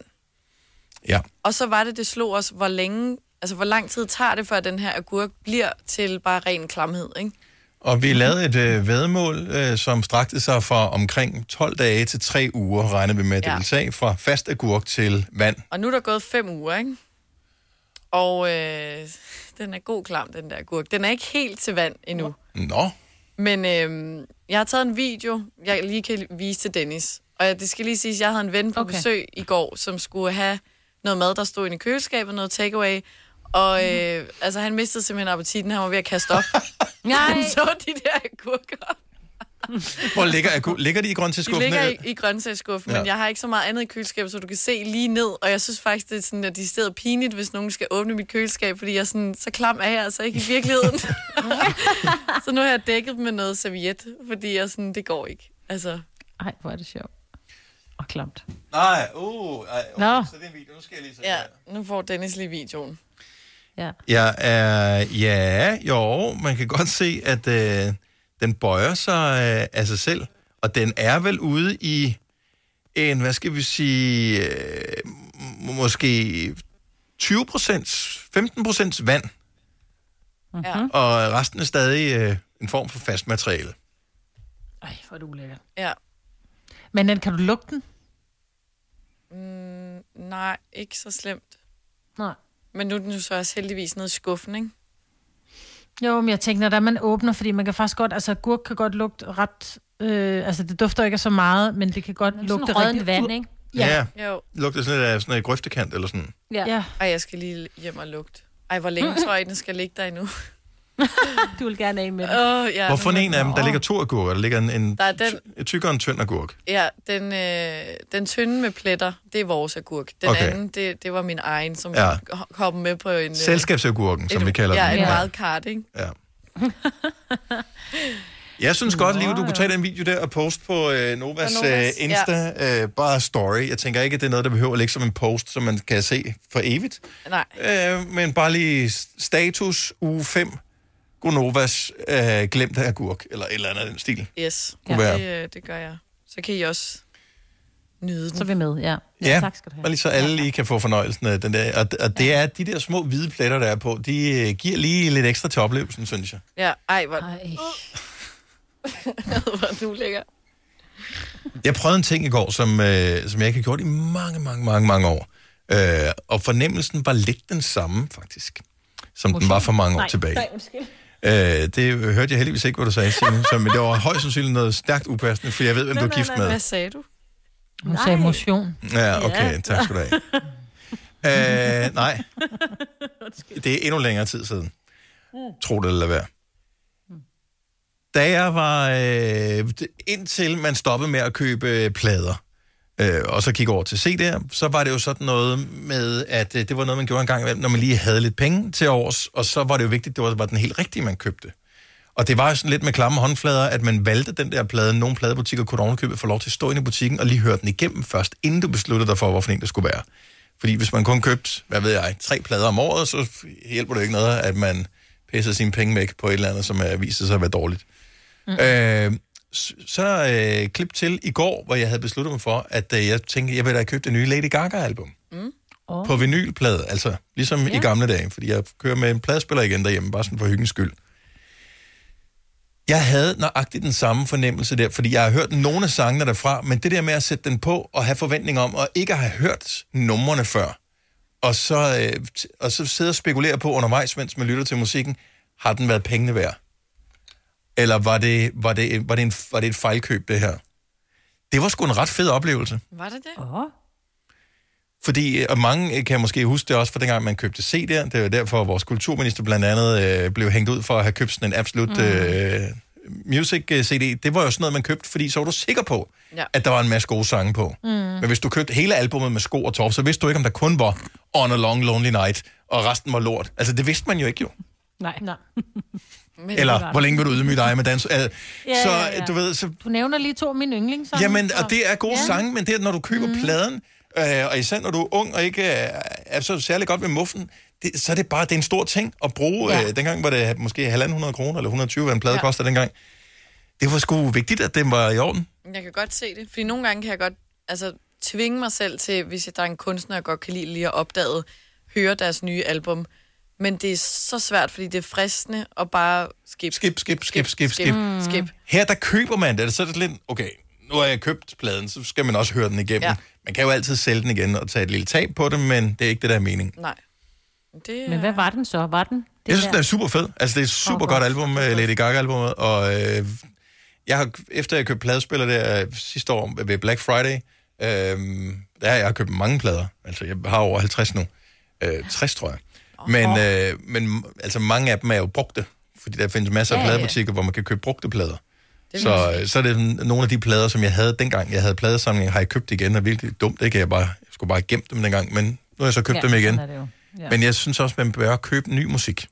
Speaker 1: Ja.
Speaker 2: Og så var det, det slog os, hvor længe, altså hvor lang tid tager det, før den her agurk bliver til bare ren klamhed, ikke?
Speaker 1: Og vi lavede et øh, vedmål, øh, som strakte sig fra omkring 12 dage til 3 uger, regner vi med, at det
Speaker 2: Ja.
Speaker 1: ville tage, fra fast agurk til vand.
Speaker 2: Og nu er der gået fem uger, ikke? Og øh, den er god klam, den der agurk. Den er ikke helt til vand endnu.
Speaker 1: Nå,
Speaker 2: Men øh, jeg har taget en video, jeg lige kan vise til Dennis. Og jeg- det skal lige siges, jeg havde en ven på okay. besøg i går, som skulle have noget mad, der stod inde i køleskabet, noget takeaway. Og øh, altså, han mistede simpelthen appetitten, han var ved at kaste op.
Speaker 4: Nej.
Speaker 2: så de der agurker.
Speaker 1: hvor ligger, agur- ligger de i
Speaker 2: De
Speaker 1: grøntsagsskuffen?
Speaker 2: ligger i, i grøntsagsskuffen, ja.
Speaker 1: Ja.
Speaker 2: men jeg har ikke så meget andet i køleskabet, så du kan se lige ned. Og jeg synes faktisk, det er sådan, at de steder pinligt, hvis nogen skal åbne mit køleskab, fordi jeg er sådan, så klam er jeg altså ikke i virkeligheden. så nu har jeg dækket dem med noget serviet, fordi jeg sådan, det går ikke. Altså,
Speaker 4: Ej, hvor er det sjovt. Og klamt.
Speaker 1: Nej, uh, ej, okay,
Speaker 2: Nå.
Speaker 1: så det er en video. Nu skal jeg lige se
Speaker 2: Ja, nu får Dennis lige videoen.
Speaker 4: Ja.
Speaker 1: Jeg er, ja, jo, man kan godt se, at øh, den bøjer sig øh, af sig selv, og den er vel ude i en, hvad skal vi sige, øh, m- måske 20 procent, 15 procent vand,
Speaker 2: Ja.
Speaker 3: Mhm.
Speaker 1: og resten er stadig øh, en form for fast materiale.
Speaker 3: Ej, hvor er det ulækkert.
Speaker 2: Ja.
Speaker 3: Men den, kan du lugte den?
Speaker 2: Mm, nej, ikke så slemt.
Speaker 3: Nej.
Speaker 2: Men nu er den jo så også heldigvis nede i skuffen, ikke?
Speaker 3: Jo, men jeg tænker, når der man åbner, fordi man kan faktisk godt, altså agurk kan godt lugte ret, øh, altså det dufter ikke af så meget, men det kan godt
Speaker 4: Sådan
Speaker 3: lugte
Speaker 4: råddent
Speaker 3: rigtig-
Speaker 4: vand, ikke?
Speaker 1: Ja.
Speaker 2: Jo.
Speaker 1: Lugter sådan lidt af sådan en grøftekant eller sådan.
Speaker 4: Ja.
Speaker 3: ja.
Speaker 2: Ej, jeg skal lige hjem og lugte. Ej, hvor længe tror jeg, den skal ligge der endnu?
Speaker 4: Du vil gerne af med den.
Speaker 2: Åh, ja,
Speaker 1: Hvorfor
Speaker 2: nu må
Speaker 1: en af dem, der
Speaker 2: Åh.
Speaker 1: ligger to agurker, der ligger en, en
Speaker 2: Der er den-
Speaker 1: ty- tykkere og en tynd agurk?
Speaker 2: Ja, den, øh, den tynde med pletter, det er vores agurk. Den
Speaker 1: Okay.
Speaker 2: okay. anden, det, det var min egen, som
Speaker 1: Ja.
Speaker 2: ja. kom med på en... øh,
Speaker 1: Selskabsagurken, som
Speaker 2: et-
Speaker 1: vi kalder
Speaker 2: ja,
Speaker 1: den.
Speaker 2: Ja, en wildcard, ikke?
Speaker 1: Ja. Jeg synes godt, Liv, du kunne tage den video der og poste på øh, Novas
Speaker 2: På Novas,
Speaker 1: øh, Insta, øh, bare story. Jeg tænker ikke, at det er noget, der behøver at ligge som en post, som man kan se for evigt.
Speaker 2: Nej.
Speaker 1: Øh, men bare lige s- status uge 5, Gonovas øh, glemte agurk, eller et eller andet af den stil.
Speaker 2: Yes, ja.
Speaker 1: Kunne være.
Speaker 2: det, øh, det gør jeg. Så kan I også nyde den.
Speaker 4: Så er vi med, ja.
Speaker 1: Ja,
Speaker 4: tak skal du have.
Speaker 1: bare lige så alle lige kan få fornøjelsen af den der. Og, og det er de der små hvide pletter, der er på, de øh, giver lige lidt ekstra til oplevelsen, synes jeg.
Speaker 2: Ja, ej, hvor... Ej. hvor du ligger.
Speaker 1: Jeg prøvede en ting i går, som, øh, som jeg ikke har gjort i mange, mange, mange, mange år. Øh, og fornemmelsen var lidt den samme, faktisk, som den var for mange år
Speaker 4: nej,
Speaker 1: tilbage.
Speaker 4: Nej, undskyld.
Speaker 1: Øh, det hørte jeg heldigvis ikke, hvad du sagde, Signe, så, men det var højst sandsynligt noget stærkt upassende, for jeg ved, hvem du er gift
Speaker 2: Hvad
Speaker 1: med.
Speaker 2: sagde du?
Speaker 3: Hun sagde motion.
Speaker 1: Ja, okay, tak skal du have. Øh, nej, det er endnu længere tid siden. Tro det eller lad være. Da jeg var... Øh, d- indtil man stoppede med at købe øh, plader, øh, og så kigge over til CD'er, så var det jo sådan noget med, at øh, det var noget, man gjorde en gang imellem, når man lige havde lidt penge til års, og så var det jo vigtigt, det var, var den helt rigtige, man købte. Og det var jo sådan lidt med klamme håndflader, at man valgte den der plade. Nogle pladebutikker kunne ovenikøbet få lov til at stå inde i butikken og lige høre den igennem først, inden du besluttede dig for, hvorfor en det skulle være. Fordi hvis man kun købte, hvad ved jeg, tre plader om året, så hjælper det jo ikke noget, at man pisser sine penge væk på et eller andet, som er, viser sig at være dårligt. Mm. Øh, s- så øh, klip til i går, hvor jeg havde besluttet mig for, at øh, jeg tænkte, jeg vil da købe det nye Lady Gaga-album.
Speaker 15: Mm.
Speaker 1: Oh. På vinylplade, altså. Ligesom ja. i gamle dage, fordi jeg kører med en pladespiller igen derhjemme, bare sådan for hyggens skyld. Jeg havde nøjagtigt den samme fornemmelse der, fordi jeg har hørt nogle af sangene derfra, men det der med at sætte den på og have forventning om, og ikke have hørt numrene før, og så, øh, t- og så sidde og spekulere på undervejs, mens man lytter til musikken, har den været pengene værd? Eller var det, var det, var det, en, var det et fejlkøb, det her? Det var sgu en ret fed oplevelse.
Speaker 2: Var det det?
Speaker 4: Oh.
Speaker 1: Fordi, øh, og mange kan måske huske det også fra dengang, man købte CD'er. Det var derfor, vores kulturminister blandt andet øh, blev hængt ud for at have købt sådan en absolut mm. øh, music-CD. Det var jo sådan noget, man købte, fordi så var du sikker på,
Speaker 2: Ja.
Speaker 1: ja. at der var en masse gode sange på.
Speaker 2: Mm.
Speaker 1: Mm. Men hvis du købte hele albummet med sko og torv, så vidste du ikke, om der kun var On a Long Lonely Night, og resten var lort. Altså, det vidste man jo ikke jo.
Speaker 4: Nej.
Speaker 3: Nej.
Speaker 1: Eller, hvor længe vil du ydmyge dig med dans? Øh,
Speaker 3: Ja,
Speaker 1: så,
Speaker 3: ja, ja.
Speaker 1: du ved, så
Speaker 3: Du nævner lige to af mine yndlingssange.
Speaker 1: Jamen, og det er gode
Speaker 3: Ja.
Speaker 1: ja. sange, men det er, når du køber mm. pladen, øh, og især når du er ung og ikke øh, er så særlig godt ved muffen, det, så er det bare det er en stor ting at bruge.
Speaker 5: Ja.
Speaker 1: Ja. Øh, dengang var det måske 1.500 kroner, eller 120, hvad en plade
Speaker 2: Ja.
Speaker 1: ja. koster dengang. Det var sgu vigtigt, at den var i orden.
Speaker 2: Jeg kan godt se det, fordi nogle gange kan jeg godt altså, tvinge mig selv til, hvis jeg, der er en kunstner, jeg godt kan lide lige at opdage, høre deres nye album. Men det er så svært, fordi det er fristende at bare skip.
Speaker 1: Skip, skip, skip, skip, skip.
Speaker 2: skip. skip.
Speaker 3: Mm.
Speaker 1: Her der køber man det, så er det lidt, okay, nu har jeg købt pladen, så skal man også høre den igennem.
Speaker 2: Ja.
Speaker 1: Ja. Man kan jo altid sælge den igen og tage et lille tab på det, men det er ikke det, der er meningen.
Speaker 2: Nej. Det,
Speaker 4: Men hvad var den så? Var den?
Speaker 1: Det jeg synes, den er super fed. Altså, det er et super godt album, øh, Lady Gaga-albumet, og øh, jeg har, efter jeg købte pladespiller der øh, sidste år ved Black Friday, øh, der har jeg købt mange plader. Altså, jeg har over 50 nu. Øh, 60, tror jeg. Men, øh, men altså, mange af dem er jo brugte, fordi der findes masser af
Speaker 5: Ja, ja, ja.
Speaker 1: pladebutikker, hvor man kan købe brugte plader.
Speaker 5: Det vil jeg
Speaker 1: Så, så er det sådan, nogle af de plader, som jeg havde dengang, jeg havde pladesamling, har jeg købt igen, og virkelig dumt, ikke? Jeg, bare, jeg skulle bare have gemt dem dengang, men nu har jeg så købt
Speaker 5: Ja,
Speaker 1: dem igen.
Speaker 5: sådan er det jo. Ja.
Speaker 1: Men jeg synes også, man bør købe ny musik.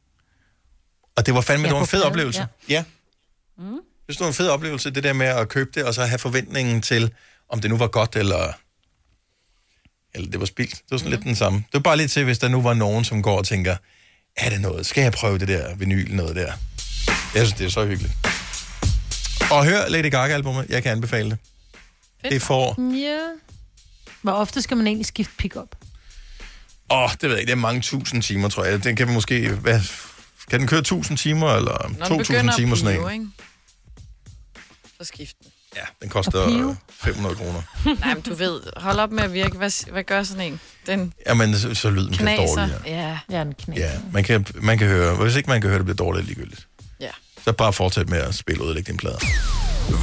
Speaker 1: Og det var fandme, ja,
Speaker 5: Ja,
Speaker 1: det var en
Speaker 5: på
Speaker 1: fed
Speaker 5: plade,
Speaker 1: oplevelse.
Speaker 5: ja.
Speaker 1: Ja. ja. Mm. Det var en fed oplevelse, det der med at købe det, og så have forventningen til, om det nu var godt, eller, eller det var spildt. Det var sådan mm. lidt den samme. Det var bare lidt til, hvis der nu var nogen, som går og tænker, er det noget? Skal jeg prøve det der vinyl noget der? Jeg synes, det er så hyggeligt. Og hør Lady Gaga-albumet. Jeg kan anbefale det. Det får...
Speaker 3: Ja. Hvor ofte skal man egentlig skifte pick-up?
Speaker 1: Åh, oh, det ved jeg ikke. Det er mange tusind timer, tror jeg. Den kan måske... Hvad, kan den køre 1000 timer, eller
Speaker 2: Når den
Speaker 1: 2000
Speaker 2: begynder at
Speaker 1: timer sådan
Speaker 2: pive,
Speaker 1: en?
Speaker 2: ikke? Så skift den.
Speaker 1: Ja, den koster
Speaker 2: pive?
Speaker 1: øh, 500 kroner.
Speaker 2: Nej, men du ved, hold op med at virke. Hvad, hvad gør sådan en? Den
Speaker 1: Jamen, så, så lyden bliver
Speaker 2: knaser.
Speaker 1: dårligere.
Speaker 2: Ja.
Speaker 3: Ja, den knaser.
Speaker 1: Ja, man kan, man kan høre... Hvis ikke man kan høre, det bliver dårligt ligegyldigt.
Speaker 2: Ja.
Speaker 1: Så bare fortsæt med at spille og udlægge dine plader.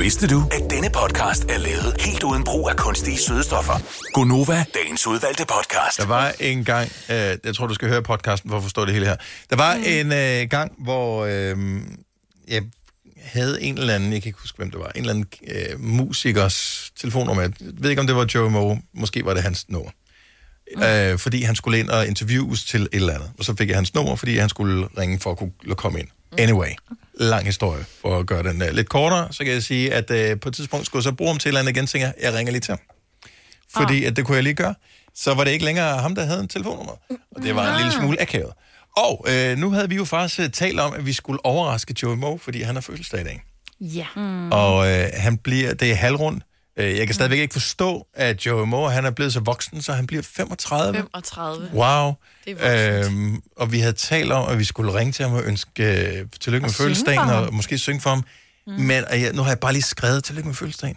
Speaker 5: Vidste du, at denne podcast er lavet helt uden brug af kunstige sødestoffer?
Speaker 1: Gonova,
Speaker 5: Dagens udvalgte podcast.
Speaker 1: Der var en gang, øh, jeg tror, du skal høre podcasten for at forstå det hele her. Der var mm. en øh, gang, hvor øh, jeg havde en eller anden, jeg kan ikke huske, hvem det var, en eller anden øh, musikers telefonnummer. Jeg ved ikke, om det var Joe Moe, måske var det hans nummer. Mm. Øh, fordi han skulle ind og interviews til et eller andet. Og så fik jeg hans nummer, fordi han skulle ringe for at kunne komme ind. Anyway, lang historie for at gøre den øh, lidt kortere. Så kan jeg sige, at øh, på et tidspunkt skulle jeg så bruge ham til et eller andet igen, tænker jeg, jeg ringer lige til ham fordi at det kunne jeg lige gøre. Så var det ikke længere ham, der havde en telefonnummer. Og det var en lille smule akavet. Og øh, nu havde vi jo faktisk øh, talt om, at vi skulle overraske Joey Moe, fordi han har fødselsdag i dag.
Speaker 3: Ja. Mm.
Speaker 1: Og øh, han bliver, det er halvrund. Øh, jeg kan stadigvæk ikke forstå, at Joey Moe, han er blevet så voksen, så han bliver 35.
Speaker 2: 35.
Speaker 1: Wow.
Speaker 2: Det er
Speaker 1: Øhm, og vi havde talt om, at vi skulle ringe til ham og ønske øh, tillykke
Speaker 5: Og
Speaker 1: med
Speaker 5: synge
Speaker 1: fødselsdagen,
Speaker 5: for ham.
Speaker 1: og måske synge for ham. Mm. Men og jeg, nu har jeg bare lige skrevet tillykke med fødselsdagen.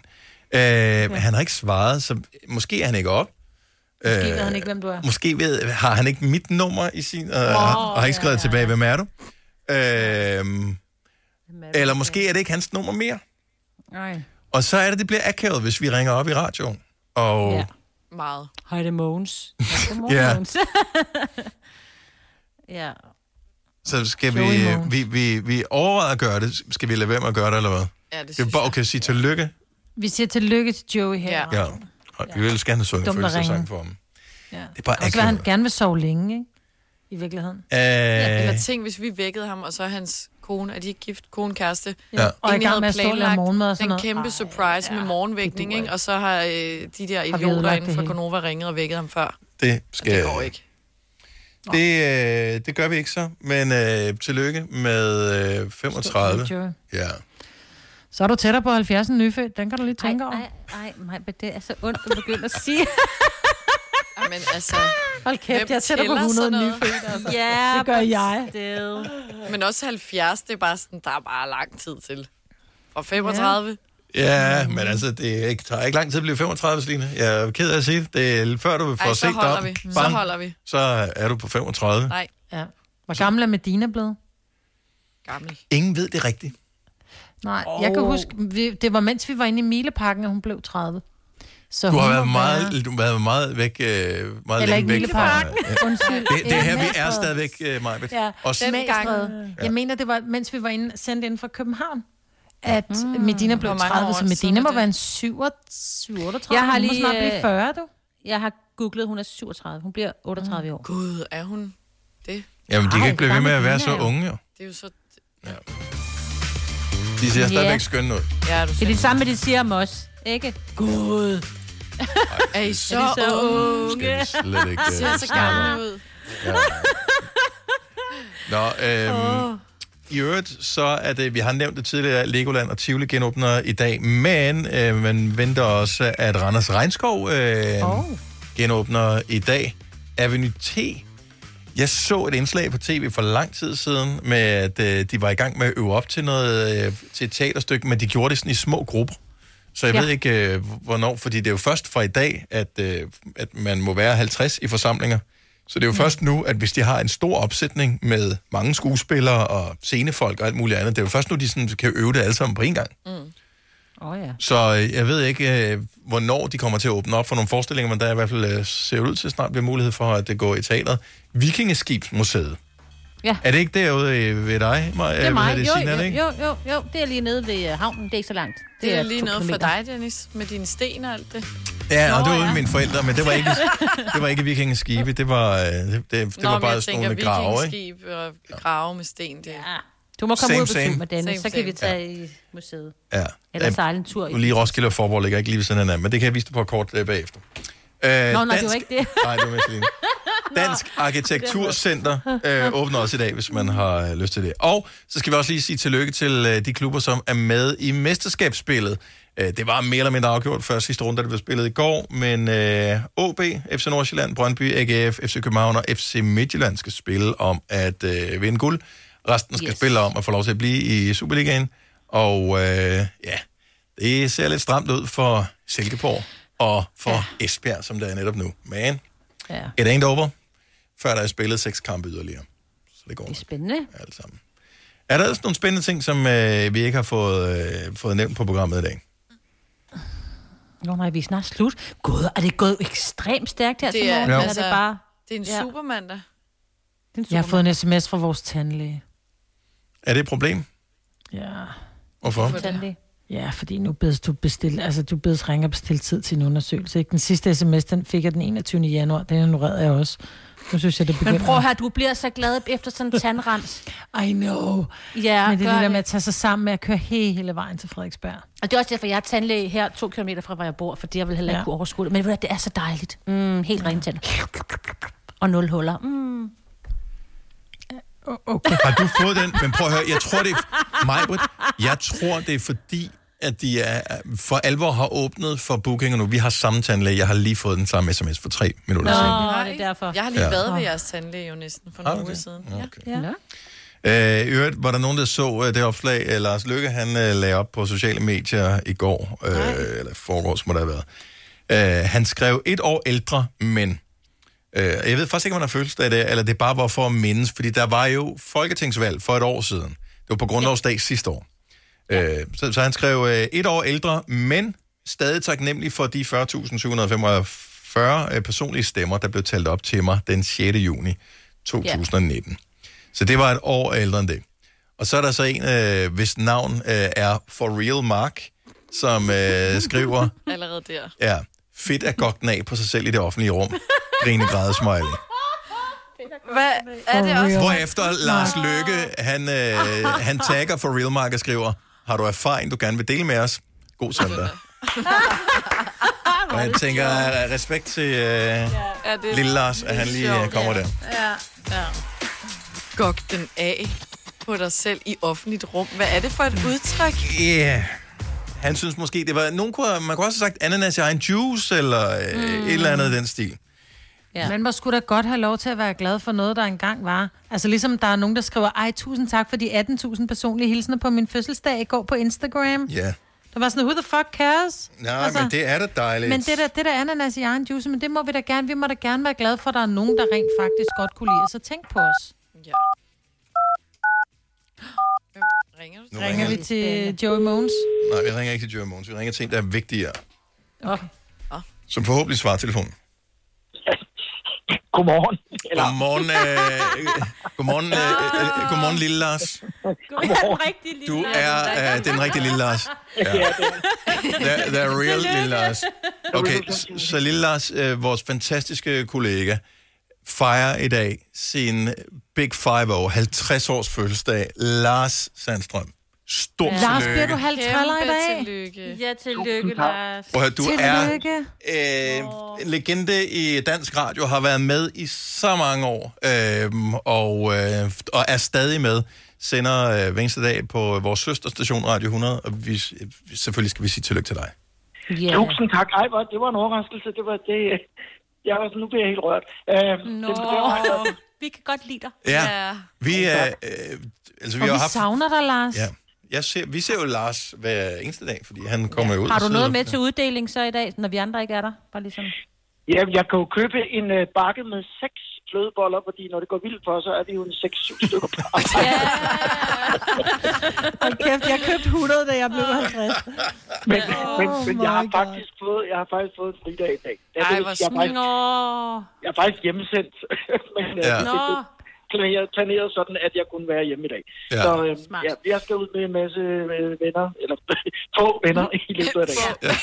Speaker 1: Øh, ja. Han har ikke svaret, så måske er han ikke op. Øh,
Speaker 3: Måske ved han ikke, hvem du er.
Speaker 1: Måske ved, har han ikke mit nummer i sin, øh, og har ikke skrevet tilbage, hvem er du? Øh, eller måske er det ikke hans nummer mere.
Speaker 4: Nej.
Speaker 1: Og så er det, det bliver akavet, hvis vi ringer op i radioen. Og
Speaker 4: Ja.
Speaker 1: ja.
Speaker 2: Meget.
Speaker 4: Hej, det er Mogens. Ja, Godmorgen,
Speaker 1: Ja.
Speaker 4: Mogens. ja.
Speaker 1: Så skal
Speaker 4: Joey
Speaker 1: vi, øh,
Speaker 4: Moe.
Speaker 1: vi, vi, vi overvejer at gøre det. Skal vi lade være med at gøre det, eller hvad?
Speaker 2: Ja, det
Speaker 1: Skal vi bare okay, sige tillykke?
Speaker 3: Vi siger tillykke til Joey her.
Speaker 1: Ja. Og vi vil ellers gerne have sunget
Speaker 3: Dumt at ringe.
Speaker 1: følelsesang for ham.
Speaker 3: Ja.
Speaker 1: Det er bare
Speaker 3: Det kan også være, at
Speaker 1: akavet.
Speaker 3: han gerne vil sove længe, ikke? I virkeligheden.
Speaker 1: Øh,
Speaker 2: Ja, eller ting, hvis vi vækkede ham, og så hans kone, er de ikke gift, kone, kæreste,
Speaker 1: Ja. Og
Speaker 3: i gang
Speaker 2: havde
Speaker 3: med at stå og lave
Speaker 2: planlagt
Speaker 3: morgenmad og sådan
Speaker 2: den
Speaker 3: noget.
Speaker 2: kæmpe surprise med morgenvækning, ikke? og så har øh, de der idioter
Speaker 3: ødelagt
Speaker 2: inden
Speaker 3: det
Speaker 2: for
Speaker 3: hele?
Speaker 2: Konova ringet og vækket ham før.
Speaker 1: Det skal...
Speaker 2: Det går ikke.
Speaker 1: Det, øh, det gør vi ikke så, men øh, tillykke med øh, 35.
Speaker 3: Stort
Speaker 1: Ja.
Speaker 3: Så er du tættere på 70 end nyfødt. Den kan du lige tænke over.
Speaker 4: Nej, nej, men det er så ondt, at begynde at sige.
Speaker 2: Men altså...
Speaker 3: Hold
Speaker 2: hvem
Speaker 3: kæft, jeg tætter på
Speaker 2: tæller
Speaker 3: 100
Speaker 2: sådan noget?
Speaker 3: nyfødt. Altså.
Speaker 4: Ja,
Speaker 3: det gør
Speaker 4: but
Speaker 3: jeg.
Speaker 4: still.
Speaker 2: Men også 70, det er bare sådan, der er bare lang tid til. Fra 35. Ja.
Speaker 1: Ja, men altså, det er ikke, tager ikke lang tid at blive 35, Stine. Jeg er ked af at sige det. det er, før du får
Speaker 2: Ej, så
Speaker 1: set dig
Speaker 2: holder
Speaker 1: om,
Speaker 2: vi. Så
Speaker 1: bang,
Speaker 2: holder vi.
Speaker 1: Så er du på 35.
Speaker 2: Nej.
Speaker 3: Ja. Hvor gammel er Medina blevet?
Speaker 2: Gammel.
Speaker 1: Ingen ved det rigtigt.
Speaker 3: Nej, oh. jeg kan huske, vi, det var mens vi var inde i Mileparken, at hun blev 30. Så
Speaker 1: Du har
Speaker 3: hun
Speaker 1: været
Speaker 3: må
Speaker 1: meget, du har været meget væk, øh, meget
Speaker 3: Eller
Speaker 1: længe
Speaker 3: ikke
Speaker 1: væk fra...
Speaker 3: Mileparken. Undskyld.
Speaker 1: Det, det er her, vi er
Speaker 3: Mælstred.
Speaker 1: stadigvæk, øh, Majbet.
Speaker 3: Ja,
Speaker 1: Også-
Speaker 3: den gang.
Speaker 1: Ja.
Speaker 3: Jeg mener, det var, mens vi var inde, sendt ind fra København, at mm. Medina
Speaker 4: Hvor
Speaker 3: blev
Speaker 4: mange
Speaker 3: 30,
Speaker 4: år
Speaker 3: så
Speaker 4: siden
Speaker 3: Medina
Speaker 4: er
Speaker 3: må
Speaker 4: det?
Speaker 3: være en 37, 38.
Speaker 4: Jeg har
Speaker 3: Hun må
Speaker 4: lige...
Speaker 3: snart blive
Speaker 4: øh,
Speaker 3: 40, du. Mm.
Speaker 4: Jeg har googlet, hun er 37. Hun bliver 38 i år.
Speaker 2: Gud, er hun det?
Speaker 1: Jamen, de kan
Speaker 4: Au,
Speaker 1: ikke blive ved med at være
Speaker 4: gammel
Speaker 1: så
Speaker 4: Nina, jo.
Speaker 1: unge, jo.
Speaker 2: Det er jo så...
Speaker 1: De ser
Speaker 4: Ja.
Speaker 1: stadigvæk skønne ud.
Speaker 2: Ja, du
Speaker 4: det er det samme, de siger om os, ikke? Gud.
Speaker 2: Er I
Speaker 4: er
Speaker 2: så,
Speaker 4: de så unge?
Speaker 1: Skal vi slet ikke, øh,
Speaker 2: Ser så
Speaker 1: snakke om.
Speaker 2: gammel ud.
Speaker 1: Ja. Nå, øhm, oh. i øvrigt, så er det, vi har nævnt det tidligere, at Legoland og Tivoli genåbner i dag, men øh, man venter også, at Randers Regnskov øh, oh. genåbner i dag. Avenue T. Jeg så et indslag på tv for lang tid siden, med at øh, de var i gang med at øve op til, noget, øh, til et teaterstykke, men de gjorde det sådan i små grupper. Så jeg ja.
Speaker 5: Ja.
Speaker 1: ved ikke, øh, hvornår, fordi det er jo først fra i dag, at, øh, at man må være 50 i forsamlinger. Så det er jo først nu, at hvis de har en stor opsætning med mange skuespillere og scenefolk og alt muligt andet, det er jo først nu, de sådan kan øve det alle sammen på en gang.
Speaker 4: Åh oh, ja.
Speaker 1: Så øh, jeg ved ikke, øh, hvornår de kommer til at åbne op for nogle forestillinger, men der er i hvert fald øh, ser ud til snart bliver mulighed for, at det går i teateret. Vikingeskibsmuseet.
Speaker 4: Ja.
Speaker 1: Er det ikke derude øh, ved dig, Maj?
Speaker 4: Det er mig.
Speaker 1: Det,
Speaker 4: jo,
Speaker 1: Signe, er det ikke?
Speaker 4: jo, jo, jo, jo, det er lige nede ved øh, havnen. Det er ikke så langt.
Speaker 2: Det er lige
Speaker 4: to
Speaker 2: noget for
Speaker 4: kilometer.
Speaker 2: dig, Dennis, med dine sten og alt det.
Speaker 1: Ja, og
Speaker 2: Nå,
Speaker 1: det var ude
Speaker 2: ja.
Speaker 1: mine forældre, men det var ikke, det var ikke vikingeskibe, det var, øh, det, det, det
Speaker 2: Nå,
Speaker 1: var
Speaker 2: men
Speaker 1: bare
Speaker 2: jeg
Speaker 1: sådan
Speaker 2: tænker,
Speaker 1: nogle grave, ikke?
Speaker 2: vikingeskib og grave med sten. Det. Ja.
Speaker 4: Du må komme
Speaker 1: Same,
Speaker 4: ud og besøge
Speaker 1: same.
Speaker 4: mig, Dennis.
Speaker 2: Same,
Speaker 4: så kan
Speaker 2: same.
Speaker 4: vi tage i museet.
Speaker 1: Ja.
Speaker 4: Eller
Speaker 1: Øh,
Speaker 4: sejle en tur i-
Speaker 1: Nu lige Roskilde og Forborg ligger ikke lige ved siden af hinanden, men det kan jeg vise dig på et kort øh, bagefter. Øh,
Speaker 4: Nå, nej, det var ikke det.
Speaker 1: Nej, det var Michelin. Dansk Arkitekturcenter øh, åbner også i dag, hvis man har øh, lyst til det. Og så skal vi også lige sige tillykke til øh, de klubber, som er med i mesterskabsspillet. Øh, det var mere eller mindre afgjort før sidste runde, da det blev spillet i går, men øh, OB, FC Nordsjælland, Brøndby, AGF, FC København og FC Midtjylland skal spille om at øh, vinde guld. Resten skal yes. spille om at få lov til at blive i Superligaen. Og øh, ja, det ser lidt stramt ud for Silkeborg og for ja. Esbjerg, som der er netop nu. Men
Speaker 4: Ja.
Speaker 1: It ain't over, før der er spillet seks kampe yderligere. Så det går nok.
Speaker 4: Spændende.
Speaker 1: Alt sammen. Er der ellers nogle spændende ting, som øh, vi ikke har fået, øh, fået nævnt på programmet i dag?
Speaker 4: Nå nej, vi er snart slut. Gud, er det gået ekstremt stærkt her til
Speaker 2: Det er,
Speaker 4: morgen?
Speaker 2: ja.
Speaker 4: Ja.
Speaker 2: altså,
Speaker 4: Er det bare...
Speaker 2: det er en ja.
Speaker 4: Ja.
Speaker 2: supermandag.
Speaker 3: Jeg har fået en sms fra vores tandlæge.
Speaker 1: Er det et problem?
Speaker 3: Ja.
Speaker 1: Hvorfor?
Speaker 3: Ja, fordi nu bedes du bestille, altså du bedes ringe og bestille tid til en undersøgelse. Ikke? Den sidste sms, den fik jeg den 21. januar, den ignorerede jeg også. Nu synes jeg, det begynder.
Speaker 4: Men prøv her, du bliver så glad efter sådan en tandrens.
Speaker 3: I know.
Speaker 4: Ja,
Speaker 3: Men det
Speaker 4: gør
Speaker 3: er det der
Speaker 4: det.
Speaker 3: med at tage sig sammen med at køre hele vejen til Frederiksberg.
Speaker 4: Og det er også derfor, jeg er tandlæge her to kilometer fra, hvor jeg bor, fordi jeg vil heller ikke
Speaker 3: Ja.
Speaker 4: ja. kunne overskue det. Men ved du, hvad, det er så dejligt. Mm, helt rene tænder. Og nul huller. Mm.
Speaker 3: Okay.
Speaker 1: Har du fået den? Men prøv at høre, jeg tror, det er... Majbrit, jeg tror, det er fordi, at de er, for alvor har åbnet for bookinger nu. Vi har samme tandlæge. Jeg har lige fået den samme sms for tre minutter siden.
Speaker 2: det er derfor. Jeg har lige
Speaker 1: Ja.
Speaker 2: ja. været ved jeres tandlæge jo næsten for
Speaker 1: Har du
Speaker 2: nogle uger
Speaker 1: det?
Speaker 2: siden.
Speaker 1: Okay.
Speaker 2: Ja. Ja.
Speaker 1: Øh, I øvrigt var der nogen, der så øh, det opslag, øh, Lars Lykke, han øh, lagde op på sociale medier i går, øh, eller foregårs må det have været. Øh, han skrev et år ældre, men... Øh, jeg ved faktisk ikke, om han har følelse af det, eller det bare var for at mindes, fordi der var jo folketingsvalg for et år siden. Det var på grundlovsdag ja. sidste år. Øh, så, så han skrev øh, et år ældre, men stadig taknemmelig for de 40.745 øh, personlige stemmer, der blev talt op til mig den 6. juni 2019. Så det var et år ældre end det. Og så er der så en, øh, hvis navn øh, er For Real Mark, som øh, skriver,
Speaker 2: Allerede der.
Speaker 1: ja, fedt at gokke den af på sig selv i det offentlige rum. Grine græde smiley.
Speaker 2: Hvad er det også?
Speaker 1: Hvorefter Lars Løkke, han, øh, han tagger for Real Mark og skriver, har du erfaring, du gerne vil dele med os? God søndag. Og jeg tænker, øh, respekt til øh,
Speaker 2: Ja, det er
Speaker 1: lille Lars, at han lige øh, kommer der.
Speaker 2: Ja, ja. Gok den af på dig selv i offentligt rum. Hvad er det for et udtryk?
Speaker 1: Ja. Han synes måske, det var... Nogen kunne, man kunne også have sagt ananas i egen juice, eller øh,
Speaker 2: Mm.
Speaker 1: et eller andet i den stil.
Speaker 3: Ja. Man må sgu da godt have lov til at være glad for noget, der engang var. Altså ligesom der er nogen, der skriver, ej, tusind tak for de 18.000 personlige hilsener på min fødselsdag i går på Instagram.
Speaker 1: Ja.
Speaker 3: Der var sådan, who the fuck cares?
Speaker 1: Nej, altså, men det er da dejligt.
Speaker 3: Men det der, det der ananas i egen juice, men det må vi da gerne, vi må da gerne være glade for, at der er nogen, der rent faktisk godt kunne lide os og tænke på os.
Speaker 2: Ringer
Speaker 1: Nu
Speaker 3: Så ringer vi til Joey Mogens.
Speaker 1: Nej, vi ringer ikke til Joe Mogens. Vi ringer til en, der er vigtigere.
Speaker 3: Okay.
Speaker 1: Som forhåbentlig svarer telefonen.
Speaker 19: Godmorgen.
Speaker 1: Godmorgen, øh, godmorgen, øh, øh, godmorgen, lille Lars.
Speaker 4: Godmorgen. Den rigtige lille
Speaker 1: Du
Speaker 4: Lars.
Speaker 1: er øh, den rigtige lille Lars.
Speaker 4: Ja, det
Speaker 1: øh, The, the real lille Lars. Okay, s- så lille Lars, øh, vores fantastiske kollega, fejrer i dag sin Big Five år, 50 års fødselsdag, Lars Sandstrøm. Stort ja.
Speaker 3: Lars, bliver du halv træller i dag?
Speaker 2: tillykke.
Speaker 4: Ja, tillykke,
Speaker 1: tak.
Speaker 4: Lars.
Speaker 1: Prøv at høre, du er-
Speaker 3: Tillykke.
Speaker 1: Øh, en legende i dansk radio, har været med i så mange år, øh, og, øh, og er stadig med. Sender øh, hver eneste dag på vores søsterstation Radio 100, og vi, selvfølgelig skal vi sige tillykke til dig.
Speaker 19: Yeah. Tusind tak. Ej, hvor, det var en overraskelse. Det var det... Jeg var sådan, nu bliver jeg helt rørt. Øh,
Speaker 4: Nå,
Speaker 19: det, det var,
Speaker 4: vi kan godt lide dig.
Speaker 1: Ja. Vi, øh, øh, altså,
Speaker 3: Og
Speaker 1: vi har
Speaker 3: vi
Speaker 1: haft...
Speaker 3: savner dig, Lars.
Speaker 1: Ja. Jeg ser, vi ser jo Lars hver eneste dag, fordi han kommer jo ud.
Speaker 4: Har
Speaker 1: og
Speaker 4: du
Speaker 1: sidder-
Speaker 4: noget med til uddeling så i dag, når vi andre ikke er der? Bare ligesom.
Speaker 19: ja, jeg kan jo købe en øh, bakke med seks flødeboller, fordi når det går vildt for, så er vi jo en 6-7 stykker på.
Speaker 3: Hold kæft, jeg købte 100, da jeg blev 50.
Speaker 19: Men, men, men jeg, har
Speaker 3: my
Speaker 19: faktisk fået, jeg har faktisk fået en fridag i dag. Jeg,
Speaker 4: Ej,
Speaker 19: ved-
Speaker 4: hvor
Speaker 19: jeg, er faktisk,
Speaker 4: snor.
Speaker 19: jeg er faktisk hjemmesendt. men øh,
Speaker 4: Ja.
Speaker 19: det, det, planeret, planeret sådan, at jeg kunne være hjemme i dag.
Speaker 1: Ja.
Speaker 19: Ja. Så øh, ja, jeg skal ud med en masse øh, venner, eller få venner i løbet af dagen. Ja.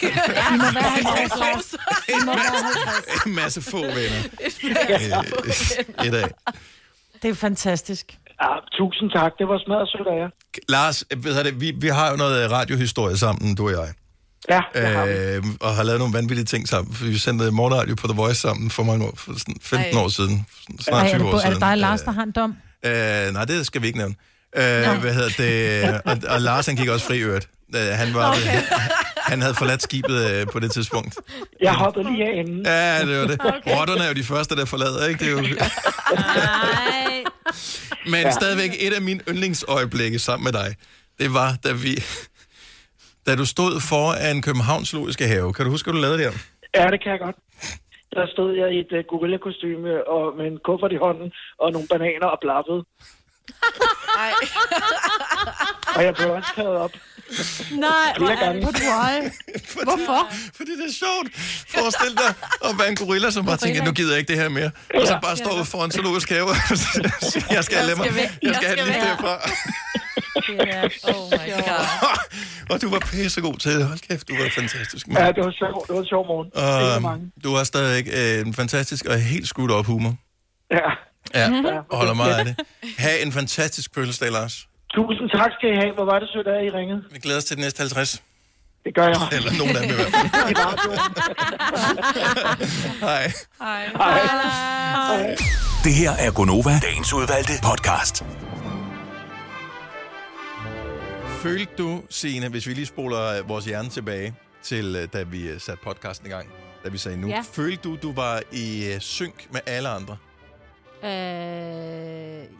Speaker 3: I må være 50, Lars. I må være 50.
Speaker 1: en masse få venner.
Speaker 19: Ja.
Speaker 1: I dag.
Speaker 3: Det er fantastisk.
Speaker 19: Ja, tusind tak. Det var smadret sødt af jer.
Speaker 1: Lars, ved jeg det, vi, vi har jo noget øh, radiohistorie sammen, du og jeg.
Speaker 19: Ja,
Speaker 1: øh, og har lavet nogle vanvittige ting sammen. for Vi sendte morgenradio på The Voice sammen for mange år, for sådan 15
Speaker 3: Ej.
Speaker 1: år siden. Snart
Speaker 3: Ej, er,
Speaker 1: 20
Speaker 3: det,
Speaker 1: år
Speaker 3: bo- er
Speaker 1: siden.
Speaker 3: det dig, Lars, der har en dom?
Speaker 1: Øh, nej, det skal vi ikke nævne. Øh, hvad hedder det? Og, og Lars, han gik også fri i øvrigt. Øh, han, var, okay. han havde forladt skibet øh, på det tidspunkt.
Speaker 19: Jeg hoppede lige af inden.
Speaker 1: Ja, det var det. Okay. Rotterne er jo de første, der forlader, ikke? Det er jo... Men ja. stadigvæk et af mine yndlingsøjeblikke sammen med dig, det var, da vi... Da du stod foran Københavns Logiske Have. Kan du huske, hvad du lavede der?
Speaker 19: Ja, det kan jeg godt. Der stod jeg i et uh, gorilla-kostyme og med en kuffert i hånden og nogle bananer og blaffede. og jeg blev også taget op.
Speaker 4: Nej,
Speaker 19: hvor er det på
Speaker 3: Hvorfor?
Speaker 1: Fordi det er sjovt. Forestil dig at være en gorilla, som bare tænker, nu gider jeg ikke det her mere. Og så bare står foran zoologisk have. og siger, jeg skal have mig.
Speaker 4: væk.
Speaker 1: Jeg skal
Speaker 4: Jeg
Speaker 1: have
Speaker 4: skal
Speaker 1: lige
Speaker 4: væk.
Speaker 1: derfra.
Speaker 4: Oh my god.
Speaker 1: Og du var pissegod til det. Hold kæft, du var fantastisk.
Speaker 19: Ja,
Speaker 1: mand.
Speaker 19: det var sjovt. Det var en sjov morgen. Det var
Speaker 1: Og øhm,
Speaker 19: mange.
Speaker 1: du har stadigvæk øh, en fantastisk og helt skudt op humor.
Speaker 19: Ja.
Speaker 1: Ja,
Speaker 19: Mhm.
Speaker 1: og holder meget af det. Ha' en fantastisk fødselsdag, Lars.
Speaker 19: Tusind tak skal I have. Hvor var det sødt af, I ringede.
Speaker 1: Vi glæder os til de næste 50.
Speaker 19: Det gør jeg.
Speaker 1: Eller nogen af dem i hvert fald. Hej.
Speaker 2: Hej.
Speaker 19: Hej.
Speaker 5: Det her er Gonova, dagens udvalgte podcast.
Speaker 1: Følte du, Signe, hvis vi lige spoler øh, vores hjerne tilbage til, øh, da vi øh, satte podcasten i gang, da vi sagde nu,
Speaker 4: Ja.
Speaker 1: ja. følte du, du var i øh, synk med alle andre?
Speaker 4: Øh,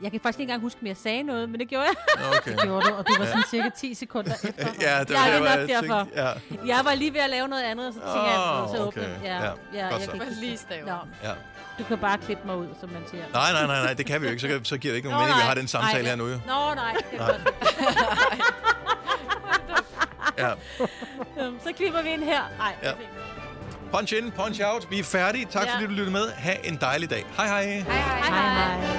Speaker 4: jeg kan faktisk ikke engang huske, om jeg sagde noget, men det gjorde jeg.
Speaker 1: Okay.
Speaker 3: Det gjorde du, og du var sådan cirka 10 sekunder efter.
Speaker 1: Ja, det var
Speaker 4: Ja,
Speaker 1: der,
Speaker 4: det er
Speaker 1: hvor
Speaker 4: nok
Speaker 1: jeg
Speaker 4: derfor.
Speaker 1: tænkte- ja.
Speaker 4: Jeg var lige ved at lave noget andet, og så tænkte jeg, at jeg blev så
Speaker 1: Åh,
Speaker 4: åbne.
Speaker 1: okay.
Speaker 4: Ja,
Speaker 1: Ja,
Speaker 4: ja,
Speaker 1: godt
Speaker 4: ja jeg
Speaker 1: så.
Speaker 4: kan ikke lige stave. Nå,
Speaker 1: Ja.
Speaker 4: du kan bare klippe mig ud, som man siger.
Speaker 1: Nej, nej, nej, nej, det kan vi jo ikke. Så, kan- så giver det ikke nogen
Speaker 4: Nå,
Speaker 1: mening, at vi
Speaker 4: nej.
Speaker 1: har den samtale
Speaker 4: Nej,
Speaker 1: her nu. Jo.
Speaker 4: Nå, nej. Det er
Speaker 1: Nej.
Speaker 4: godt.
Speaker 1: Ja.
Speaker 4: Øhm, så klipper vi ind her. Nej,
Speaker 1: Ja.
Speaker 4: ja.
Speaker 1: Punch in, punch out. Vi er færdige. Tak
Speaker 4: Ja.
Speaker 1: fordi du lyttede med. Ha' en dejlig dag. Hej hej.
Speaker 4: hej, hej. hej.